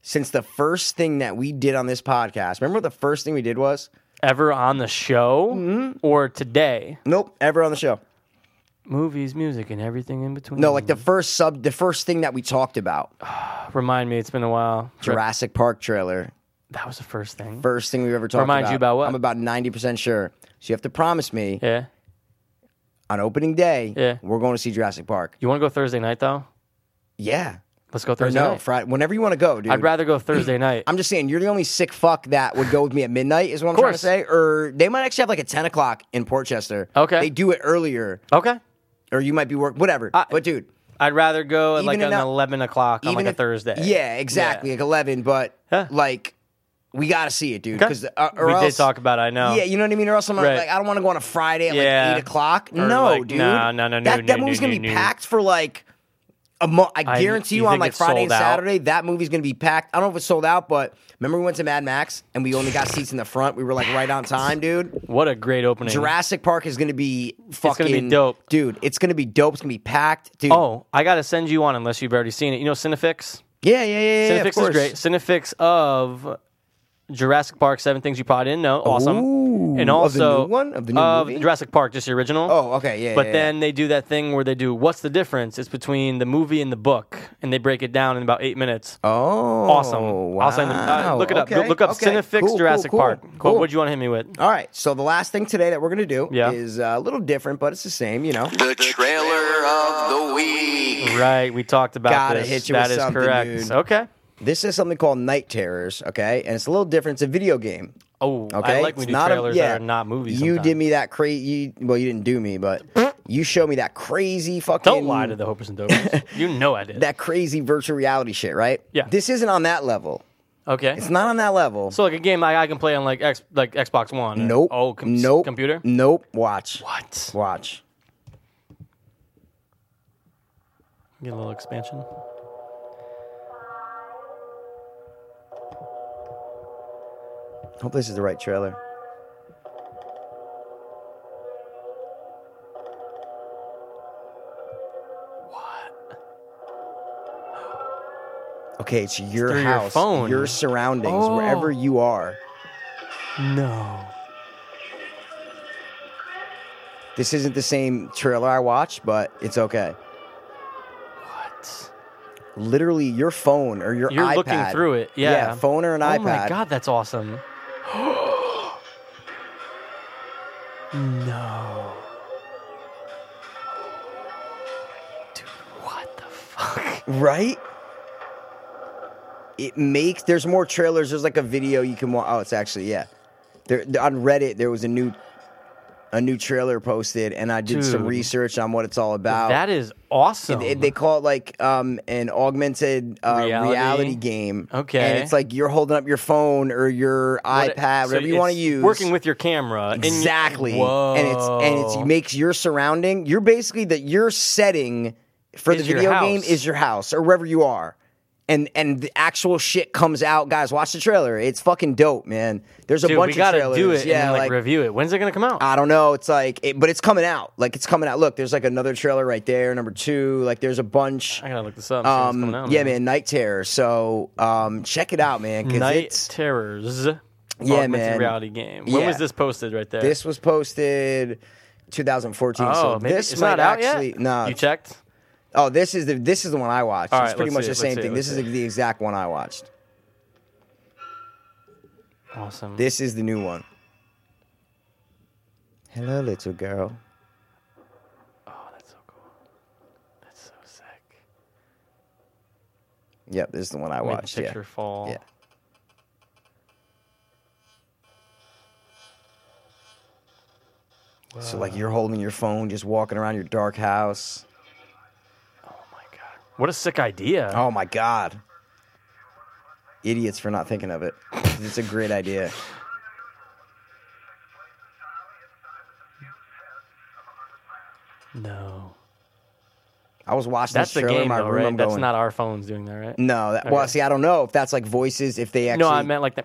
Since the first thing that we did on this podcast, remember what the first thing we did was? Ever on the show Mm-hmm. or today? Nope, ever on the show. Movies, music, and everything in between. No, like the first sub, the first thing that we talked about, remind me, it's been a while. Jurassic Park trailer. That was the first thing. First thing we've ever talked Remind about. you about what? I'm about ninety percent sure. So you have to promise me Yeah. on opening day, Yeah. we're going to see Jurassic Park. You want to go Thursday night though? Yeah, Let's go or Thursday no, night. Friday, whenever you want to go, dude. I'd rather go Thursday night. I'm just saying, you're the only sick fuck that would go with me at midnight, is what I'm trying to course. say. Or they might actually have like a 10 o'clock in Port Chester. Okay. They do it earlier. okay. or you might be work whatever. but dude, I'd rather go at Even like in an a- eleven o'clock on even like if- a Thursday. yeah, exactly, like eleven. But Yeah. like, we gotta see it, dude. Okay. Because uh, or we else, did talk about. It, I know. yeah, you know what I mean. Or else I'm Right. like, I don't want to go on a Friday at Yeah. like eight o'clock. Or no, like, dude. nah, nah, nah, that no, that no, movie's no, gonna no, be no. packed for like. A month. I I- guarantee you, you on think like it's Friday and sold out? Saturday, that movie's gonna be packed. I don't know if it's sold out, but remember we went to Mad Max and we only got seats in the front. We were like right on time, dude. What a great opening. Jurassic Park is gonna be gonna fucking be dope. dude. It's gonna be dope. It's gonna be packed, dude. Oh, I gotta send you on unless you've already seen it. You know Cinefix. yeah, yeah, yeah, yeah. of Cinefix is course. great. Cinefix of Jurassic Park: Seven Things You Probably Didn't Know. Awesome. Ooh, and of the also new one? Of the new movie? Jurassic Park, just the original. Oh, okay, yeah. But yeah, then they do that thing where they do what's the difference? It's between the movie and the book, and they break it down in about eight minutes. yeah. oh, awesome. Wow. I'll send them. Uh, look it up. Okay, Look up okay. Cinefix Cool, cool, Jurassic cool, Park. Cool. What would you want to hit me with? All right. So the last thing today that we're gonna do Yeah. is uh, a little different, but it's the same. You know, The trailer of the week. Right, we talked about Gotta this. hit you That with is something, correct. dude. Okay. this is something called Night Terrors. Okay, and it's a little different. It's a video game. Oh, Okay, I like It's when you do not a- trailers yeah. that are not movies. You sometimes. did me that crazy. Well, you didn't do me, but you showed me that crazy fucking. Don't lie to the Hopers and Dopers. you know I did. that crazy virtual reality shit, right? Yeah. This isn't on that level. okay. It's not on that level. So like a game like I can play on like X like Xbox One. or- nope. Oh, com- nope. Computer. Nope. Watch. What? Watch. Get a little expansion. Hope this is the right trailer. What? Okay, it's your through your house, phone. Oh. your surroundings, wherever you are. No. This isn't the same trailer I watched, but it's okay. What? literally your phone or your You're iPad. looking through it. Yeah. phone or an oh iPad. Oh my god, that's awesome. no. Dude, what the fuck? Right? It makes there's more trailers. There's like a video you can watch. Oh, it's actually yeah. There on Reddit there was a new a new trailer posted, and I did some Dude. research on what it's all about. That is awesome. They, they call it like um, an augmented uh, reality. Reality? game. Okay. and it's like you're holding up your phone or your What it- iPad, so whatever you want to it's use. Working with your camera. and you- exactly, Whoa. and it's and it's it makes your surrounding. You're basically that your setting for Is the your video game house. is your house or wherever you are. And and the actual shit comes out, guys. Watch the trailer; it's fucking dope, man. There's a Dude, bunch we gotta of trailers. do it yeah, and then, like, like uh, review it. When's it gonna come out? I don't know. It's like, it, but it's coming out. Like it's coming out. Look, there's like another trailer right there. Number two, like there's a bunch. I gotta look this up. and see what's Um, coming out, yeah, man, Night Terror. So um, check it out, man. Because Night it's Terrors. Yeah, augmented man. Reality game. When Yeah. was this posted? Right there. this was posted 2014. so Oh, maybe this it's might not out actually yet. no. you checked? oh, this is the this is the one I watched. All it's right, pretty let's much see the it, same let's see thing. it, this is let's see the exact one I watched. Awesome. This is the new one. Hello, little girl. oh, that's so cool. That's so sick. Yep, this is the one I Made the watched. Yeah. picture fall. Yeah. So uh, like you're holding your phone, just walking around your dark house. Oh my god. What a sick idea. Oh my god. Idiots for not thinking of it. It's a great idea. No. I was watching That's this the trailer in game my though, room. right? I'm That's going, not our phones doing that, right? no. That, Well, Okay. see, I don't know if that's like voices. If they actually, No, I meant like that.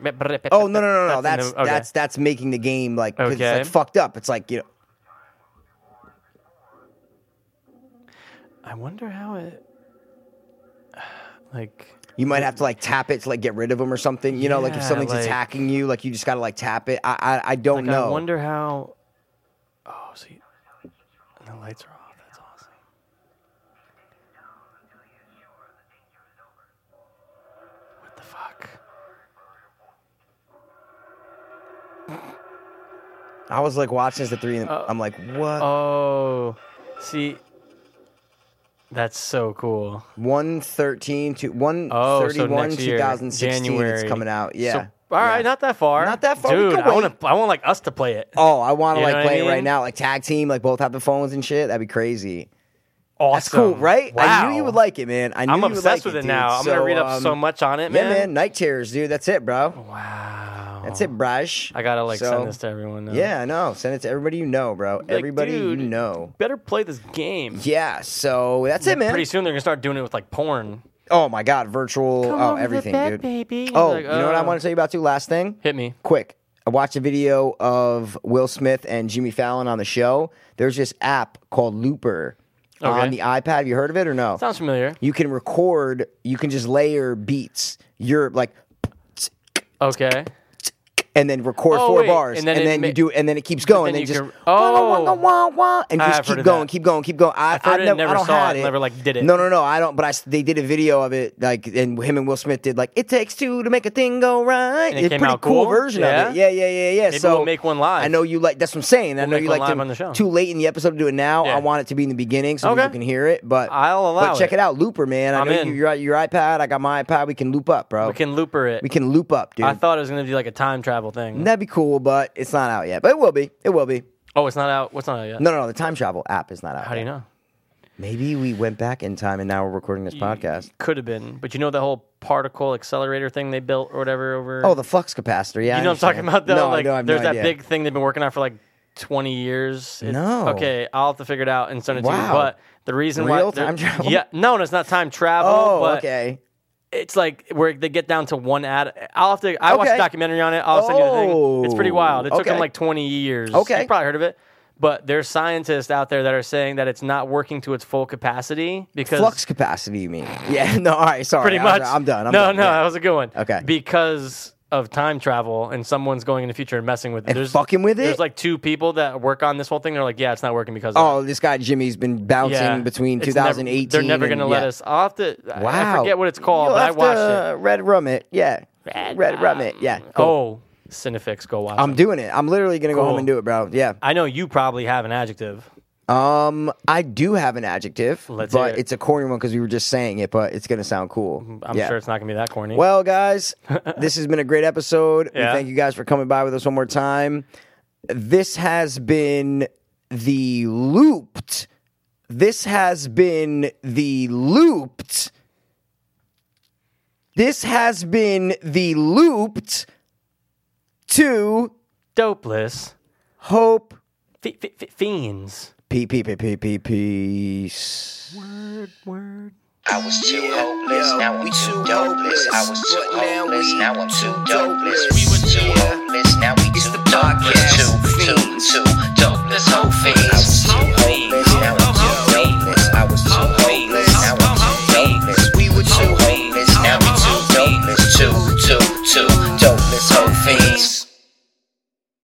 Oh no, no, no, no. That's in the- okay. that's that's making the game like 'cause Okay. it's like fucked up. It's like you know, I wonder how it. Like. you might have to like tap it to like get rid of them or something. You know, like if Yeah, something's like- attacking you, like you just gotta like tap it. I I, I don't Like know. I wonder how. Oh, see, and the lights are off. oh, That's awesome. What the fuck? I was like watching this at three. Uh, And I'm like, what? Oh, see, that's so cool. 113 to 131 Oh, so next year, 2016 January, it's coming out yeah So, all right, not that far. Not that far, we dude. can I want wait. to. I want like us to play it. oh i want to You know like what I play it right mean? now like tag team like both have the phones and shit that'd be crazy Awesome. that's cool right i knew you Wow. would like it man i knew I'm you would like obsessed with it, dude. now. I'm gonna So, read up um, so much on it, yeah man. man night terrors dude that's it bro Wow. that's it brash I gotta like So, send this to everyone. Now. yeah i know send it to everybody you know bro Like, everybody dude, you know Better play this game. yeah so that's it man Pretty soon they're gonna start doing it with like porn. oh my god virtual oh everything dude baby. oh you know what uh, i want to tell you about too last thing Hit me. quick. I watched a video of Will Smith and Jimmy Fallon on the show. There's this app called Looper on Okay. the iPad. Have you heard of it or no? Sounds familiar. you can record, you can just layer beats. You're like, Okay. and then record Oh, four wait, bars, and and then, then it you do, ma- and then it keeps going, then and you just can- oh. wah, wah, wah, wah, wah, and I've just heard keep of going, that. keep going, keep going. I, I've heard I it, never, I never don't saw had it, it, never, like, did it. No, no, no, I don't. But I, s- they did a video of it, like, and him and Will Smith did like, it takes two to make a thing go right. And it it's came pretty out cool cool? version of it. Yeah, Yeah? yeah, yeah, yeah. Maybe so we'll make one live. I know you like. That's what I'm saying. I know make you one like live to- on the show. too late in the episode to do it now. Yeah. I want it to be in the beginning so Okay. people can hear it. But I'll allow But check it. it out, Looper, man. I I'm know in. you, you're at your iPad. I got my iPad. We can loop up, bro. We can looper it. we can loop up, dude. I thought it was gonna be like a time travel thing. That'd be cool, but it's not out yet. But it will be. It will be. Oh, it's not out. What's not out yet? No, no, no. The time travel app is not out. How do you yet. know? Maybe we went back in time and now we're recording this podcast. Could have been, but you know the whole particle accelerator thing they built or whatever over. Oh, the flux capacitor. Yeah, you I know what I'm talking understand. about though. No, I like know, I have there's no that idea. big thing they've been working on for like 20 years. It's- No. Okay, I'll have to figure it out and send it to you. Wow. But the reason Real why there- time travel? Yeah, no, no, it's not time travel. Oh, but okay. it's like where they get down to one ad. I'll have to. I watched Okay. a documentary on it. I'll send you the Oh, thing. It's pretty wild. It took okay. them like 20 years. Okay. you probably heard of it. But there's scientists out there that are saying that it's not working to its full capacity because Flux capacity, you mean? Yeah. No. All right. Sorry. pretty I'm- much I'm done. I'm no, done. no, Yeah. that was a good one. Okay. because of time travel and someone's going in the future and messing with it. And fucking with There's it? like two people that work on this whole thing. They're like, yeah, it's not working because of Oh, this guy Jimmy's been bouncing Yeah. between It's 2018. Never, they're never going to and- let yeah. us. I'll have to. I- Wow. I forget what it's called, You'll but I have to, watched uh, Red Rum It. Yeah. Red, Rum It. Yeah. it. cool. Oh, Cinefix, go watch. I'm it. doing it. I'm literally going to go Cool. home and do it, bro. Yeah. I know you probably have an adjective. Um, I do have an adjective, Let's hear but it. Mm-hmm, it's a corny one because we were just saying it, but it's going to sound cool. I'm Yeah. sure it's not going to be that corny. Well, guys, this has been a great episode. Yeah. We thank you guys for coming by with us one more time. This has been the looped. This has been the looped. This has been the looped to dopeless hope. f- f- f- fiends. P P P P P peace. I was too hopeless, now I'm too dopeless. I was too hopeless, now I'm too dopeless. We were too hopeless, now we too dopeless. Too, too, too